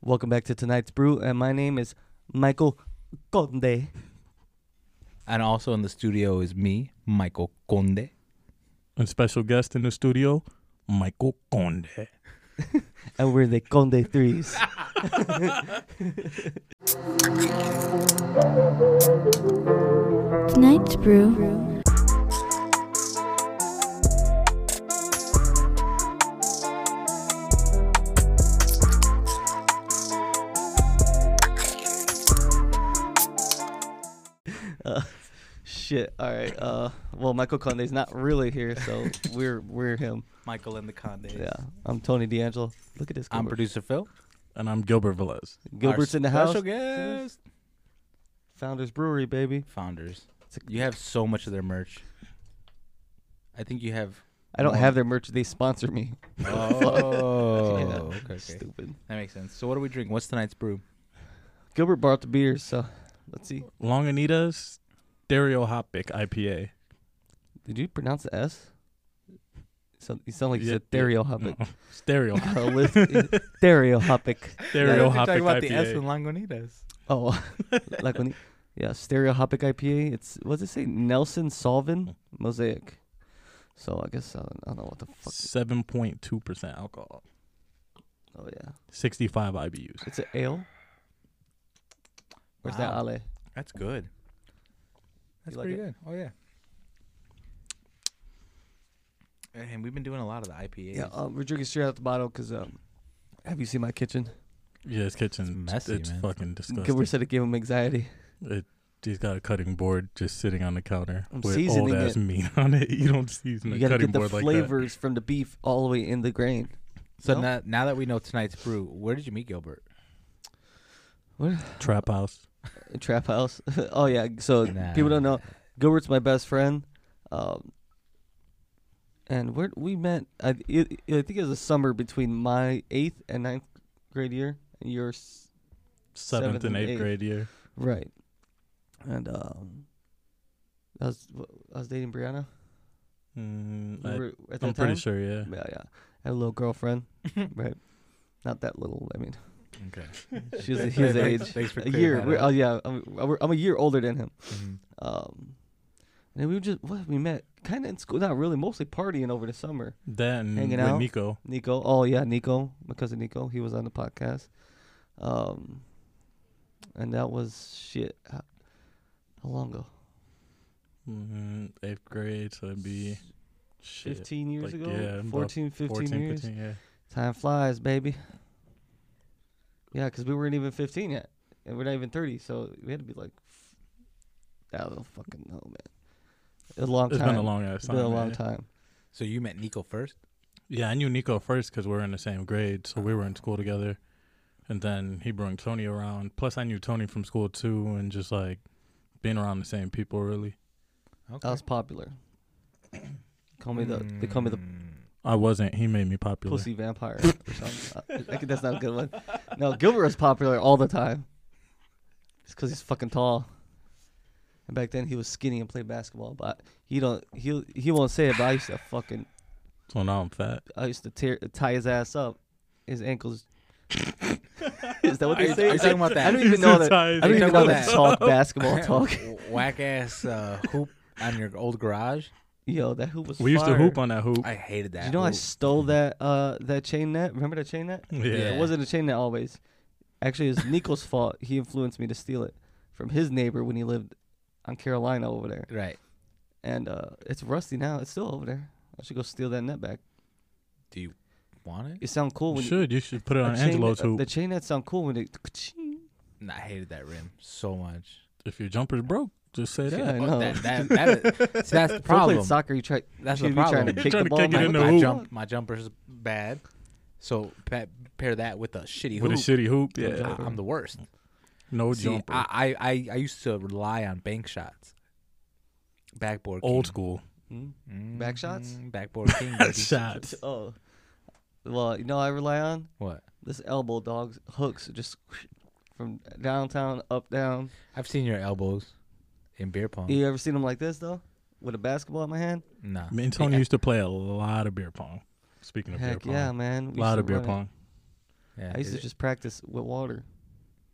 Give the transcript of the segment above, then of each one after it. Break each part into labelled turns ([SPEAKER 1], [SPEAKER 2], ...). [SPEAKER 1] Welcome back to tonight's brew, and my name is Michael Conde.
[SPEAKER 2] And also in the studio is me, Michael Conde.
[SPEAKER 3] And special guest in the studio, Michael Conde.
[SPEAKER 1] and we're the Conde Threes.
[SPEAKER 4] Tonight's brew.
[SPEAKER 1] Uh, shit. All right. Uh, well, Michael Conde's not really here, so we're we're him.
[SPEAKER 2] Michael and the Conde.
[SPEAKER 1] Yeah. I'm Tony D'Angelo. Look at this.
[SPEAKER 2] I'm
[SPEAKER 1] Gilbert.
[SPEAKER 2] producer Phil.
[SPEAKER 3] And I'm Gilbert Velez.
[SPEAKER 1] Gilbert's
[SPEAKER 2] Our
[SPEAKER 1] in the
[SPEAKER 2] special
[SPEAKER 1] house.
[SPEAKER 2] guest.
[SPEAKER 1] Founders Brewery, baby.
[SPEAKER 2] Founders.
[SPEAKER 1] It's a-
[SPEAKER 2] You have so much of their merch. I think you have.
[SPEAKER 1] I don't
[SPEAKER 2] more.
[SPEAKER 1] have their merch. They sponsor me.
[SPEAKER 2] Oh,
[SPEAKER 1] Yeah.
[SPEAKER 2] okay, okay.
[SPEAKER 1] Stupid.
[SPEAKER 2] That makes sense. So, what are we drinking? What's tonight's brew?
[SPEAKER 1] Gilbert brought the beers, so let's see.
[SPEAKER 3] Longanitas Stereohopic IPA.
[SPEAKER 1] Did you pronounce the S? So, you sound like you
[SPEAKER 3] Yeah,
[SPEAKER 1] said
[SPEAKER 3] yeah.
[SPEAKER 1] stereohopic.
[SPEAKER 3] No. Stereo.
[SPEAKER 1] Uh, list- stereohopic.
[SPEAKER 3] Stereohopic
[SPEAKER 2] talking about the S and
[SPEAKER 3] IPA.
[SPEAKER 2] Longonitas.
[SPEAKER 1] Oh, like when you, yeah, stereohopic IPA. It's what does it say? Nelson
[SPEAKER 3] Hmm.
[SPEAKER 1] Solvin Mosaic. So I guess I don't, I don't know what the fuck.
[SPEAKER 3] 7.2% alcohol.
[SPEAKER 1] Oh yeah,
[SPEAKER 3] 65 IBUs.
[SPEAKER 1] it's an ale. Where's that
[SPEAKER 2] Wow.
[SPEAKER 1] ale?
[SPEAKER 2] That's good. That's
[SPEAKER 1] like
[SPEAKER 2] pretty
[SPEAKER 1] it?
[SPEAKER 2] good. Oh yeah. And we've been doing a lot of the IPAs.
[SPEAKER 1] Yeah, um, we're drinking straight out the bottle because um, have you seen my kitchen?
[SPEAKER 3] Yeah, his kitchen.
[SPEAKER 2] It's
[SPEAKER 3] It's,
[SPEAKER 2] messy, man.
[SPEAKER 3] fucking
[SPEAKER 1] Gilbert
[SPEAKER 3] disgusting.
[SPEAKER 1] said it gave him anxiety.
[SPEAKER 3] It, he's got a cutting board just sitting on the counter
[SPEAKER 1] I'm
[SPEAKER 3] with
[SPEAKER 1] seasoning
[SPEAKER 3] old ass
[SPEAKER 1] it.
[SPEAKER 3] meat on it. You don't season
[SPEAKER 1] You
[SPEAKER 3] a
[SPEAKER 1] gotta
[SPEAKER 3] cutting
[SPEAKER 1] get the
[SPEAKER 3] board like that.
[SPEAKER 1] flavors from the beef all the way in the grain.
[SPEAKER 2] So
[SPEAKER 1] No?
[SPEAKER 2] now, now that we know tonight's brew, where did you meet Gilbert?
[SPEAKER 3] Trap house.
[SPEAKER 1] Trap house. oh yeah. So
[SPEAKER 2] Nah.
[SPEAKER 1] people don't know. Gilbert's my best friend. Um, and where we met, I, it, it- I think it was a summer between my eighth and ninth grade year, and your s-
[SPEAKER 3] Seventh, and eighth, grade year.
[SPEAKER 1] Right. And um, I was I was dating Brianna.
[SPEAKER 3] Mm, I,
[SPEAKER 1] remember at that
[SPEAKER 3] I'm pretty
[SPEAKER 1] time?
[SPEAKER 3] sure, yeah.
[SPEAKER 1] Yeah, yeah. I had a little girlfriend. right. Not that little. I mean,
[SPEAKER 2] Okay.
[SPEAKER 1] she was his age.
[SPEAKER 2] Thanks for
[SPEAKER 1] A
[SPEAKER 2] clearing
[SPEAKER 1] year.
[SPEAKER 2] that
[SPEAKER 1] We're,
[SPEAKER 2] up.
[SPEAKER 1] oh yeah. I'm, we're- I'm a year older than him.
[SPEAKER 2] Mhm.
[SPEAKER 1] Um, and then we were just what we met kind of in school, not really, mostly partying over the summer.
[SPEAKER 3] That and
[SPEAKER 1] Hanging
[SPEAKER 3] with
[SPEAKER 1] out.
[SPEAKER 3] Nico.
[SPEAKER 1] Nico, oh yeah, Nico, my cousin Nico, he was on the podcast. Um, and that was shit. How, how long ago?
[SPEAKER 3] Mm, eighth grade, so it'd be shit,
[SPEAKER 1] Fifteen years
[SPEAKER 3] like,
[SPEAKER 1] ago.
[SPEAKER 3] yeah, about
[SPEAKER 1] 14, 15 years.
[SPEAKER 3] 15, yeah.
[SPEAKER 1] Time flies, baby. Yeah, because we weren't even fifteen yet, and we're not even thirty, so we had to be like, I don't fucking know, man. A long
[SPEAKER 3] It's
[SPEAKER 1] time.
[SPEAKER 3] been a long ass
[SPEAKER 1] It's
[SPEAKER 3] time.
[SPEAKER 1] been a long
[SPEAKER 3] yeah.
[SPEAKER 1] time.
[SPEAKER 2] So you met Nico first?
[SPEAKER 3] Yeah, I knew Nico first because we were in the same grade, so we were in school together. And then he brought Tony around. Plus, I knew Tony from school too, and just like being around the same people, really.
[SPEAKER 2] Okay.
[SPEAKER 1] I was popular. call me the they call me
[SPEAKER 3] Hmm,
[SPEAKER 1] the
[SPEAKER 2] Mm.
[SPEAKER 3] I wasn't. He made me popular.
[SPEAKER 1] pussy vampire. or something. Uh, I, I think that's not a good one. No, Gilbert was popular all the time. It's because he's fucking tall. And back then he was skinny and played basketball, but he don't he he won't say it. But I used to fucking
[SPEAKER 3] So now I'm fat.
[SPEAKER 1] I used to tear, tie his ass up, his ankles. Is that what
[SPEAKER 2] Are
[SPEAKER 1] they
[SPEAKER 2] you-
[SPEAKER 1] say?
[SPEAKER 2] are you talking about
[SPEAKER 1] I
[SPEAKER 2] that?
[SPEAKER 1] don't even
[SPEAKER 3] He's
[SPEAKER 1] know
[SPEAKER 3] so
[SPEAKER 1] that.
[SPEAKER 3] tired.
[SPEAKER 1] I don't
[SPEAKER 2] Are you
[SPEAKER 1] even
[SPEAKER 2] talking
[SPEAKER 1] know that
[SPEAKER 2] about that?
[SPEAKER 1] talk basketball talk.
[SPEAKER 2] Whack ass uh, hoop on your old garage.
[SPEAKER 1] Yo, that hoop was.
[SPEAKER 3] We used to
[SPEAKER 1] fire.
[SPEAKER 3] hoop on that hoop.
[SPEAKER 2] I hated that.
[SPEAKER 1] You know, I
[SPEAKER 2] hoop.
[SPEAKER 1] stole that uh that chain net. Remember that chain net?
[SPEAKER 3] yeah.
[SPEAKER 2] Yeah.
[SPEAKER 1] It wasn't a chain net always. Actually, it's Nico's fault. He influenced me to steal it from his neighbor when he lived on Carolina over there.
[SPEAKER 2] Right.
[SPEAKER 1] And uh, it's rusty now. It's still over there. I should go steal that net back.
[SPEAKER 2] Do you want it?
[SPEAKER 1] It sound cool
[SPEAKER 3] You
[SPEAKER 1] when
[SPEAKER 3] should. You should put it
[SPEAKER 1] You, a
[SPEAKER 3] on
[SPEAKER 1] chain-
[SPEAKER 3] Angelo's
[SPEAKER 1] uh,
[SPEAKER 3] hoop.
[SPEAKER 1] The chain nets sound cool when they.
[SPEAKER 2] Nah, I hated that rim so much.
[SPEAKER 3] if your jumper's broke, just say
[SPEAKER 1] Yeah, I
[SPEAKER 3] that.
[SPEAKER 2] Oh,
[SPEAKER 1] know.
[SPEAKER 2] That, that, that is, see, that's the
[SPEAKER 1] If I played
[SPEAKER 2] problem.
[SPEAKER 1] soccer. You try.
[SPEAKER 2] That's
[SPEAKER 1] you
[SPEAKER 2] the
[SPEAKER 1] be trying
[SPEAKER 2] problem.
[SPEAKER 1] to
[SPEAKER 3] You're
[SPEAKER 1] kick
[SPEAKER 3] trying
[SPEAKER 1] the
[SPEAKER 3] to
[SPEAKER 1] ball. in
[SPEAKER 3] kick it
[SPEAKER 1] my-
[SPEAKER 3] in the
[SPEAKER 1] my
[SPEAKER 2] my
[SPEAKER 3] hoop.
[SPEAKER 1] jump-
[SPEAKER 2] jump, my jumper's bad. So pa- pair that with a shitty
[SPEAKER 3] With a
[SPEAKER 2] hoop.
[SPEAKER 3] shitty hoop.
[SPEAKER 1] No
[SPEAKER 3] Yeah.
[SPEAKER 1] jumper.
[SPEAKER 2] I- I'm the worst.
[SPEAKER 3] No
[SPEAKER 2] See,
[SPEAKER 3] jumper.
[SPEAKER 2] I, I, I, I used to rely on bank shots. Backboard king.
[SPEAKER 3] Old school.
[SPEAKER 1] Hmm?
[SPEAKER 2] Mm,
[SPEAKER 1] Back shots?
[SPEAKER 2] Backboard king. baby.
[SPEAKER 3] Shots.
[SPEAKER 1] Oh, well, you know what I rely on
[SPEAKER 2] What?
[SPEAKER 1] this elbow dog's hooks just from downtown up down.
[SPEAKER 2] I've seen your elbows in beer pong.
[SPEAKER 1] You ever seen them like this though, with a basketball in my hand?
[SPEAKER 2] Nah.
[SPEAKER 3] Me and Tony used to play a lot of beer pong. Speaking of
[SPEAKER 1] Heck
[SPEAKER 3] beer pong,
[SPEAKER 1] yeah, man.
[SPEAKER 3] a lot of beer pong.
[SPEAKER 2] Yeah.
[SPEAKER 1] I used
[SPEAKER 2] is
[SPEAKER 1] to
[SPEAKER 2] it-
[SPEAKER 1] just practice with water.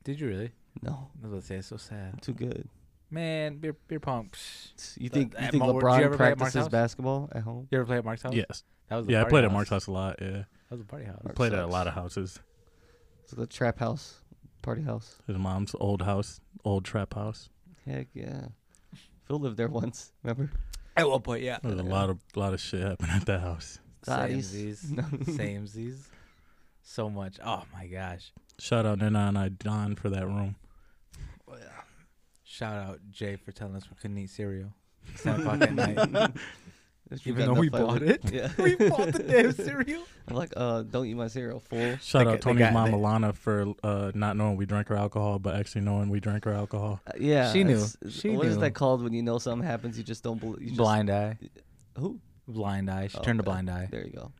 [SPEAKER 2] Did you really?
[SPEAKER 1] No,
[SPEAKER 2] I was about to say it's so sad.
[SPEAKER 1] I'm too good.
[SPEAKER 2] Man, beer beer pong. psh.
[SPEAKER 1] You
[SPEAKER 2] But
[SPEAKER 1] think you
[SPEAKER 2] at
[SPEAKER 1] think
[SPEAKER 2] Mar- did
[SPEAKER 1] LeBron
[SPEAKER 2] you ever play at Mark's
[SPEAKER 1] practices
[SPEAKER 2] house?
[SPEAKER 1] basketball at home?
[SPEAKER 2] You ever play at Mark's house?
[SPEAKER 3] Yes.
[SPEAKER 2] That was the
[SPEAKER 3] Yeah, I
[SPEAKER 2] party
[SPEAKER 3] played at
[SPEAKER 2] house.
[SPEAKER 3] Mark's house a lot. Yeah.
[SPEAKER 2] That was a party house.
[SPEAKER 1] Mark
[SPEAKER 3] Played at a
[SPEAKER 1] sucks.
[SPEAKER 3] lot of houses.
[SPEAKER 1] It's the trap house, party house.
[SPEAKER 3] His mom's old house, old trap house.
[SPEAKER 1] Heck yeah. Phil lived there once. Remember?
[SPEAKER 2] At one point, yeah.
[SPEAKER 3] There was a
[SPEAKER 1] Yeah.
[SPEAKER 3] lot of lot of shit happened at that house.
[SPEAKER 1] Thotties.
[SPEAKER 2] Samesies.
[SPEAKER 1] No.
[SPEAKER 2] Samesies. So much. Oh my gosh.
[SPEAKER 3] Shout out Nana and I Don for that room.
[SPEAKER 2] Shout out Jay for telling us we couldn't eat cereal. Seven o'clock at night.
[SPEAKER 1] If you
[SPEAKER 2] Even
[SPEAKER 1] got
[SPEAKER 2] though we
[SPEAKER 1] enough
[SPEAKER 2] bought
[SPEAKER 1] fiber-
[SPEAKER 2] it.
[SPEAKER 1] Yeah.
[SPEAKER 2] we bought the damn cereal.
[SPEAKER 1] I'm like, uh, don't eat my cereal, fool.
[SPEAKER 2] They
[SPEAKER 3] Shout out
[SPEAKER 2] got- they
[SPEAKER 3] Tony's
[SPEAKER 1] uh,
[SPEAKER 2] got-
[SPEAKER 3] mom
[SPEAKER 2] they-
[SPEAKER 3] Alana for uh, not knowing we drank her alcohol, but actually knowing we drank her alcohol.
[SPEAKER 1] Uh, yeah.
[SPEAKER 2] She knew.
[SPEAKER 1] it's- it's-
[SPEAKER 2] She
[SPEAKER 1] what is
[SPEAKER 2] knew.
[SPEAKER 1] that called when you know something happens? You just don't believe.
[SPEAKER 2] blind eye.
[SPEAKER 1] Who?
[SPEAKER 2] Blind eye. She
[SPEAKER 1] Oh,
[SPEAKER 2] turned a
[SPEAKER 1] okay.
[SPEAKER 2] blind eye.
[SPEAKER 1] There you go.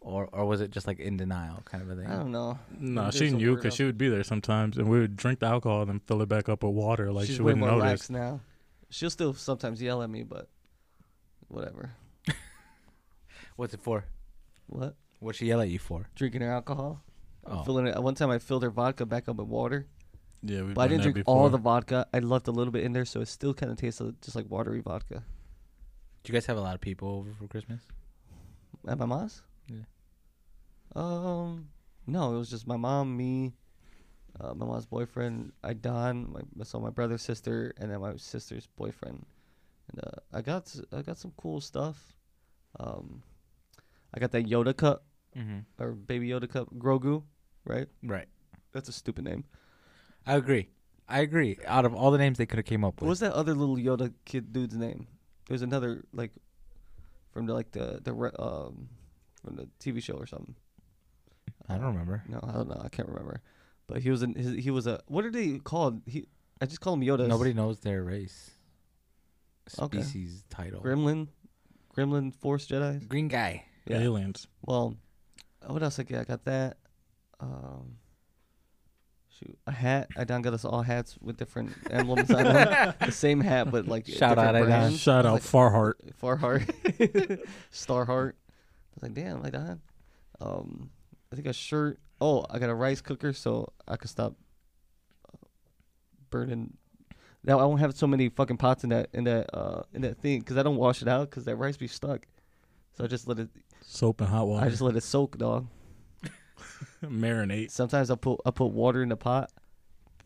[SPEAKER 2] Or or was it just like in denial kind of a thing?
[SPEAKER 1] I don't know.
[SPEAKER 3] No,
[SPEAKER 1] There's
[SPEAKER 3] she
[SPEAKER 1] a
[SPEAKER 3] knew
[SPEAKER 1] word
[SPEAKER 3] because
[SPEAKER 1] out
[SPEAKER 3] she would be there sometimes, and we would drink the alcohol and then fill it back up with water, like
[SPEAKER 1] She's
[SPEAKER 3] she
[SPEAKER 1] way
[SPEAKER 3] wouldn't
[SPEAKER 1] more
[SPEAKER 3] notice.
[SPEAKER 1] relaxed now. She'll still sometimes yell at me, but whatever.
[SPEAKER 2] What's it for?
[SPEAKER 1] What?
[SPEAKER 2] What'd she yell at you for?
[SPEAKER 1] Drinking her alcohol?
[SPEAKER 2] Oh.
[SPEAKER 1] Filling it. One time I filled her vodka back up with water,
[SPEAKER 3] Yeah, we've
[SPEAKER 1] but I
[SPEAKER 3] done
[SPEAKER 1] didn't
[SPEAKER 3] that
[SPEAKER 1] drink
[SPEAKER 3] before.
[SPEAKER 1] all the vodka. I left a little bit in there, so it still kind of tastes like- just like watery vodka.
[SPEAKER 2] Do you guys have a lot of people over for Christmas?
[SPEAKER 1] At my mom's?
[SPEAKER 2] Yeah.
[SPEAKER 1] Um, no, it was just my mom, me, uh, my mom's boyfriend, I Don, my so my brother's sister, and then my sister's boyfriend. And uh, I got s- I got some cool stuff. Um, I got that Yoda cup
[SPEAKER 2] Mm-hmm.
[SPEAKER 1] or Baby Yoda cup, Grogu, right?
[SPEAKER 2] Right.
[SPEAKER 1] That's a stupid name.
[SPEAKER 2] I agree. I agree. Out of all the names they could have came up
[SPEAKER 1] What
[SPEAKER 2] with,
[SPEAKER 1] was that other little Yoda kid dude's name? There was another like from the like the the re- um from the TV show or something.
[SPEAKER 2] I don't remember.
[SPEAKER 1] No, I don't know. I can't remember. But he was in. His, he was a. What are they called? He. I just call him Yoda.
[SPEAKER 2] Nobody knows their race,
[SPEAKER 1] Okay.
[SPEAKER 2] species, title.
[SPEAKER 1] Gremlin. Gremlin Force Jedi.
[SPEAKER 2] Green guy.
[SPEAKER 1] Yeah.
[SPEAKER 3] aliens.
[SPEAKER 1] Well, uh, what else I get? I got that. Um. Shoot, a hat. I done got us all hats with different emblems on them. The same hat, but like
[SPEAKER 2] Shout out,
[SPEAKER 1] different
[SPEAKER 2] Adon.
[SPEAKER 1] brands.
[SPEAKER 3] Shout
[SPEAKER 1] I
[SPEAKER 3] out
[SPEAKER 1] was
[SPEAKER 3] Farhart.
[SPEAKER 1] like, Farhart, Starheart. I was like, damn, I done. Um, I think a shirt. Oh, I got a rice cooker, so I could stop uh, burning. Now I won't have so many fucking pots in that in that uh in that thing because I don't wash it out because that rice be stuck. So I just let it.
[SPEAKER 3] Soap and hot water.
[SPEAKER 1] I just let it soak, dog.
[SPEAKER 3] marinate.
[SPEAKER 1] Sometimes I put I put water in the pot,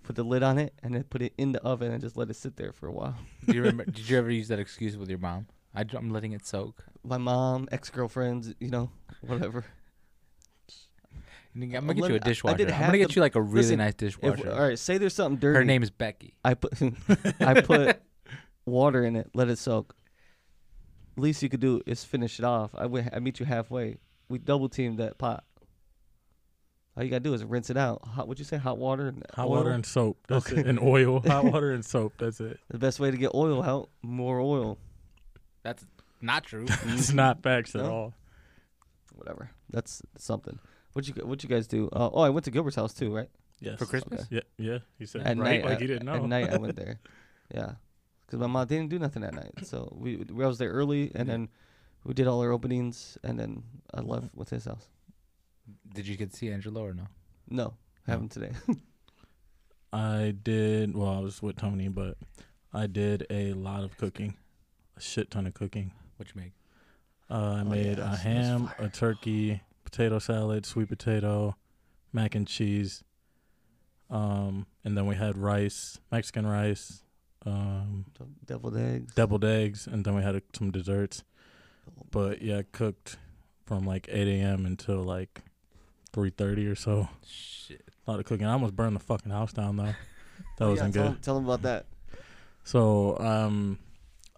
[SPEAKER 1] put the lid on it, and then put it in the oven and just let it sit there for a while.
[SPEAKER 2] Do you remember? did you ever use that excuse with your mom? I, am letting it soak.
[SPEAKER 1] My mom, ex girlfriends, you know, whatever.
[SPEAKER 2] I'm gonna
[SPEAKER 1] I'm
[SPEAKER 2] get
[SPEAKER 1] letting-
[SPEAKER 2] you
[SPEAKER 1] I- I
[SPEAKER 2] a
[SPEAKER 1] did
[SPEAKER 2] dishwasher. I'm
[SPEAKER 1] have
[SPEAKER 2] gonna get
[SPEAKER 1] the-
[SPEAKER 2] you like a really
[SPEAKER 1] listen,
[SPEAKER 2] nice
[SPEAKER 1] If,
[SPEAKER 2] dishwasher.
[SPEAKER 1] all right, say there's something dirty.
[SPEAKER 2] Her name is Becky.
[SPEAKER 1] I put I put water in it, let it soak. Least you could do is finish it off. I went, I meet you halfway. We double team that pot. All you gotta do is rinse it out. Hot, what'd you say? Hot water and
[SPEAKER 3] Hot
[SPEAKER 1] oil?
[SPEAKER 3] water and soap. That's it. And oil. Hot water and soap. That's it.
[SPEAKER 1] the best way to get oil out. More oil,
[SPEAKER 2] That's not true.
[SPEAKER 3] It's not facts at
[SPEAKER 1] No?
[SPEAKER 3] all.
[SPEAKER 1] whatever. That's something. What you what you guys do? Uh, oh, I went to Gilbert's house too, right?
[SPEAKER 3] Yes.
[SPEAKER 2] For Christmas?
[SPEAKER 3] Yeah, yeah. He said
[SPEAKER 1] At
[SPEAKER 3] right
[SPEAKER 1] night,
[SPEAKER 3] like
[SPEAKER 1] I,
[SPEAKER 3] he didn't know.
[SPEAKER 1] At night, I went there. Yeah, because my mom didn't do nothing that night, so we, we I was there early, and then we did all our openings, and then I left with his house.
[SPEAKER 2] Did you get to see Angelo or no?
[SPEAKER 1] No, haven't today.
[SPEAKER 3] I did. Well, I was with Tony, but I did a lot of cooking, a shit ton of cooking.
[SPEAKER 2] What you make?
[SPEAKER 3] Uh, I made
[SPEAKER 1] yeah,
[SPEAKER 3] a
[SPEAKER 1] Oh, that's- that's
[SPEAKER 3] ham, a turkey, potato salad, sweet potato, mac and cheese. Um, and then we had rice, Mexican rice, um,
[SPEAKER 1] So, Deviled eggs.
[SPEAKER 3] deviled eggs, and then we had uh, some desserts. But yeah, I cooked from like 8 a.m. until like 3:30 or so.
[SPEAKER 2] Shit.
[SPEAKER 3] A lot of cooking. I almost burned the fucking house down though. That wasn't
[SPEAKER 1] tell
[SPEAKER 3] good.
[SPEAKER 1] Him, tell him about that.
[SPEAKER 3] So um,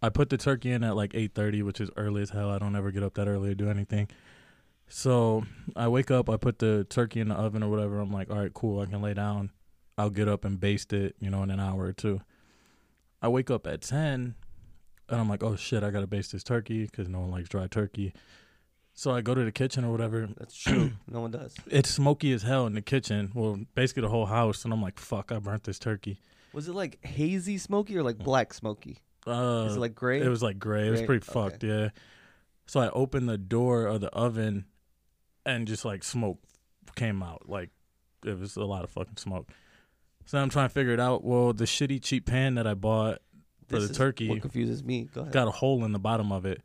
[SPEAKER 3] I put the turkey in at like eight thirty, which is early as hell. I don't ever get up that early to do anything. So I wake up, I put the turkey in the oven or whatever. I'm like, all right, cool, I can lay down. I'll get up and baste it, you know, in an hour or two. I wake up at ten, and I'm like, oh shit, I gotta baste this turkey because no one likes dry turkey. So I go to the kitchen or whatever.
[SPEAKER 1] That's true. no one does.
[SPEAKER 3] It's smoky as hell in the kitchen. Well, basically the whole house, and I'm like, fuck, I burnt this turkey.
[SPEAKER 1] Was it like hazy smoky or like black smoky?
[SPEAKER 3] Uh,
[SPEAKER 1] Is it like gray?
[SPEAKER 3] It was like gray. It was
[SPEAKER 1] Gray,
[SPEAKER 3] pretty
[SPEAKER 1] okay.
[SPEAKER 3] fucked, yeah. So I opened the door of the oven and just like smoke came out like it was a lot of fucking smoke. So I'm trying to figure it out. Well, the shitty cheap pan that I bought for
[SPEAKER 1] This
[SPEAKER 3] the
[SPEAKER 1] is
[SPEAKER 3] turkey
[SPEAKER 1] What confuses me? Go ahead.
[SPEAKER 3] got a hole in the bottom of it,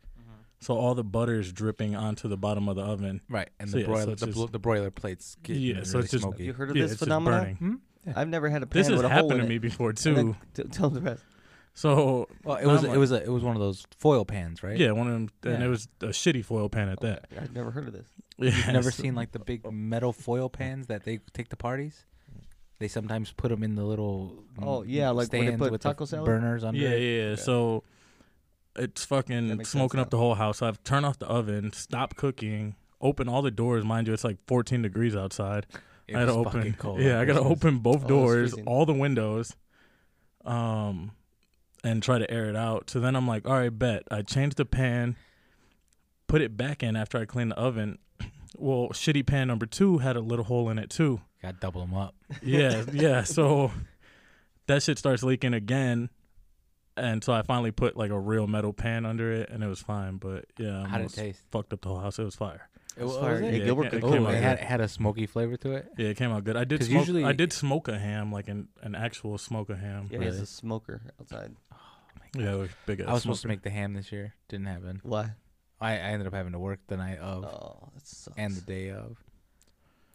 [SPEAKER 3] so all the butter is dripping onto the bottom of the oven.
[SPEAKER 2] Right, and
[SPEAKER 3] So
[SPEAKER 2] the
[SPEAKER 3] yeah, so
[SPEAKER 2] broiler,
[SPEAKER 3] it's
[SPEAKER 2] the,
[SPEAKER 3] just-
[SPEAKER 2] blo- the broiler plates get
[SPEAKER 3] Yeah,
[SPEAKER 2] really
[SPEAKER 3] so it's just-
[SPEAKER 1] Have
[SPEAKER 2] smoky.
[SPEAKER 1] you heard of
[SPEAKER 3] Yeah,
[SPEAKER 1] this
[SPEAKER 3] it's just
[SPEAKER 1] phenomenon?
[SPEAKER 3] burning.
[SPEAKER 2] Hmm?
[SPEAKER 1] I've never had a pan
[SPEAKER 3] This has
[SPEAKER 1] with a hole
[SPEAKER 3] happened
[SPEAKER 1] in
[SPEAKER 3] to
[SPEAKER 1] it.
[SPEAKER 3] me before
[SPEAKER 1] And then-
[SPEAKER 3] too.
[SPEAKER 1] t- tell them the rest.
[SPEAKER 3] So
[SPEAKER 2] Well, it
[SPEAKER 3] Not
[SPEAKER 2] was
[SPEAKER 3] much.
[SPEAKER 2] it was a it was one of those foil pans, right?
[SPEAKER 3] yeah, one of them, and
[SPEAKER 2] Yeah.
[SPEAKER 3] it was a shitty foil pan at that.
[SPEAKER 1] I've never heard of this.
[SPEAKER 3] Yeah,
[SPEAKER 2] You've never
[SPEAKER 3] so-
[SPEAKER 2] seen like the big metal foil pans that they take to parties. They sometimes put them in the little
[SPEAKER 1] Oh,
[SPEAKER 2] mm,
[SPEAKER 1] yeah, like where they
[SPEAKER 2] stands
[SPEAKER 1] put
[SPEAKER 2] with the
[SPEAKER 1] taco salad?
[SPEAKER 2] burners under.
[SPEAKER 3] Yeah,
[SPEAKER 2] it.
[SPEAKER 3] yeah, yeah. So it's
[SPEAKER 1] That
[SPEAKER 3] fucking
[SPEAKER 1] makes
[SPEAKER 3] smoking
[SPEAKER 1] sense
[SPEAKER 3] up the whole house. I've turned off the oven, stopped cooking, open all the doors. Mind you, it's like 14 degrees outside.
[SPEAKER 2] It
[SPEAKER 3] I had to
[SPEAKER 2] was fucking
[SPEAKER 3] open.
[SPEAKER 2] cold
[SPEAKER 3] yeah,
[SPEAKER 2] on
[SPEAKER 3] I got to
[SPEAKER 2] Christmas.
[SPEAKER 3] open both
[SPEAKER 1] it's
[SPEAKER 3] doors,
[SPEAKER 1] freezing.
[SPEAKER 3] all the windows, um, and try to air it out. So then I'm like, all right, bet. I changed the pan, put it back in after I cleaned the oven. Well, shitty pan number two had a little hole in it too.
[SPEAKER 2] Got to double them up.
[SPEAKER 3] yeah, yeah. So that shit starts leaking again, and so I finally put like a real metal pan under it, and it was fine. But
[SPEAKER 2] How
[SPEAKER 3] yeah, I
[SPEAKER 2] did it
[SPEAKER 3] almost
[SPEAKER 2] taste?
[SPEAKER 3] Fucked up the whole house. It was fire.
[SPEAKER 2] It was,
[SPEAKER 1] fire.
[SPEAKER 2] was
[SPEAKER 1] Yeah,
[SPEAKER 2] it?
[SPEAKER 1] Gilbert
[SPEAKER 3] it,
[SPEAKER 1] could
[SPEAKER 3] ca- it
[SPEAKER 1] cook
[SPEAKER 3] came
[SPEAKER 2] Oh,
[SPEAKER 3] out
[SPEAKER 2] it
[SPEAKER 1] like
[SPEAKER 2] had,
[SPEAKER 3] good.
[SPEAKER 2] it had a smoky flavor to it.
[SPEAKER 3] Yeah, it came out good. I did
[SPEAKER 2] 'Cause
[SPEAKER 3] smoke. I
[SPEAKER 2] usually-
[SPEAKER 3] did smoke a ham, like an an actual smoke a ham.
[SPEAKER 1] Yeah,
[SPEAKER 3] yeah,
[SPEAKER 1] he's
[SPEAKER 2] Really?
[SPEAKER 1] a smoker outside.
[SPEAKER 3] it was big.
[SPEAKER 2] I was supposed to make the ham this year. Didn't happen.
[SPEAKER 1] Why?
[SPEAKER 2] I, I ended up having to work the night of
[SPEAKER 1] Oh, that sucks.
[SPEAKER 2] and the day of.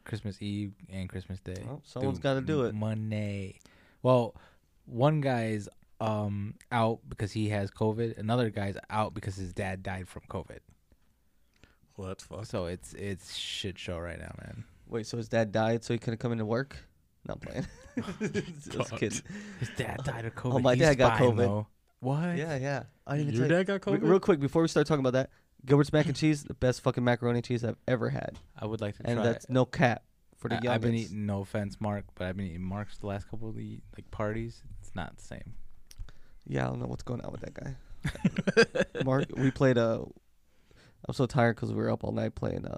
[SPEAKER 2] Christmas Eve and Christmas Day.
[SPEAKER 1] Well, Oh, someone's
[SPEAKER 2] Dude,
[SPEAKER 1] got to do it.
[SPEAKER 2] Money. Well, one guy's um out because he has COVID. Another guy's out because his dad died from COVID.
[SPEAKER 3] Well, that's fucked.
[SPEAKER 2] So it's it's shit show right now, man.
[SPEAKER 1] Wait, so his dad died, so he couldn't come into work? Not playing. Just
[SPEAKER 3] Fucked.
[SPEAKER 1] kidding.
[SPEAKER 2] His dad died of COVID.
[SPEAKER 1] Oh, my
[SPEAKER 2] He's
[SPEAKER 1] dad got
[SPEAKER 2] fine,
[SPEAKER 1] COVID.
[SPEAKER 2] though. What?
[SPEAKER 1] Yeah, yeah. I didn't even
[SPEAKER 3] Your
[SPEAKER 1] tell you.
[SPEAKER 3] dad got
[SPEAKER 1] Re-
[SPEAKER 3] COVID.
[SPEAKER 1] Real quick, before we start talking about that, Gilbert's mac and cheese, the best fucking macaroni and cheese I've ever had,
[SPEAKER 2] I would like to
[SPEAKER 1] and
[SPEAKER 2] try.
[SPEAKER 1] that's no cap for the
[SPEAKER 2] I,
[SPEAKER 1] young.
[SPEAKER 2] I've been eating. No offense, Mark, but I've been eating Mark's the last couple of the like parties. It's not the same.
[SPEAKER 1] Yeah, I don't know what's going on with that guy. Mark, we played Uh, I'm so tired because we were up all night playing uh,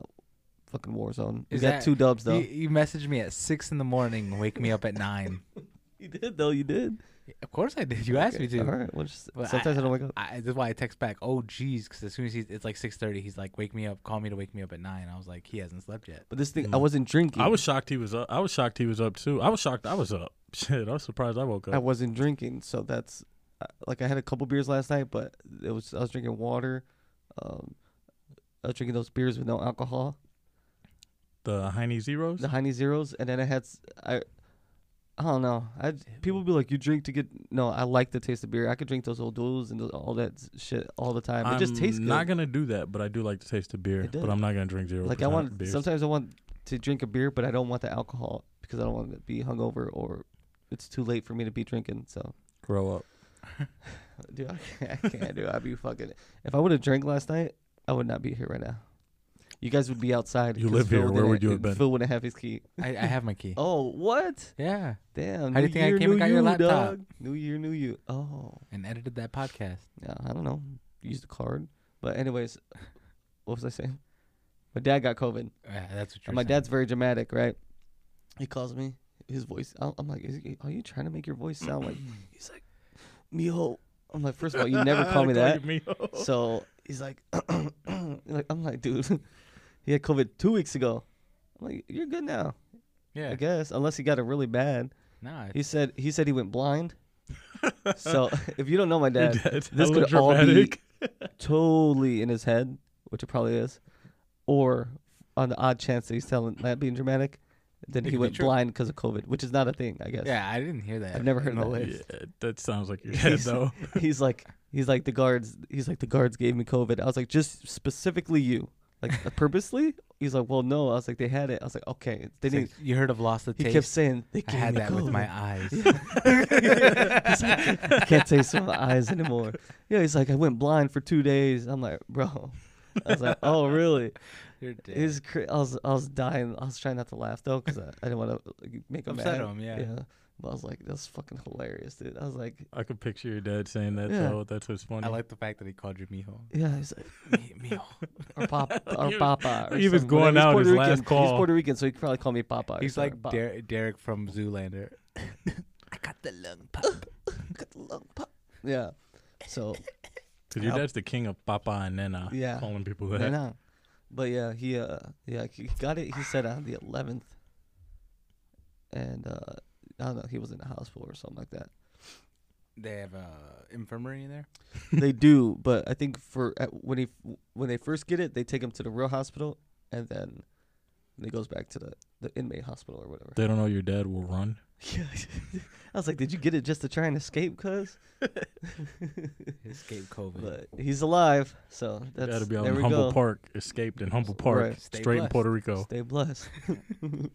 [SPEAKER 1] fucking Warzone. We
[SPEAKER 2] Is
[SPEAKER 1] got
[SPEAKER 2] that-
[SPEAKER 1] two dubs though.
[SPEAKER 2] You, you messaged me at six in the morning, wake me up at nine.
[SPEAKER 1] You did though. You did.
[SPEAKER 2] Of course I did. You asked me
[SPEAKER 1] Okay,
[SPEAKER 2] to.
[SPEAKER 1] All right. Well, just,
[SPEAKER 2] But
[SPEAKER 1] sometimes I, don't wake up.
[SPEAKER 2] I, that's why I text back. Oh, geez, because as soon as he's, it's like six thirty, he's like, "Wake me up, call me to wake me up at 9. I was like, "He hasn't slept yet."
[SPEAKER 1] But this thing, I
[SPEAKER 3] Mm.
[SPEAKER 1] wasn't drinking.
[SPEAKER 3] I was shocked he was up. I was shocked he was up too. I was shocked I was up. Shit, I was surprised I woke
[SPEAKER 1] I
[SPEAKER 3] up.
[SPEAKER 1] wasn't drinking, so that's uh, like I had a couple beers last night, but it was I was drinking water. Um, I was drinking those beers with no alcohol,
[SPEAKER 3] The Heine Zeros.
[SPEAKER 1] the Heine Zeros, and then I had s- I. I don't know. I people be like, you drink to get no. I like the taste of beer. I could drink those old duels and those, all that s- shit all the time. It
[SPEAKER 3] I'm
[SPEAKER 1] just tastes good.
[SPEAKER 3] not gonna do that, but I do like the taste of beer.
[SPEAKER 1] It does.
[SPEAKER 3] But I'm not gonna drink zero.
[SPEAKER 1] like I want.
[SPEAKER 3] beer.
[SPEAKER 1] Sometimes I want to drink a beer, but I don't want the alcohol because I don't want to be hungover or it's too late for me to be drinking. So
[SPEAKER 3] grow up.
[SPEAKER 1] Dude, I can't, I can't do. it. I'd be fucking. If I would have drank last night, I would not be here right now. You guys would be outside.
[SPEAKER 3] You
[SPEAKER 1] 'cause
[SPEAKER 3] live
[SPEAKER 1] Phil
[SPEAKER 3] here. Where
[SPEAKER 1] didn't-
[SPEAKER 3] would you have been?
[SPEAKER 1] Phil wouldn't have his key.
[SPEAKER 2] I, I have my key.
[SPEAKER 1] Oh, what?
[SPEAKER 2] Yeah,
[SPEAKER 1] Damn. new
[SPEAKER 2] How do you think I
[SPEAKER 1] year,
[SPEAKER 2] came
[SPEAKER 1] new
[SPEAKER 2] and got your
[SPEAKER 1] you,
[SPEAKER 2] laptop?
[SPEAKER 1] dog. New year, new you. Oh,
[SPEAKER 2] and edited that podcast.
[SPEAKER 1] yeah. I don't know. Use the card. But anyways, what was I saying? My dad got COVID.
[SPEAKER 2] Yeah, that's what
[SPEAKER 1] And
[SPEAKER 2] you're
[SPEAKER 1] my
[SPEAKER 2] saying.
[SPEAKER 1] dad's very dramatic, right? He calls me. His voice. I'm I'm like, is he, are you trying to make your voice sound like? He's like, mijo. I'm like, first of all, you never call me that. So he's like, like I'm like, dude, he had COVID two weeks ago. I'm like, you're good now,
[SPEAKER 2] Yeah,
[SPEAKER 1] I guess, unless he got it really bad.
[SPEAKER 2] nah,
[SPEAKER 1] He said he said he went blind. so if you don't know my dad,
[SPEAKER 3] this
[SPEAKER 1] could
[SPEAKER 3] could
[SPEAKER 1] all be-
[SPEAKER 3] dramatic.
[SPEAKER 1] totally in his head, which it probably is, or on the odd chance that he's telling that being dramatic, then
[SPEAKER 2] It
[SPEAKER 1] he
[SPEAKER 2] could be
[SPEAKER 1] went
[SPEAKER 2] true.
[SPEAKER 1] blind because of COVID, which is not a thing, I guess.
[SPEAKER 2] yeah, I didn't hear that.
[SPEAKER 1] I've never heard
[SPEAKER 2] in the
[SPEAKER 1] that.
[SPEAKER 2] list.
[SPEAKER 3] Yeah, that sounds like your dad
[SPEAKER 1] He's-
[SPEAKER 3] though.
[SPEAKER 1] he's like he's like the guards he's like the guards gave me covid i was like just specifically you like purposely he's like well no i was like they had it i was like okay they
[SPEAKER 2] It's like,
[SPEAKER 1] didn't
[SPEAKER 2] you heard of lost the
[SPEAKER 1] he
[SPEAKER 2] taste?
[SPEAKER 1] kept saying they
[SPEAKER 2] I
[SPEAKER 1] gave
[SPEAKER 2] had
[SPEAKER 1] me
[SPEAKER 2] that
[SPEAKER 1] COVID.
[SPEAKER 2] with my eyes.
[SPEAKER 1] He's like, I can't taste with my eyes anymore yeah he's like i went blind for two days i'm like bro i was like oh really
[SPEAKER 2] You're dead.
[SPEAKER 1] His cra- I was i was dying i was trying not to laugh though because I, I didn't want to make him
[SPEAKER 2] Upset
[SPEAKER 1] mad.
[SPEAKER 2] him, yeah.
[SPEAKER 1] but i was like that's fucking hilarious dude i was like
[SPEAKER 3] I could picture your dad saying that
[SPEAKER 1] Yeah.
[SPEAKER 3] though. That's what's funny.
[SPEAKER 2] I like the fact that he called you mijo.
[SPEAKER 1] yeah he's like
[SPEAKER 2] Mi- mijo.
[SPEAKER 1] or pop or
[SPEAKER 3] He was-
[SPEAKER 1] papa. Or
[SPEAKER 3] he was
[SPEAKER 1] something.
[SPEAKER 3] going
[SPEAKER 1] He's
[SPEAKER 3] out
[SPEAKER 1] Puerto
[SPEAKER 3] his
[SPEAKER 1] Rican.
[SPEAKER 3] last
[SPEAKER 1] He's
[SPEAKER 3] call.
[SPEAKER 1] Puerto Rican, so he could probably call me papa. or
[SPEAKER 2] He's
[SPEAKER 1] something,
[SPEAKER 2] like
[SPEAKER 1] pop.
[SPEAKER 2] Der- Derek from Zoolander. I got the lung pop.
[SPEAKER 1] yeah. So
[SPEAKER 3] Cause your
[SPEAKER 1] Yep.
[SPEAKER 3] dad's the king of Papa and Nana.
[SPEAKER 1] Yeah.
[SPEAKER 3] calling people
[SPEAKER 1] no,
[SPEAKER 3] that.
[SPEAKER 1] no. But yeah, he uh yeah he got it. He said on the eleventh, and uh, I don't know, he was in the hospital or something like that.
[SPEAKER 2] They have uh, infirmary in there.
[SPEAKER 1] they do, but I think for at, when he when they first get it, they take him to the real hospital, and then he goes back to the, the inmate hospital or whatever.
[SPEAKER 3] They don't know your dad will run.
[SPEAKER 1] Yeah, I was like, did you get it just to try and escape, cuz?
[SPEAKER 2] Escape COVID.
[SPEAKER 1] But he's alive, so that's
[SPEAKER 3] Gotta be out
[SPEAKER 1] there
[SPEAKER 3] in
[SPEAKER 1] we
[SPEAKER 3] Humble
[SPEAKER 1] go.
[SPEAKER 3] Park. Escaped in Humble Park,
[SPEAKER 1] Right.
[SPEAKER 2] Stay
[SPEAKER 3] straight in
[SPEAKER 2] blessed.
[SPEAKER 3] Puerto Rico.
[SPEAKER 1] Stay blessed,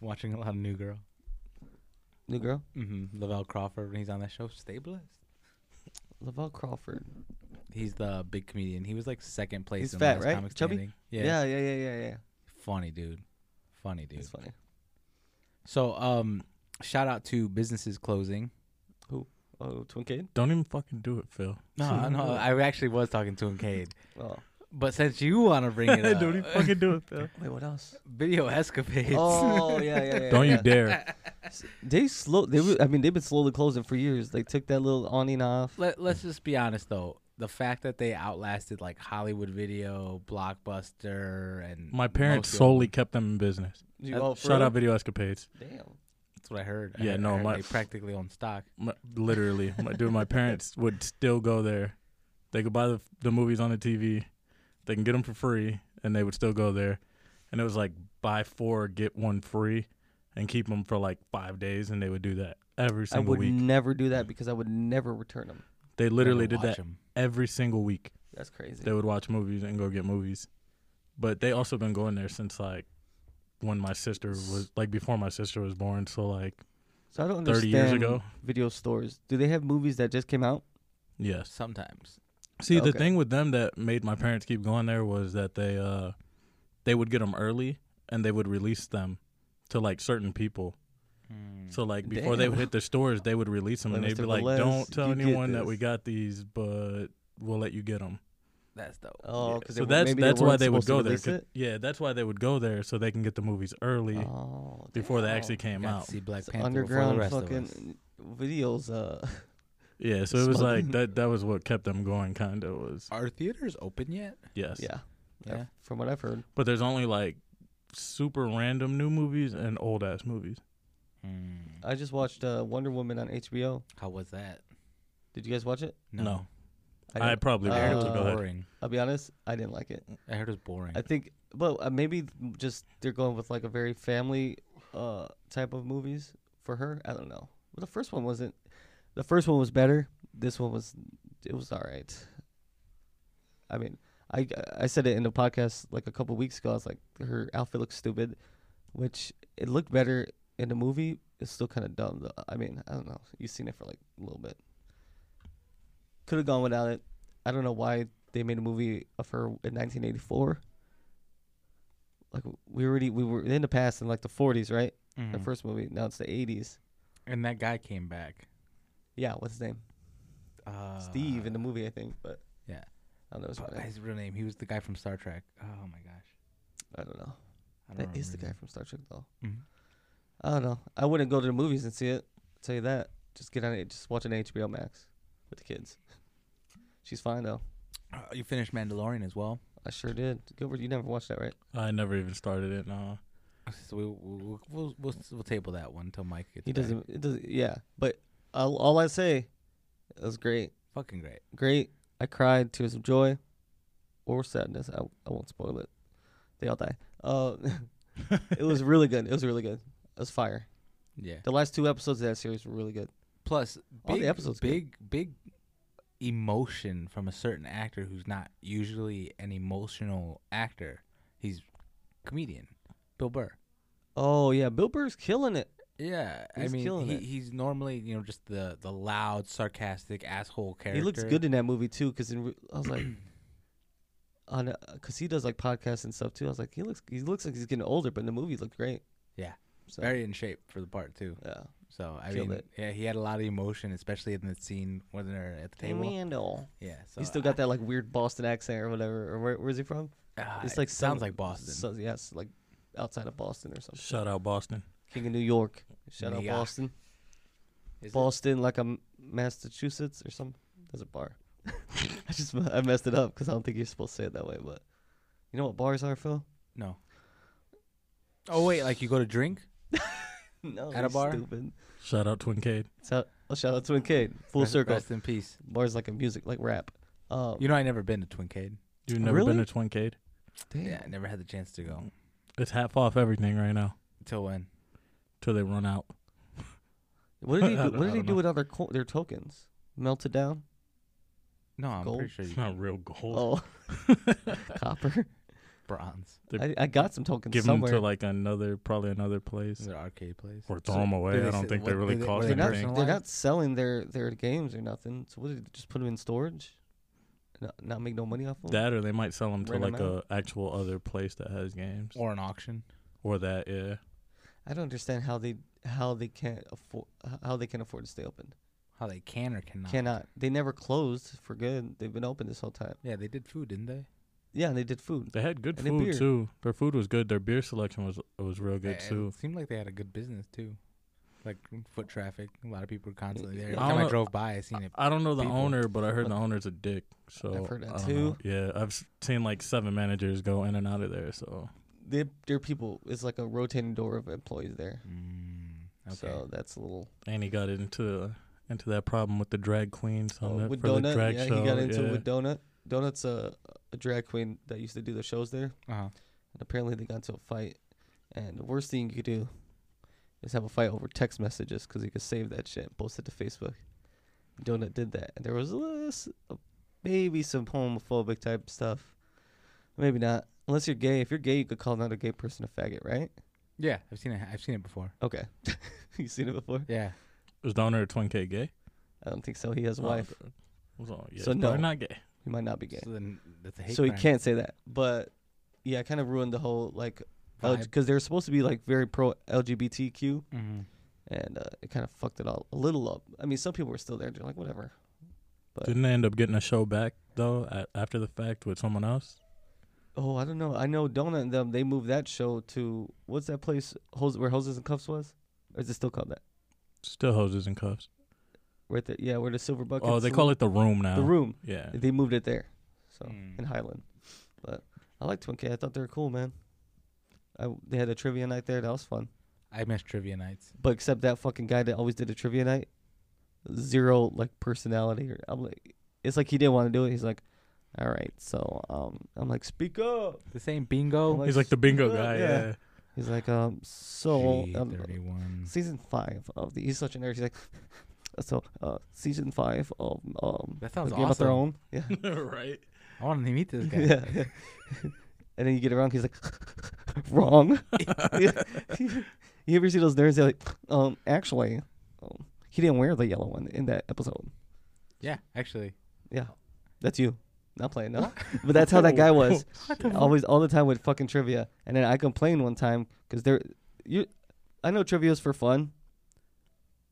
[SPEAKER 2] Watching a lot of New Girl.
[SPEAKER 1] new girl.
[SPEAKER 2] Mm-hmm. Lavelle Crawford when he's on that show. Stay blessed.
[SPEAKER 1] Laval Crawford.
[SPEAKER 2] He's the big comedian. He was like second place.
[SPEAKER 1] He's
[SPEAKER 2] in
[SPEAKER 1] fat,
[SPEAKER 2] Last
[SPEAKER 1] right?
[SPEAKER 2] Comic
[SPEAKER 1] Chubby?
[SPEAKER 2] Standing. Yeah.
[SPEAKER 1] Yeah, yeah, yeah, yeah, yeah.
[SPEAKER 2] Funny dude. Funny dude.
[SPEAKER 1] It's funny.
[SPEAKER 2] So um, shout out to businesses closing.
[SPEAKER 1] Oh, Twincade.
[SPEAKER 3] Don't even fucking do it, Phil.
[SPEAKER 2] No, no, I actually was talking to him, Cade.
[SPEAKER 1] Oh,
[SPEAKER 2] But since you want to bring it up,
[SPEAKER 3] Don't even fucking do it, Phil.
[SPEAKER 1] wait, what else?
[SPEAKER 2] video escapades.
[SPEAKER 1] Oh, yeah, yeah, yeah.
[SPEAKER 3] Don't
[SPEAKER 1] yeah.
[SPEAKER 3] you dare.
[SPEAKER 1] They slow. They. were- I mean, they've been slowly closing for years. They took that little on and off.
[SPEAKER 2] Let, let's just be honest though. The fact that they outlasted like Hollywood Video, Blockbuster, and
[SPEAKER 3] My parents
[SPEAKER 2] most of
[SPEAKER 3] solely
[SPEAKER 2] them.
[SPEAKER 3] kept them in business.
[SPEAKER 1] You
[SPEAKER 2] Uh,
[SPEAKER 1] all for
[SPEAKER 3] Shout
[SPEAKER 1] real?
[SPEAKER 3] out Video Escapades.
[SPEAKER 1] Damn.
[SPEAKER 2] That's what I heard. I
[SPEAKER 3] Yeah,
[SPEAKER 2] heard- I
[SPEAKER 3] no,
[SPEAKER 2] heard
[SPEAKER 3] my-
[SPEAKER 2] they practically own stock.
[SPEAKER 3] My, literally, my, dude, my parents would still go there. They could buy the, the movies on the TV. They can get them for free, and they would still go there. And it was like buy four get one free, and keep them for like five days, and they would do that every
[SPEAKER 1] I
[SPEAKER 3] single
[SPEAKER 1] would
[SPEAKER 3] week.
[SPEAKER 1] never do that because I would never return them.
[SPEAKER 3] they literally
[SPEAKER 2] Gotta
[SPEAKER 3] did that
[SPEAKER 2] watch 'em.
[SPEAKER 3] every single week.
[SPEAKER 1] That's crazy.
[SPEAKER 3] They would watch movies and go get movies, but they also been going there since like when my sister was like before my sister was born. So like
[SPEAKER 1] so I don't understand.
[SPEAKER 3] thirty years ago,
[SPEAKER 1] video stores. Do they have movies that just came out?
[SPEAKER 3] yes.
[SPEAKER 2] Sometimes
[SPEAKER 3] See, the
[SPEAKER 1] Okay.
[SPEAKER 3] thing with them that made my parents keep going there was that they uh they would get them early and they would release them to like certain people.
[SPEAKER 1] Hmm.
[SPEAKER 3] So like before they
[SPEAKER 1] Damn.
[SPEAKER 3] would hit the stores, they would release them and
[SPEAKER 1] Like
[SPEAKER 3] they'd be
[SPEAKER 1] Mr.
[SPEAKER 3] like,
[SPEAKER 1] Velez,
[SPEAKER 3] "Don't tell
[SPEAKER 1] you get
[SPEAKER 3] anyone that we
[SPEAKER 1] this."
[SPEAKER 3] got these, but we'll let you get them."
[SPEAKER 2] that's dope.
[SPEAKER 1] Oh, because
[SPEAKER 3] So that's
[SPEAKER 1] maybe
[SPEAKER 3] that's
[SPEAKER 1] they
[SPEAKER 3] why
[SPEAKER 1] weren't
[SPEAKER 3] they would
[SPEAKER 1] supposed to
[SPEAKER 3] go there.
[SPEAKER 1] release
[SPEAKER 3] 'cause- Yeah, that's why they would go there so they can get the movies early
[SPEAKER 1] It? Oh,
[SPEAKER 3] before they
[SPEAKER 1] damn.
[SPEAKER 3] actually came
[SPEAKER 2] Got to
[SPEAKER 3] out.
[SPEAKER 2] see Black
[SPEAKER 1] It's
[SPEAKER 2] Panther
[SPEAKER 1] underground
[SPEAKER 2] before the rest
[SPEAKER 1] fucking videos. Uh,
[SPEAKER 3] Yeah, so it was
[SPEAKER 1] Smuggling.
[SPEAKER 3] like that. That was what kept them going. Kind of was
[SPEAKER 2] Are theaters open yet?
[SPEAKER 3] yes.
[SPEAKER 1] yeah, yeah.
[SPEAKER 2] Yeah.
[SPEAKER 1] From what I've heard,
[SPEAKER 3] But there's only like super random new movies and old ass movies.
[SPEAKER 1] I just watched uh, Wonder Woman on HBO.
[SPEAKER 2] How was that?
[SPEAKER 1] Did you guys watch it?
[SPEAKER 3] No.
[SPEAKER 1] didn't-
[SPEAKER 3] I, probably
[SPEAKER 2] I
[SPEAKER 3] would
[SPEAKER 2] heard it
[SPEAKER 3] have
[SPEAKER 2] was
[SPEAKER 3] to go ahead.
[SPEAKER 2] boring.
[SPEAKER 1] I'll be honest. I didn't like it.
[SPEAKER 2] I heard it was boring.
[SPEAKER 1] I think, but uh, maybe just they're going with like a very family uh type of movies for her. I don't know. Well, the first one wasn't. The first one was better. This one was. It was all right. I mean, I I said it in the podcast like a couple weeks ago. I was like, her outfit looks stupid, which it looked better in the movie. It's still kind of dumb. Though. I mean, I don't know. You've seen it for like a little bit. Could have gone without it. I don't know why they made a movie of her in 1984 like we already we were in the past in like the 40s, right? The
[SPEAKER 2] Mhm.
[SPEAKER 1] first movie. Now it's the 80s.
[SPEAKER 2] and that guy came back.
[SPEAKER 1] Yeah, what's his name?
[SPEAKER 2] Uh,
[SPEAKER 1] Steve in the movie, I think. But
[SPEAKER 2] yeah.
[SPEAKER 1] I don't know his
[SPEAKER 2] But
[SPEAKER 1] name.
[SPEAKER 2] his real name. He was the guy from Star Trek. Oh my gosh.
[SPEAKER 1] I don't know.
[SPEAKER 2] I don't
[SPEAKER 1] That is the
[SPEAKER 2] remember
[SPEAKER 1] guy
[SPEAKER 2] his
[SPEAKER 1] from Star Trek, though.
[SPEAKER 2] name.
[SPEAKER 1] I don't know. I wouldn't go to the movies and see it. tell you that. Just get on it. Just watch an HBO Max with the kids. She's fine though.
[SPEAKER 2] Mhm. Uh, you finished Mandalorian as well.
[SPEAKER 1] I sure did. Gilbert, you never watched that, right?
[SPEAKER 3] I never even started it. No,
[SPEAKER 2] So we, we'll, we'll, we'll, we'll table that one until Mike gets
[SPEAKER 1] He
[SPEAKER 2] back.
[SPEAKER 1] doesn't. It doesn't. Yeah, but all, all I say, it was great.
[SPEAKER 2] Fucking great.
[SPEAKER 1] great. I cried tears of joy or sadness. I, I won't spoil it. They all die. Uh, it was really good. It was really good. It was fire.
[SPEAKER 2] Yeah.
[SPEAKER 1] The last two episodes of that series were really good.
[SPEAKER 2] Plus,
[SPEAKER 1] All
[SPEAKER 2] big,
[SPEAKER 1] the episodes good.
[SPEAKER 2] big, big emotion from a certain actor who's not usually an emotional actor. He's comedian, Bill Burr.
[SPEAKER 1] Oh yeah, Bill Burr's killing it.
[SPEAKER 2] Yeah,
[SPEAKER 1] He's
[SPEAKER 2] I mean,
[SPEAKER 1] killing
[SPEAKER 2] he,
[SPEAKER 1] it.
[SPEAKER 2] he's normally you know just the the loud, sarcastic asshole character.
[SPEAKER 1] He looks good in that movie too. Cause in re- I was like, on a- cause he does like podcasts and stuff too. I was like, he looks he looks like he's getting older, but in the movie he looked great.
[SPEAKER 2] Yeah.
[SPEAKER 1] So
[SPEAKER 2] very in shape for the part too.
[SPEAKER 1] yeah.
[SPEAKER 2] So I
[SPEAKER 1] Killed
[SPEAKER 2] mean,
[SPEAKER 1] it.
[SPEAKER 2] yeah, he had a lot of emotion, especially in the scene when they're at the table.
[SPEAKER 1] Mandel.
[SPEAKER 2] Yeah, so
[SPEAKER 1] He still got that like weird Boston accent or whatever. Or where, where's he from?
[SPEAKER 2] ah,
[SPEAKER 1] It's
[SPEAKER 2] it
[SPEAKER 1] like some-
[SPEAKER 2] sounds like Boston.
[SPEAKER 1] So yes, like outside of Boston or something.
[SPEAKER 3] shout out Boston.
[SPEAKER 1] King of New York. Shout
[SPEAKER 2] New
[SPEAKER 1] out
[SPEAKER 2] York.
[SPEAKER 1] Boston.
[SPEAKER 2] Is it-
[SPEAKER 1] Boston, like I'm Massachusetts or something. There's a bar. I just I messed it up because I don't think you're supposed to say it that way. But you know what bars are, Phil?
[SPEAKER 2] no. Oh wait, like you go to drink?
[SPEAKER 1] no,
[SPEAKER 2] At a
[SPEAKER 1] you
[SPEAKER 2] bar?
[SPEAKER 1] Stupid.
[SPEAKER 3] Shout out Twincade.
[SPEAKER 1] So, oh, shout out to Cade. Full
[SPEAKER 2] Rest-
[SPEAKER 1] circle.
[SPEAKER 2] Rest in peace.
[SPEAKER 1] Bars like a music, like rap. Um,
[SPEAKER 2] You know, I never been to Twincade.
[SPEAKER 3] You've never
[SPEAKER 1] Really?
[SPEAKER 3] been to Twincade?
[SPEAKER 1] damn.
[SPEAKER 2] Yeah, I never had the chance to go.
[SPEAKER 3] It's half off everything right now
[SPEAKER 2] Till when?
[SPEAKER 3] till they run out.
[SPEAKER 1] What did he
[SPEAKER 3] I
[SPEAKER 1] do?
[SPEAKER 3] don't-
[SPEAKER 1] What did
[SPEAKER 3] I
[SPEAKER 1] he
[SPEAKER 3] don't
[SPEAKER 1] do
[SPEAKER 3] know.
[SPEAKER 1] with all their co- their tokens? Melted down.
[SPEAKER 2] No, I'm
[SPEAKER 1] Gold?
[SPEAKER 2] pretty sure you
[SPEAKER 3] It's not real gold.
[SPEAKER 1] Oh, copper.
[SPEAKER 2] bronze.
[SPEAKER 1] I, I got some tokens
[SPEAKER 3] Give
[SPEAKER 1] somewhere.
[SPEAKER 3] them to like another, probably another
[SPEAKER 2] Is
[SPEAKER 3] place,
[SPEAKER 2] it arcade place?
[SPEAKER 3] or throw them away.
[SPEAKER 2] they
[SPEAKER 3] I don't
[SPEAKER 2] say-
[SPEAKER 3] think
[SPEAKER 2] what-
[SPEAKER 3] they really
[SPEAKER 2] do they-
[SPEAKER 3] cost
[SPEAKER 2] what do
[SPEAKER 1] they're
[SPEAKER 2] they
[SPEAKER 1] not,
[SPEAKER 3] anything.
[SPEAKER 2] personalize?
[SPEAKER 1] they're not selling their, their games or nothing. So what did they just put them in storage? Not, not make no money off them.
[SPEAKER 3] That or they might sell them to
[SPEAKER 1] Rent 'em
[SPEAKER 3] like a actual other place that has games, or,
[SPEAKER 2] Or an auction.
[SPEAKER 3] that. Yeah,
[SPEAKER 1] I don't understand how they how they can't afford how they can afford to stay open.
[SPEAKER 2] How they can or cannot.
[SPEAKER 1] Cannot. They never closed for good. They've been open this whole time.
[SPEAKER 2] Yeah, they did food, didn't they?
[SPEAKER 1] Yeah, and they did food.
[SPEAKER 3] they had good
[SPEAKER 1] And the
[SPEAKER 3] food
[SPEAKER 1] beer.
[SPEAKER 3] too. Their food was good. Their beer selection was was real good
[SPEAKER 2] And
[SPEAKER 3] too.
[SPEAKER 2] It seemed like they had a good business too. Like foot traffic, a lot of people were constantly there.
[SPEAKER 1] I
[SPEAKER 2] Every time I
[SPEAKER 3] don't-
[SPEAKER 2] drove by, I seen it.
[SPEAKER 3] I don't know the
[SPEAKER 2] people.
[SPEAKER 3] owner, but I heard
[SPEAKER 1] But-
[SPEAKER 3] the owner's a dick. So
[SPEAKER 1] I've heard that
[SPEAKER 3] I don't know.
[SPEAKER 1] too.
[SPEAKER 3] Yeah, I've s- seen like seven managers go in and out of there. So
[SPEAKER 1] They, their people it's like a rotating door of employees there.
[SPEAKER 2] Mm, okay.
[SPEAKER 1] So that's a little
[SPEAKER 3] and he got into into that problem with the drag queens
[SPEAKER 1] Uh,
[SPEAKER 3] on that
[SPEAKER 1] with
[SPEAKER 3] for the
[SPEAKER 1] Donut,
[SPEAKER 3] drag
[SPEAKER 1] yeah,
[SPEAKER 3] show.
[SPEAKER 1] he got into it
[SPEAKER 3] yeah.
[SPEAKER 1] with Donut. Donut's a, a drag queen that used to do the shows there,
[SPEAKER 2] uh-huh.
[SPEAKER 1] and apparently they got into a fight. And the worst thing you could do is have a fight over text messages because you could save that shit and post it to Facebook. Donut did that, and there was a little, s- uh, maybe some homophobic type stuff, maybe not. Unless you're gay, if you're gay, you could call another gay person a faggot, right?
[SPEAKER 2] Yeah, I've seen it. I've seen it before.
[SPEAKER 1] Okay, you seen it before?
[SPEAKER 2] Yeah,
[SPEAKER 3] Was the owner of Twin K gay?
[SPEAKER 1] I don't think so. He has a
[SPEAKER 3] Oh,
[SPEAKER 1] wife.
[SPEAKER 3] okay. Was all- yeah,
[SPEAKER 1] So
[SPEAKER 3] so no,
[SPEAKER 1] no.
[SPEAKER 3] not gay.
[SPEAKER 1] He might not be gay.
[SPEAKER 2] so then that's a hate
[SPEAKER 1] so he
[SPEAKER 2] crime
[SPEAKER 1] can't say that. But yeah, kind of ruined the whole like
[SPEAKER 2] vibe.
[SPEAKER 1] because they're supposed to be like very pro LGBTQ,
[SPEAKER 3] Mm-hmm.
[SPEAKER 2] Mhm.
[SPEAKER 1] and uh, it kind of fucked it all a little up. I mean, some people were still there. They're like, whatever. But-
[SPEAKER 3] Didn't they end up getting a show back though a after the fact with someone else?
[SPEAKER 1] Oh, I don't know. I know Donut and them. They moved that show to what's that place? Hose, where Hoses and Cuffs was, or is it still called that?
[SPEAKER 3] Still hoses and cuffs.
[SPEAKER 1] Right there. Yeah, where the Silver Bucket.
[SPEAKER 3] oh, they call it the room now.
[SPEAKER 1] the room.
[SPEAKER 3] Yeah. Hmm.
[SPEAKER 1] They moved it there, so
[SPEAKER 2] Mm.
[SPEAKER 1] in Highland. But I liked Twin K. I thought they were cool, man. I, they had a trivia night there. That was fun.
[SPEAKER 2] I miss trivia nights.
[SPEAKER 1] But except that fucking guy that always did a trivia night, zero like personality. Or I'm like, it's like he didn't want to do it. He's like, all right, so um, I'm like, speak up.
[SPEAKER 2] The same bingo.
[SPEAKER 1] Like,
[SPEAKER 3] He's like the bingo
[SPEAKER 1] yeah,
[SPEAKER 3] guy.
[SPEAKER 1] yeah.
[SPEAKER 3] Yeah.
[SPEAKER 1] He's like, um, so um,
[SPEAKER 2] G31.
[SPEAKER 1] season five of the he's such a nerd. He's like, so uh, season five of um,
[SPEAKER 2] That sounds
[SPEAKER 1] of Game of
[SPEAKER 2] awesome.
[SPEAKER 1] Thrones. Yeah,
[SPEAKER 3] right.
[SPEAKER 2] I want to meet this guy.
[SPEAKER 1] yeah. yeah. and then you get it wrong. He's like, wrong. you ever see those nerds? They're like, um, actually, um, he didn't wear the yellow one in that episode.
[SPEAKER 2] Yeah, actually.
[SPEAKER 1] Yeah, that's you. Not playing, no. but that's how that guy was. Always, all the time with fucking trivia. And then I complained one time because there, you, I know trivia's for fun,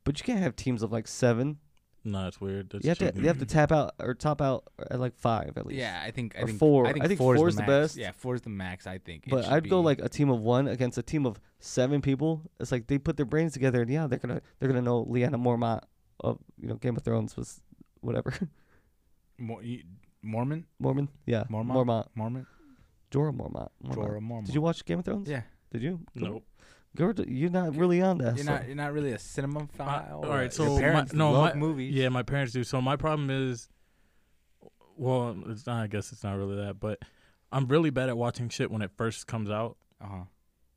[SPEAKER 1] but you can't have teams of like seven.
[SPEAKER 3] No, it's weird. That's
[SPEAKER 1] you have to,
[SPEAKER 3] cheating.
[SPEAKER 1] you have to tap out or top out at like five at least.
[SPEAKER 2] Yeah, I think I
[SPEAKER 1] Or
[SPEAKER 2] think
[SPEAKER 1] four.
[SPEAKER 2] I think,
[SPEAKER 1] I think
[SPEAKER 2] four
[SPEAKER 1] four's
[SPEAKER 2] is
[SPEAKER 1] the
[SPEAKER 2] the,
[SPEAKER 1] best.
[SPEAKER 2] max. Yeah, four is the max. I think. It
[SPEAKER 1] But
[SPEAKER 2] should
[SPEAKER 1] I'd go
[SPEAKER 2] be-
[SPEAKER 1] like a team of one against a team of seven people. It's like they put their brains together, and yeah, they're gonna they're gonna know Leanna Mormont of you know Game of Thrones was whatever
[SPEAKER 2] Mor- you- Mormon,
[SPEAKER 1] Mormon. Yeah,
[SPEAKER 2] Mormont?
[SPEAKER 1] Mormont,
[SPEAKER 2] Mormon,
[SPEAKER 1] Jorah Mormont. Mormont.
[SPEAKER 2] Jorah Mormon.
[SPEAKER 1] Did you watch Game of Thrones?
[SPEAKER 2] Yeah,
[SPEAKER 1] Did you?
[SPEAKER 3] Nope.
[SPEAKER 1] Girl, d- you're not really on that.
[SPEAKER 2] you're
[SPEAKER 1] so-
[SPEAKER 2] not you're not really a cinema
[SPEAKER 3] Uh,
[SPEAKER 2] file.
[SPEAKER 3] all right. So
[SPEAKER 2] your
[SPEAKER 3] my,
[SPEAKER 2] parents
[SPEAKER 3] no,
[SPEAKER 2] love
[SPEAKER 3] my,
[SPEAKER 2] movies.
[SPEAKER 3] Yeah, my parents do. So my problem is, well, it's not. I guess it's not really that, but I'm really bad at watching shit when it first comes out.
[SPEAKER 2] Uh huh.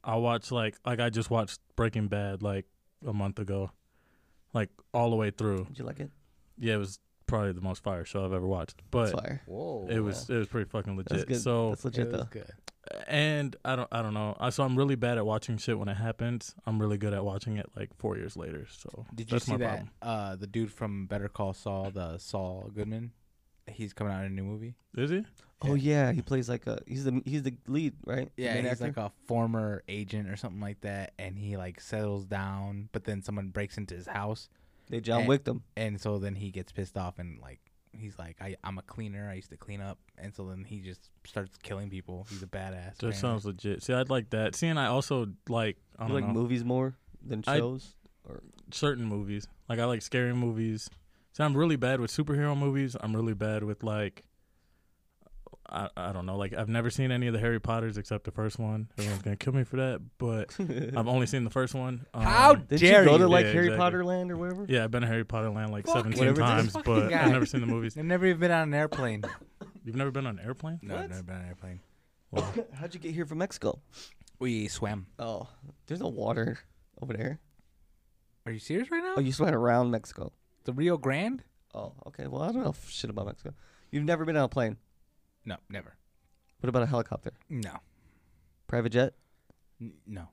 [SPEAKER 3] I watch like like I just watched Breaking Bad like a month ago, like all the way through.
[SPEAKER 1] Did you like it?
[SPEAKER 3] Yeah, it was probably the most fire show I've ever watched,
[SPEAKER 1] It's
[SPEAKER 3] but
[SPEAKER 1] fire.
[SPEAKER 2] Whoa.
[SPEAKER 3] it was it was pretty fucking
[SPEAKER 1] That's
[SPEAKER 3] legit.
[SPEAKER 1] good.
[SPEAKER 3] So
[SPEAKER 1] That's legit though.
[SPEAKER 2] good.
[SPEAKER 3] and I don't I don't know. I, so I'm really bad at watching shit when it happens. I'm really good at watching it like four years later. So
[SPEAKER 2] Did you
[SPEAKER 3] that's
[SPEAKER 2] see
[SPEAKER 3] my
[SPEAKER 2] that?
[SPEAKER 3] problem.
[SPEAKER 2] Uh, the dude from Better Call Saul, the Saul Goodman, he's coming out in a new movie.
[SPEAKER 3] Is he?
[SPEAKER 1] Oh yeah, he plays like a he's the he's the lead, right? The
[SPEAKER 2] Yeah,
[SPEAKER 1] main
[SPEAKER 2] he's
[SPEAKER 1] actor?
[SPEAKER 2] like a former agent or something like that, and he like settles down, but then someone breaks into his house,
[SPEAKER 1] they John
[SPEAKER 2] eh.
[SPEAKER 1] Wick them.
[SPEAKER 2] and so then he gets pissed off and like he's like, I, I'm a cleaner, I used to clean up, and so then he just starts killing people. He's a badass.
[SPEAKER 3] That sounds legit. See, I'd like that. See, and I also like I
[SPEAKER 1] You
[SPEAKER 3] don't
[SPEAKER 1] like
[SPEAKER 3] know
[SPEAKER 1] movies more than
[SPEAKER 3] I-
[SPEAKER 1] shows.
[SPEAKER 3] certain movies. Like I like scary movies. See, I'm really bad with superhero movies. I'm really bad with like I, I don't know. Like I've never seen any of the Harry Potters except the first one. Everyone's gonna kill me for that, but I've only seen the first one. Um,
[SPEAKER 2] How
[SPEAKER 1] Did you
[SPEAKER 2] dare
[SPEAKER 1] go to
[SPEAKER 2] you.
[SPEAKER 1] like
[SPEAKER 3] Yeah,
[SPEAKER 1] Harry
[SPEAKER 3] exactly.
[SPEAKER 1] Potter Land or wherever?
[SPEAKER 3] Yeah, I've been to Harry Potter Land like
[SPEAKER 2] Fucking
[SPEAKER 3] seventeen
[SPEAKER 1] Whatever this
[SPEAKER 3] times,
[SPEAKER 2] fucking
[SPEAKER 3] but
[SPEAKER 2] guy.
[SPEAKER 3] I've never seen the movies.
[SPEAKER 2] I've never even been on an airplane.
[SPEAKER 3] You've never been on an airplane?
[SPEAKER 2] No,
[SPEAKER 1] What?
[SPEAKER 2] I've never been on an airplane.
[SPEAKER 3] Well,
[SPEAKER 1] How'd you get here from Mexico?
[SPEAKER 2] We swam.
[SPEAKER 1] Oh, there's no water over there.
[SPEAKER 2] Are you serious right now?
[SPEAKER 1] Oh, you just went around Mexico.
[SPEAKER 2] the Rio Grande?
[SPEAKER 1] Oh, okay. Well, I don't know f- shit about Mexico. You've never been on a plane.
[SPEAKER 2] No, never.
[SPEAKER 1] What about a helicopter?
[SPEAKER 2] No,
[SPEAKER 1] Private jet?
[SPEAKER 2] N- no.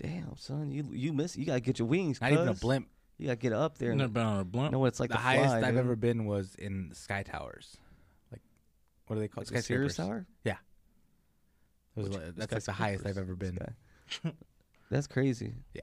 [SPEAKER 1] Damn, son, you you miss. You gotta get your wings.
[SPEAKER 2] Not even a
[SPEAKER 1] cuz.
[SPEAKER 2] blimp.
[SPEAKER 1] You gotta get up there
[SPEAKER 3] never
[SPEAKER 1] and
[SPEAKER 3] been on a blunt.
[SPEAKER 1] know what it's like
[SPEAKER 2] the
[SPEAKER 1] to
[SPEAKER 2] highest
[SPEAKER 1] fly,
[SPEAKER 2] I've
[SPEAKER 1] dude.
[SPEAKER 2] ever been was in the Sky Towers. Like, what are they called?
[SPEAKER 1] Like the Sears Tower.
[SPEAKER 2] It was
[SPEAKER 1] Which-
[SPEAKER 2] like- that's like the highest I've
[SPEAKER 1] skyscrapers.
[SPEAKER 2] ever been.
[SPEAKER 1] Sky. That's crazy.
[SPEAKER 2] Yeah.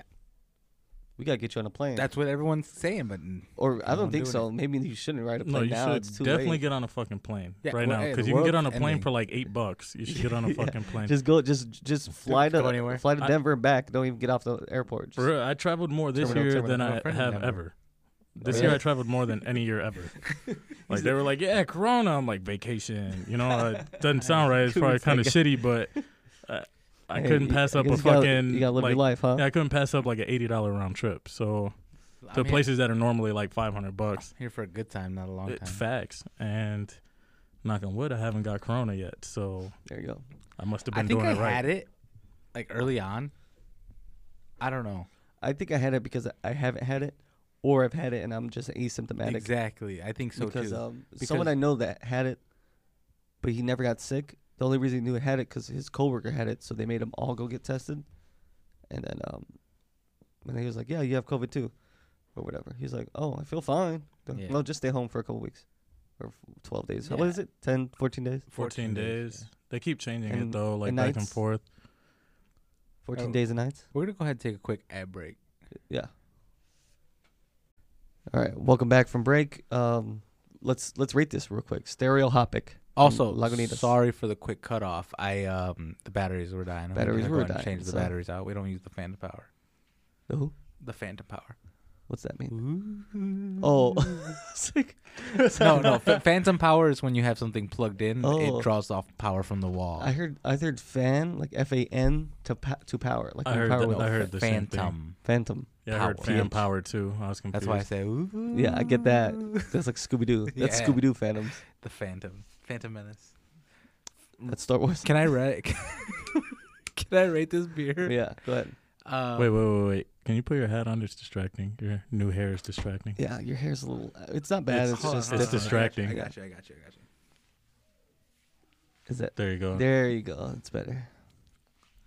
[SPEAKER 1] We gotta get you on a plane.
[SPEAKER 2] That's what everyone's saying, but n-
[SPEAKER 1] or I
[SPEAKER 2] I'm
[SPEAKER 1] don't think
[SPEAKER 2] doing
[SPEAKER 1] so. Maybe you shouldn't ride a plane
[SPEAKER 3] No, you
[SPEAKER 1] now.
[SPEAKER 3] should
[SPEAKER 1] it's too
[SPEAKER 3] definitely
[SPEAKER 1] late.
[SPEAKER 3] get on a fucking plane
[SPEAKER 2] Yeah,
[SPEAKER 3] right
[SPEAKER 2] well,
[SPEAKER 3] now
[SPEAKER 2] hey,
[SPEAKER 3] because
[SPEAKER 2] the
[SPEAKER 3] you can get on
[SPEAKER 2] world's
[SPEAKER 3] a plane
[SPEAKER 2] ending.
[SPEAKER 3] for like eight bucks. You should get on a
[SPEAKER 1] Yeah.
[SPEAKER 3] fucking plane.
[SPEAKER 1] Just go. Just just fly
[SPEAKER 2] go
[SPEAKER 1] to
[SPEAKER 2] anywhere.
[SPEAKER 1] fly to
[SPEAKER 3] I-
[SPEAKER 1] Denver and back. Don't even get off the airport.
[SPEAKER 3] For
[SPEAKER 1] Just-
[SPEAKER 3] real, I traveled more this
[SPEAKER 1] Terminal,
[SPEAKER 3] year
[SPEAKER 1] terminal.
[SPEAKER 3] than
[SPEAKER 2] My
[SPEAKER 3] I
[SPEAKER 2] friend's in
[SPEAKER 3] have
[SPEAKER 2] Denver.
[SPEAKER 3] ever.
[SPEAKER 1] Oh,
[SPEAKER 3] This
[SPEAKER 1] Really?
[SPEAKER 3] year I traveled more than any year ever. like they were like, yeah, Corona. I'm like vacation. You know, it doesn't sound right. It's
[SPEAKER 1] Dude,
[SPEAKER 3] probably
[SPEAKER 1] it's like
[SPEAKER 3] kind of
[SPEAKER 1] a-
[SPEAKER 3] shitty, but uh, I
[SPEAKER 1] Hey,
[SPEAKER 3] couldn't
[SPEAKER 1] you-
[SPEAKER 3] pass
[SPEAKER 1] I
[SPEAKER 3] up a
[SPEAKER 1] guess you gotta-
[SPEAKER 3] fucking.
[SPEAKER 1] You gotta live
[SPEAKER 3] like,
[SPEAKER 1] your life, huh?
[SPEAKER 3] Yeah, I couldn't pass up like an eighty dollar round trip. So
[SPEAKER 2] I'm
[SPEAKER 3] to
[SPEAKER 2] here-
[SPEAKER 3] places that are normally like five hundred bucks.
[SPEAKER 2] here for a good time, not a long
[SPEAKER 3] It,
[SPEAKER 2] time.
[SPEAKER 3] facts and. Knock on wood, I haven't got Corona yet, so
[SPEAKER 1] There you go.
[SPEAKER 3] I must have
[SPEAKER 2] I
[SPEAKER 3] been
[SPEAKER 2] think
[SPEAKER 3] doing
[SPEAKER 2] I
[SPEAKER 3] it right.
[SPEAKER 2] had it like early on. I don't know
[SPEAKER 1] I think I had it because I haven't had it, or I've had it and I'm just asymptomatic.
[SPEAKER 2] exactly. I think so
[SPEAKER 1] because
[SPEAKER 2] too.
[SPEAKER 1] um, someone
[SPEAKER 2] Because-
[SPEAKER 1] I know that had it, but he never got sick. The only reason he knew he had it because his coworker had it, so they made him all go get tested, and then um, and he was like, "Yeah, you have COVID too," or whatever. He's like, "Oh, I feel fine. They're like,
[SPEAKER 2] Yeah.
[SPEAKER 1] Well, just stay home for a couple weeks, or f- twelve days. How- What
[SPEAKER 2] Yeah.
[SPEAKER 1] is it? 10, 14 days?
[SPEAKER 3] 14 days.
[SPEAKER 2] yeah.
[SPEAKER 3] They keep changing it
[SPEAKER 1] And-
[SPEAKER 3] though, like
[SPEAKER 1] and
[SPEAKER 3] back and
[SPEAKER 1] nights.
[SPEAKER 3] forth.
[SPEAKER 1] Fourteen
[SPEAKER 2] Oh.
[SPEAKER 1] days and nights?
[SPEAKER 2] We're gonna go ahead and take a quick ad break.
[SPEAKER 1] Yeah. All right, welcome back from break. Um, let's let's rate this real quick. Stereohopic.
[SPEAKER 2] Also,
[SPEAKER 1] Mm, Lagunitas.
[SPEAKER 2] sorry for the quick cutoff. I um the batteries were dying. I'm gonna
[SPEAKER 1] Batteries
[SPEAKER 2] go
[SPEAKER 1] were
[SPEAKER 2] ahead and
[SPEAKER 1] dying,
[SPEAKER 2] Change the
[SPEAKER 1] so-
[SPEAKER 2] batteries out. We don't use the phantom power.
[SPEAKER 1] The who?
[SPEAKER 2] The phantom power.
[SPEAKER 1] What's that mean? Oh, it's like
[SPEAKER 2] no, no. Ph- phantom power is when you have something plugged in.
[SPEAKER 1] Oh.
[SPEAKER 2] It draws off power from the wall.
[SPEAKER 1] I heard I heard fan like F A N to pa- to power like
[SPEAKER 3] I
[SPEAKER 1] you
[SPEAKER 3] heard,
[SPEAKER 1] power
[SPEAKER 3] that,
[SPEAKER 1] with
[SPEAKER 3] I heard the same thing.
[SPEAKER 2] phantom.
[SPEAKER 1] phantom.
[SPEAKER 3] Yeah, I heard
[SPEAKER 2] Power.
[SPEAKER 3] fan
[SPEAKER 2] Th.
[SPEAKER 3] power too. I was confused.
[SPEAKER 2] That's why I say. Ooh.
[SPEAKER 1] Yeah, I get that. That's like Scooby Doo. That's
[SPEAKER 2] Yeah.
[SPEAKER 1] Scooby Doo phantoms.
[SPEAKER 2] The phantom. Phantom menace. Mm.
[SPEAKER 1] That's Star Wars.
[SPEAKER 2] Can I rate? Can I rate this beer?
[SPEAKER 1] Yeah, go ahead.
[SPEAKER 2] Uh,
[SPEAKER 1] Um,
[SPEAKER 3] Wait, wait, wait, wait. Can you put your hat on? It's distracting. Your new hair is distracting.
[SPEAKER 1] Yeah, your hair's a little. uh, It's not bad. It's,
[SPEAKER 3] It's-
[SPEAKER 1] just
[SPEAKER 3] it's
[SPEAKER 1] different.
[SPEAKER 3] distracting.
[SPEAKER 2] I got you. I got you. I got you.
[SPEAKER 1] Is that
[SPEAKER 3] There you go.
[SPEAKER 1] there? You go. It's better.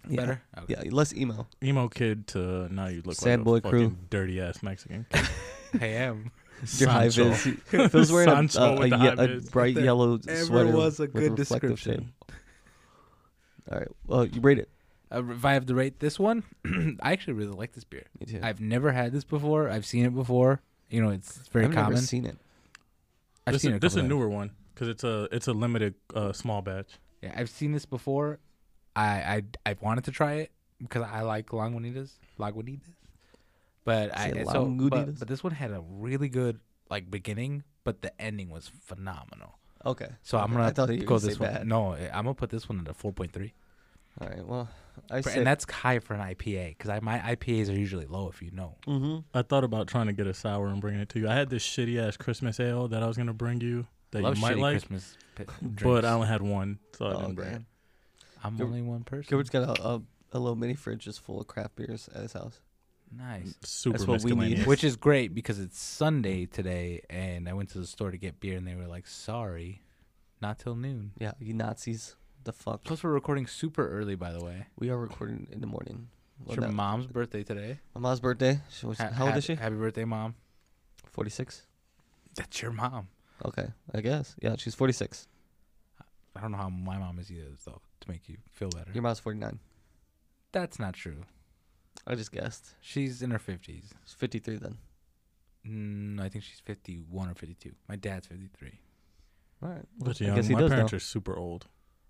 [SPEAKER 1] Yeah.
[SPEAKER 2] Better. Okay.
[SPEAKER 1] Yeah, less emo.
[SPEAKER 3] Emo kid to now you look
[SPEAKER 1] Sad
[SPEAKER 3] like
[SPEAKER 1] boy
[SPEAKER 3] a
[SPEAKER 1] crew.
[SPEAKER 3] fucking dirty ass Mexican.
[SPEAKER 2] I am.
[SPEAKER 1] Your high
[SPEAKER 3] Sancho.
[SPEAKER 1] vis. Phil's wearing a,
[SPEAKER 3] Sancho
[SPEAKER 1] a-
[SPEAKER 3] with
[SPEAKER 1] a
[SPEAKER 3] the
[SPEAKER 1] ye-
[SPEAKER 3] high
[SPEAKER 1] a
[SPEAKER 3] vis.
[SPEAKER 1] bright
[SPEAKER 2] There
[SPEAKER 1] yellow
[SPEAKER 2] ever
[SPEAKER 1] sweater.
[SPEAKER 2] was a
[SPEAKER 1] with
[SPEAKER 2] good
[SPEAKER 1] reflective shape.
[SPEAKER 2] description.
[SPEAKER 1] All right. Well, you rate it.
[SPEAKER 2] Uh, if I have to rate this one, I actually really like this beer.
[SPEAKER 1] Me too.
[SPEAKER 2] I've never had this before. I've seen it before. You know, it's very
[SPEAKER 1] I've
[SPEAKER 2] common.
[SPEAKER 1] never seen it.
[SPEAKER 2] I've
[SPEAKER 3] this
[SPEAKER 2] seen
[SPEAKER 3] is,
[SPEAKER 2] it.
[SPEAKER 3] this is a
[SPEAKER 2] couple times.
[SPEAKER 3] newer one because it's a it's a limited uh, small batch.
[SPEAKER 2] Yeah, I've seen this before. I I I wanted to try it because I like Lagunitas, Lagunitas. But I
[SPEAKER 1] Say
[SPEAKER 2] so
[SPEAKER 1] Lagunitas?
[SPEAKER 2] but, but this one had a really good like beginning, but the ending was phenomenal.
[SPEAKER 1] Okay.
[SPEAKER 2] So I'm
[SPEAKER 1] Okay,
[SPEAKER 2] gonna
[SPEAKER 1] I thought you were
[SPEAKER 2] go
[SPEAKER 1] gonna
[SPEAKER 2] this
[SPEAKER 1] say
[SPEAKER 2] one.
[SPEAKER 1] bad.
[SPEAKER 2] No, I- I'm gonna put this one at a 4.3,
[SPEAKER 1] All right. Well, I
[SPEAKER 2] For-
[SPEAKER 1] said.
[SPEAKER 2] and that's high for an IPA because I my IPAs are usually low if you know.
[SPEAKER 1] mm-hmm.
[SPEAKER 3] I thought about trying to get a sour and bringing it to you. I had this shitty ass Christmas ale that I was gonna bring you that
[SPEAKER 2] Love
[SPEAKER 3] you might
[SPEAKER 2] shitty
[SPEAKER 3] like,
[SPEAKER 2] Christmas, pi-
[SPEAKER 3] but
[SPEAKER 2] drinks.
[SPEAKER 3] I only had one, so I
[SPEAKER 1] Oh,
[SPEAKER 3] didn't bring it.
[SPEAKER 1] damn.
[SPEAKER 2] I'm
[SPEAKER 1] Gil-
[SPEAKER 2] only one person.
[SPEAKER 1] Gilbert's got a, a, a little mini fridge just full of craft beers at his house.
[SPEAKER 2] nice.
[SPEAKER 3] Super
[SPEAKER 1] That's what we need.
[SPEAKER 3] miscellaneous.
[SPEAKER 2] Which is great because it's Sunday today, and I went to the store to get beer, and they were like, "Sorry, not till noon."
[SPEAKER 1] Yeah, you Nazis. The fuck.
[SPEAKER 2] Plus, we're recording super early, by the way.
[SPEAKER 1] We are recording in the morning.
[SPEAKER 2] It's
[SPEAKER 1] Well,
[SPEAKER 2] your
[SPEAKER 1] that-
[SPEAKER 2] mom's birthday today.
[SPEAKER 1] my mom's birthday. She was,
[SPEAKER 2] Ha-
[SPEAKER 1] how old
[SPEAKER 2] happy,
[SPEAKER 1] is she?
[SPEAKER 2] Happy birthday, mom.
[SPEAKER 1] Forty six.
[SPEAKER 2] That's your mom.
[SPEAKER 1] Okay, I guess. Yeah, she's forty six.
[SPEAKER 2] I don't know how my mom is either, though, to make you feel
[SPEAKER 3] Mm.
[SPEAKER 2] better.
[SPEAKER 1] Your mom's forty nine.
[SPEAKER 2] That's not true.
[SPEAKER 1] I just guessed.
[SPEAKER 2] She's in her fifties.
[SPEAKER 1] She's fifty three then.
[SPEAKER 2] Mm, I think she's fifty-one or fifty-two. My dad's fifty-three.
[SPEAKER 1] All right.
[SPEAKER 3] But
[SPEAKER 1] I
[SPEAKER 3] young.
[SPEAKER 1] guess he
[SPEAKER 3] My
[SPEAKER 1] does
[SPEAKER 3] parents
[SPEAKER 1] know.
[SPEAKER 3] are super old.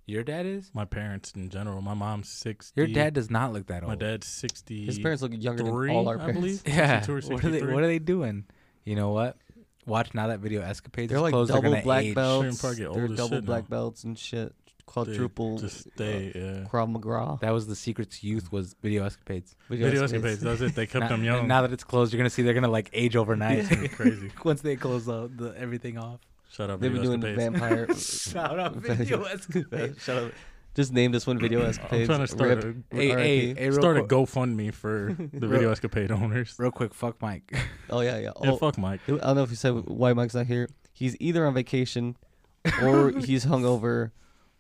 [SPEAKER 2] Your dad is.
[SPEAKER 3] My parents in general. My mom's sixty.
[SPEAKER 2] Your dad does not look that old.
[SPEAKER 3] My dad's sixty.
[SPEAKER 1] His parents look younger than all our
[SPEAKER 3] I
[SPEAKER 1] parents.
[SPEAKER 3] believe.
[SPEAKER 2] Yeah.
[SPEAKER 3] 62
[SPEAKER 2] What are
[SPEAKER 3] or
[SPEAKER 2] they?
[SPEAKER 3] 63.
[SPEAKER 2] What are they doing? You know what? Watch now that video escapades.
[SPEAKER 1] They're
[SPEAKER 2] is
[SPEAKER 1] like
[SPEAKER 2] closed,
[SPEAKER 1] double
[SPEAKER 2] gonna
[SPEAKER 1] black
[SPEAKER 2] age.
[SPEAKER 1] belts.
[SPEAKER 3] probably get
[SPEAKER 1] They're
[SPEAKER 3] old as
[SPEAKER 1] double
[SPEAKER 3] shit now.
[SPEAKER 1] black belts and shit. quadruple uh,
[SPEAKER 3] Just stay. yeah.
[SPEAKER 1] Krav McGraw.
[SPEAKER 2] That was the secret to youth was video escapades.
[SPEAKER 3] Video escapades. That's it. They kept
[SPEAKER 2] now,
[SPEAKER 3] them young.
[SPEAKER 2] now that it's closed, you're gonna see they're gonna like age overnight.
[SPEAKER 3] crazy.
[SPEAKER 2] Once they close the, the everything off.
[SPEAKER 3] Shut up.
[SPEAKER 1] They've been
[SPEAKER 3] video
[SPEAKER 1] doing
[SPEAKER 3] escapades.
[SPEAKER 1] vampire.
[SPEAKER 2] Shout out video escapades.
[SPEAKER 1] Shut up. Just name this one video escapades.
[SPEAKER 3] trying to start
[SPEAKER 1] Rip.
[SPEAKER 3] a-
[SPEAKER 2] Hey, hey,
[SPEAKER 1] RIP.
[SPEAKER 2] hey, real
[SPEAKER 3] Start a
[SPEAKER 2] quick-
[SPEAKER 3] GoFundMe for the video escapade owners.
[SPEAKER 2] Real quick, fuck Mike.
[SPEAKER 1] Oh yeah, yeah.
[SPEAKER 3] Yeah,
[SPEAKER 1] Oh,
[SPEAKER 3] fuck Mike.
[SPEAKER 1] I don't know if you said why Mike's not here. He's either on vacation, or he's hungover,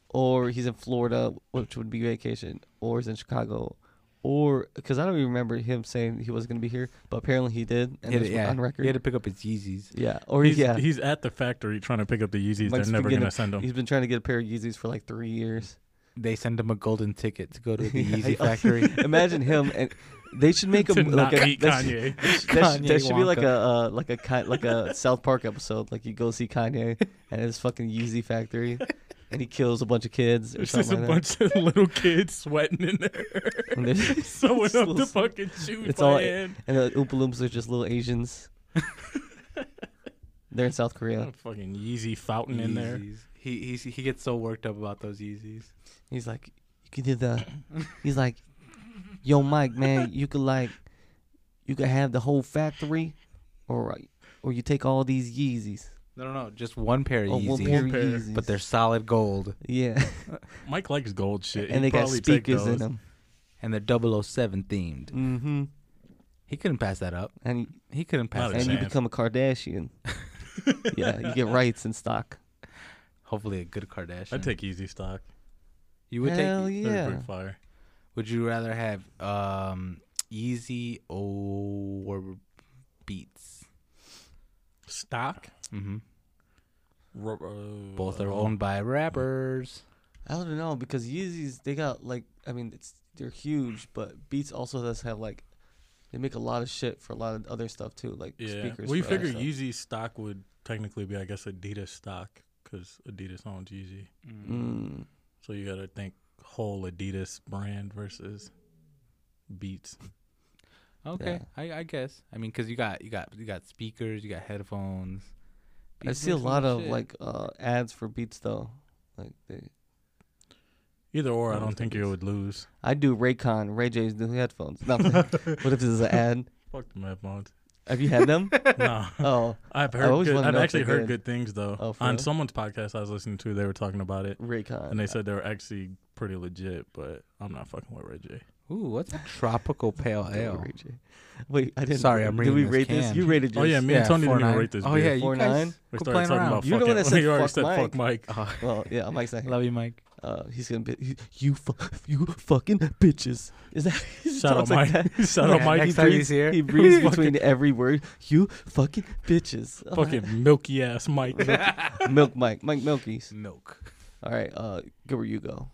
[SPEAKER 1] or he's in Florida, which would be vacation, or he's in Chicago, or because I don't even remember him saying he was going to be here, but apparently he did, and
[SPEAKER 2] He had-
[SPEAKER 1] it's
[SPEAKER 2] yeah,
[SPEAKER 1] on record.
[SPEAKER 2] He had to pick up his Yeezys.
[SPEAKER 1] yeah, or
[SPEAKER 3] He's,
[SPEAKER 1] Oh, yeah,
[SPEAKER 3] he's at the factory trying to pick up the Yeezys.
[SPEAKER 1] Mike's
[SPEAKER 3] They're never
[SPEAKER 1] beginning-
[SPEAKER 3] gonna send them.
[SPEAKER 1] he's been trying to get a pair of Yeezys for like three years.
[SPEAKER 2] They send him a golden ticket to go to the
[SPEAKER 1] Yeah,
[SPEAKER 2] Yeezy
[SPEAKER 1] I-
[SPEAKER 2] factory.
[SPEAKER 1] Imagine him, and they should make
[SPEAKER 3] to
[SPEAKER 1] him
[SPEAKER 3] not
[SPEAKER 1] like a,
[SPEAKER 3] meet
[SPEAKER 1] that's-
[SPEAKER 3] Kanye.
[SPEAKER 1] That, sh-
[SPEAKER 2] Kanye
[SPEAKER 1] that should be like
[SPEAKER 2] Wonka.
[SPEAKER 1] a uh, like a ki- like a South Park episode. Like you go see Kanye and his fucking Yeezy factory, and he kills a bunch of kids or
[SPEAKER 3] It's just a
[SPEAKER 1] something like
[SPEAKER 3] bunch of little kids sweating in there,
[SPEAKER 1] that. And, there's-
[SPEAKER 3] sewing
[SPEAKER 1] It's
[SPEAKER 3] up
[SPEAKER 1] little-
[SPEAKER 3] the fucking shoes
[SPEAKER 1] it's
[SPEAKER 3] by
[SPEAKER 1] all-
[SPEAKER 3] hand.
[SPEAKER 1] and the Oompa Loompas are just little Asians. They're in South Korea.
[SPEAKER 3] Fucking Yeezy fountain in there.
[SPEAKER 2] Yeezys. He he he gets so worked up about those Yeezys.
[SPEAKER 1] He's like, you can do the. He's like, yo, Mike, man, you could like, you could have the whole factory, or or you take all these Yeezys.
[SPEAKER 2] No, no, no, just one pair of
[SPEAKER 1] Or Oh, one
[SPEAKER 2] Yeezys,
[SPEAKER 1] pair of
[SPEAKER 3] One pair.
[SPEAKER 1] Yeezys.
[SPEAKER 2] but they're solid gold
[SPEAKER 1] yeah,
[SPEAKER 3] Mike likes gold shit.
[SPEAKER 1] and they
[SPEAKER 3] He'd
[SPEAKER 1] got
[SPEAKER 3] probably take
[SPEAKER 1] speakers in
[SPEAKER 3] those.
[SPEAKER 1] them.
[SPEAKER 2] and they're 007 themed.
[SPEAKER 1] Mm-hmm.
[SPEAKER 2] He couldn't pass that up.
[SPEAKER 1] And
[SPEAKER 2] He couldn't pass
[SPEAKER 3] Not a
[SPEAKER 2] that.
[SPEAKER 1] and
[SPEAKER 2] up.
[SPEAKER 1] you
[SPEAKER 3] Sam.
[SPEAKER 1] become a Kardashian. yeah, you get rights in stock.
[SPEAKER 2] Hopefully, a good Kardashian.
[SPEAKER 3] I'd take Yeezy stock.
[SPEAKER 2] You would
[SPEAKER 1] Hell
[SPEAKER 2] take.
[SPEAKER 3] They're
[SPEAKER 1] yeah.
[SPEAKER 3] pretty fire.
[SPEAKER 2] Would you rather have um Yeezy or Beats?
[SPEAKER 3] Stock.
[SPEAKER 2] Mm-hmm.
[SPEAKER 3] Ro- uh,
[SPEAKER 2] Both are owned by rappers.
[SPEAKER 1] I don't know because Yeezys they got like I mean it's they're huge, but Beats also does have like they make a lot of shit for a lot of other stuff too, like
[SPEAKER 3] Yeah.
[SPEAKER 1] speakers.
[SPEAKER 3] Well, you
[SPEAKER 1] for other
[SPEAKER 3] figure
[SPEAKER 1] stuff.
[SPEAKER 3] Yeezy stock would technically be, I guess, Adidas stock because Adidas owns Yeezy.
[SPEAKER 1] Mm.
[SPEAKER 3] So you got to think whole Adidas brand versus Beats.
[SPEAKER 2] Okay,
[SPEAKER 1] Yeah.
[SPEAKER 2] I, I guess. I mean, cause you got you got you got speakers, you got headphones.
[SPEAKER 1] I
[SPEAKER 2] Beats
[SPEAKER 1] see a
[SPEAKER 2] makes
[SPEAKER 1] lot
[SPEAKER 2] more
[SPEAKER 1] of
[SPEAKER 2] shit.
[SPEAKER 1] like uh, ads for Beats though, like they.
[SPEAKER 3] Either or, I
[SPEAKER 1] Yeah,
[SPEAKER 3] don't think you
[SPEAKER 1] Adidas.
[SPEAKER 3] would lose.
[SPEAKER 1] I do Raycon, Ray J's new headphones. No, I'm playing. what if this is an ad?
[SPEAKER 3] Fuck them headphones.
[SPEAKER 1] Have you had them?
[SPEAKER 3] no,
[SPEAKER 1] Oh,
[SPEAKER 3] I've
[SPEAKER 1] I
[SPEAKER 3] heard.
[SPEAKER 1] always
[SPEAKER 3] good,
[SPEAKER 1] wanna
[SPEAKER 3] I've
[SPEAKER 1] know if
[SPEAKER 3] actually
[SPEAKER 1] they're
[SPEAKER 3] heard
[SPEAKER 1] good.
[SPEAKER 3] good things though.
[SPEAKER 1] Oh, for
[SPEAKER 3] On
[SPEAKER 1] real? Uh,
[SPEAKER 3] someone's podcast I was listening to, they were talking about it,
[SPEAKER 1] Raycon.
[SPEAKER 3] and they said they were actually pretty legit. But I'm not fucking with Ray J.
[SPEAKER 2] Ooh, what's a tropical pale
[SPEAKER 1] Oh,
[SPEAKER 2] ale?
[SPEAKER 1] Ray J. Wait, I didn't.
[SPEAKER 2] Sorry, I'm
[SPEAKER 1] Did
[SPEAKER 2] reading
[SPEAKER 1] we
[SPEAKER 2] this
[SPEAKER 1] rate this?
[SPEAKER 2] can.
[SPEAKER 1] You rated
[SPEAKER 3] Oh
[SPEAKER 1] yours.
[SPEAKER 3] yeah, me and Tony didn't
[SPEAKER 2] 4.9.
[SPEAKER 3] rate this.
[SPEAKER 2] Oh
[SPEAKER 3] beer.
[SPEAKER 2] yeah, you
[SPEAKER 1] Four
[SPEAKER 2] guys.
[SPEAKER 1] nine?
[SPEAKER 3] we
[SPEAKER 2] quit
[SPEAKER 3] started
[SPEAKER 2] playing
[SPEAKER 3] talking
[SPEAKER 2] around.
[SPEAKER 3] about.
[SPEAKER 1] You're the
[SPEAKER 3] fuck
[SPEAKER 1] one
[SPEAKER 3] it.
[SPEAKER 1] that said
[SPEAKER 3] You already
[SPEAKER 1] fuck
[SPEAKER 3] said
[SPEAKER 1] Mike.
[SPEAKER 3] fuck Mike.
[SPEAKER 2] Oh,
[SPEAKER 1] Well, yeah, Mike's not here.
[SPEAKER 2] love you, Mike.
[SPEAKER 1] Uh, he's gonna be you, you, fu- you fucking bitches. Is that he
[SPEAKER 3] Shout out
[SPEAKER 1] sounds like
[SPEAKER 3] Mike.
[SPEAKER 1] that?
[SPEAKER 3] Shout out
[SPEAKER 2] Yeah,
[SPEAKER 3] Mike.
[SPEAKER 1] he
[SPEAKER 2] next time
[SPEAKER 1] breathes,
[SPEAKER 2] he's here.
[SPEAKER 1] he breathes between every word. You fucking bitches. All right.
[SPEAKER 3] Fucking milky ass Mike.
[SPEAKER 1] Milk Mike, Mike Milkies.
[SPEAKER 2] Milk.
[SPEAKER 1] All right, uh, go where you go.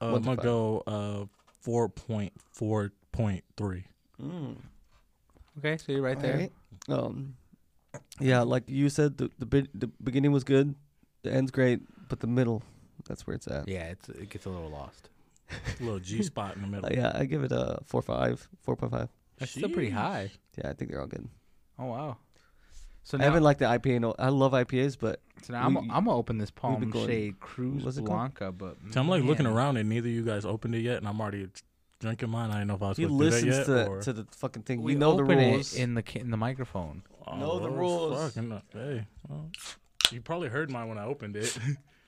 [SPEAKER 3] Uh,
[SPEAKER 1] What
[SPEAKER 3] I'm
[SPEAKER 1] the
[SPEAKER 3] gonna
[SPEAKER 1] fuck?
[SPEAKER 3] go uh, four point four point three.
[SPEAKER 1] Mm,
[SPEAKER 2] Okay, so you're right there.
[SPEAKER 1] Um, yeah, like you said, the the, be- the beginning was good, the end's great, but the middle, that's where it's at.
[SPEAKER 2] Yeah, it's it gets a little lost.
[SPEAKER 3] Little G spot in the
[SPEAKER 1] Uh,
[SPEAKER 3] middle.
[SPEAKER 1] yeah, I give it a four five, four point five.
[SPEAKER 2] That's still pretty
[SPEAKER 3] Sheesh.
[SPEAKER 2] high.
[SPEAKER 1] Yeah, I think they're all good.
[SPEAKER 2] Oh wow. So
[SPEAKER 1] I
[SPEAKER 2] now,
[SPEAKER 1] haven't liked the IPA. in a- I love IPAs, but
[SPEAKER 2] so now I'm,
[SPEAKER 1] we-
[SPEAKER 2] I'm gonna open this Palm
[SPEAKER 1] going-
[SPEAKER 2] Shade Cruz
[SPEAKER 1] what's it called?
[SPEAKER 2] Blanca, but
[SPEAKER 3] So I'm like looking
[SPEAKER 2] man,
[SPEAKER 3] around and neither of you guys opened it yet, and I'm already drinking mine. I didn't know if I was
[SPEAKER 1] he
[SPEAKER 3] supposed to do
[SPEAKER 1] listens
[SPEAKER 3] that yet.
[SPEAKER 1] to
[SPEAKER 3] or...
[SPEAKER 1] to the fucking thing.
[SPEAKER 2] We
[SPEAKER 1] We know the
[SPEAKER 2] open it
[SPEAKER 1] rules.
[SPEAKER 2] in the ca- in the microphone.
[SPEAKER 3] Oh,
[SPEAKER 1] Know the
[SPEAKER 3] well,
[SPEAKER 1] rules.
[SPEAKER 3] fucking up. hey, well, you probably heard mine when I opened it.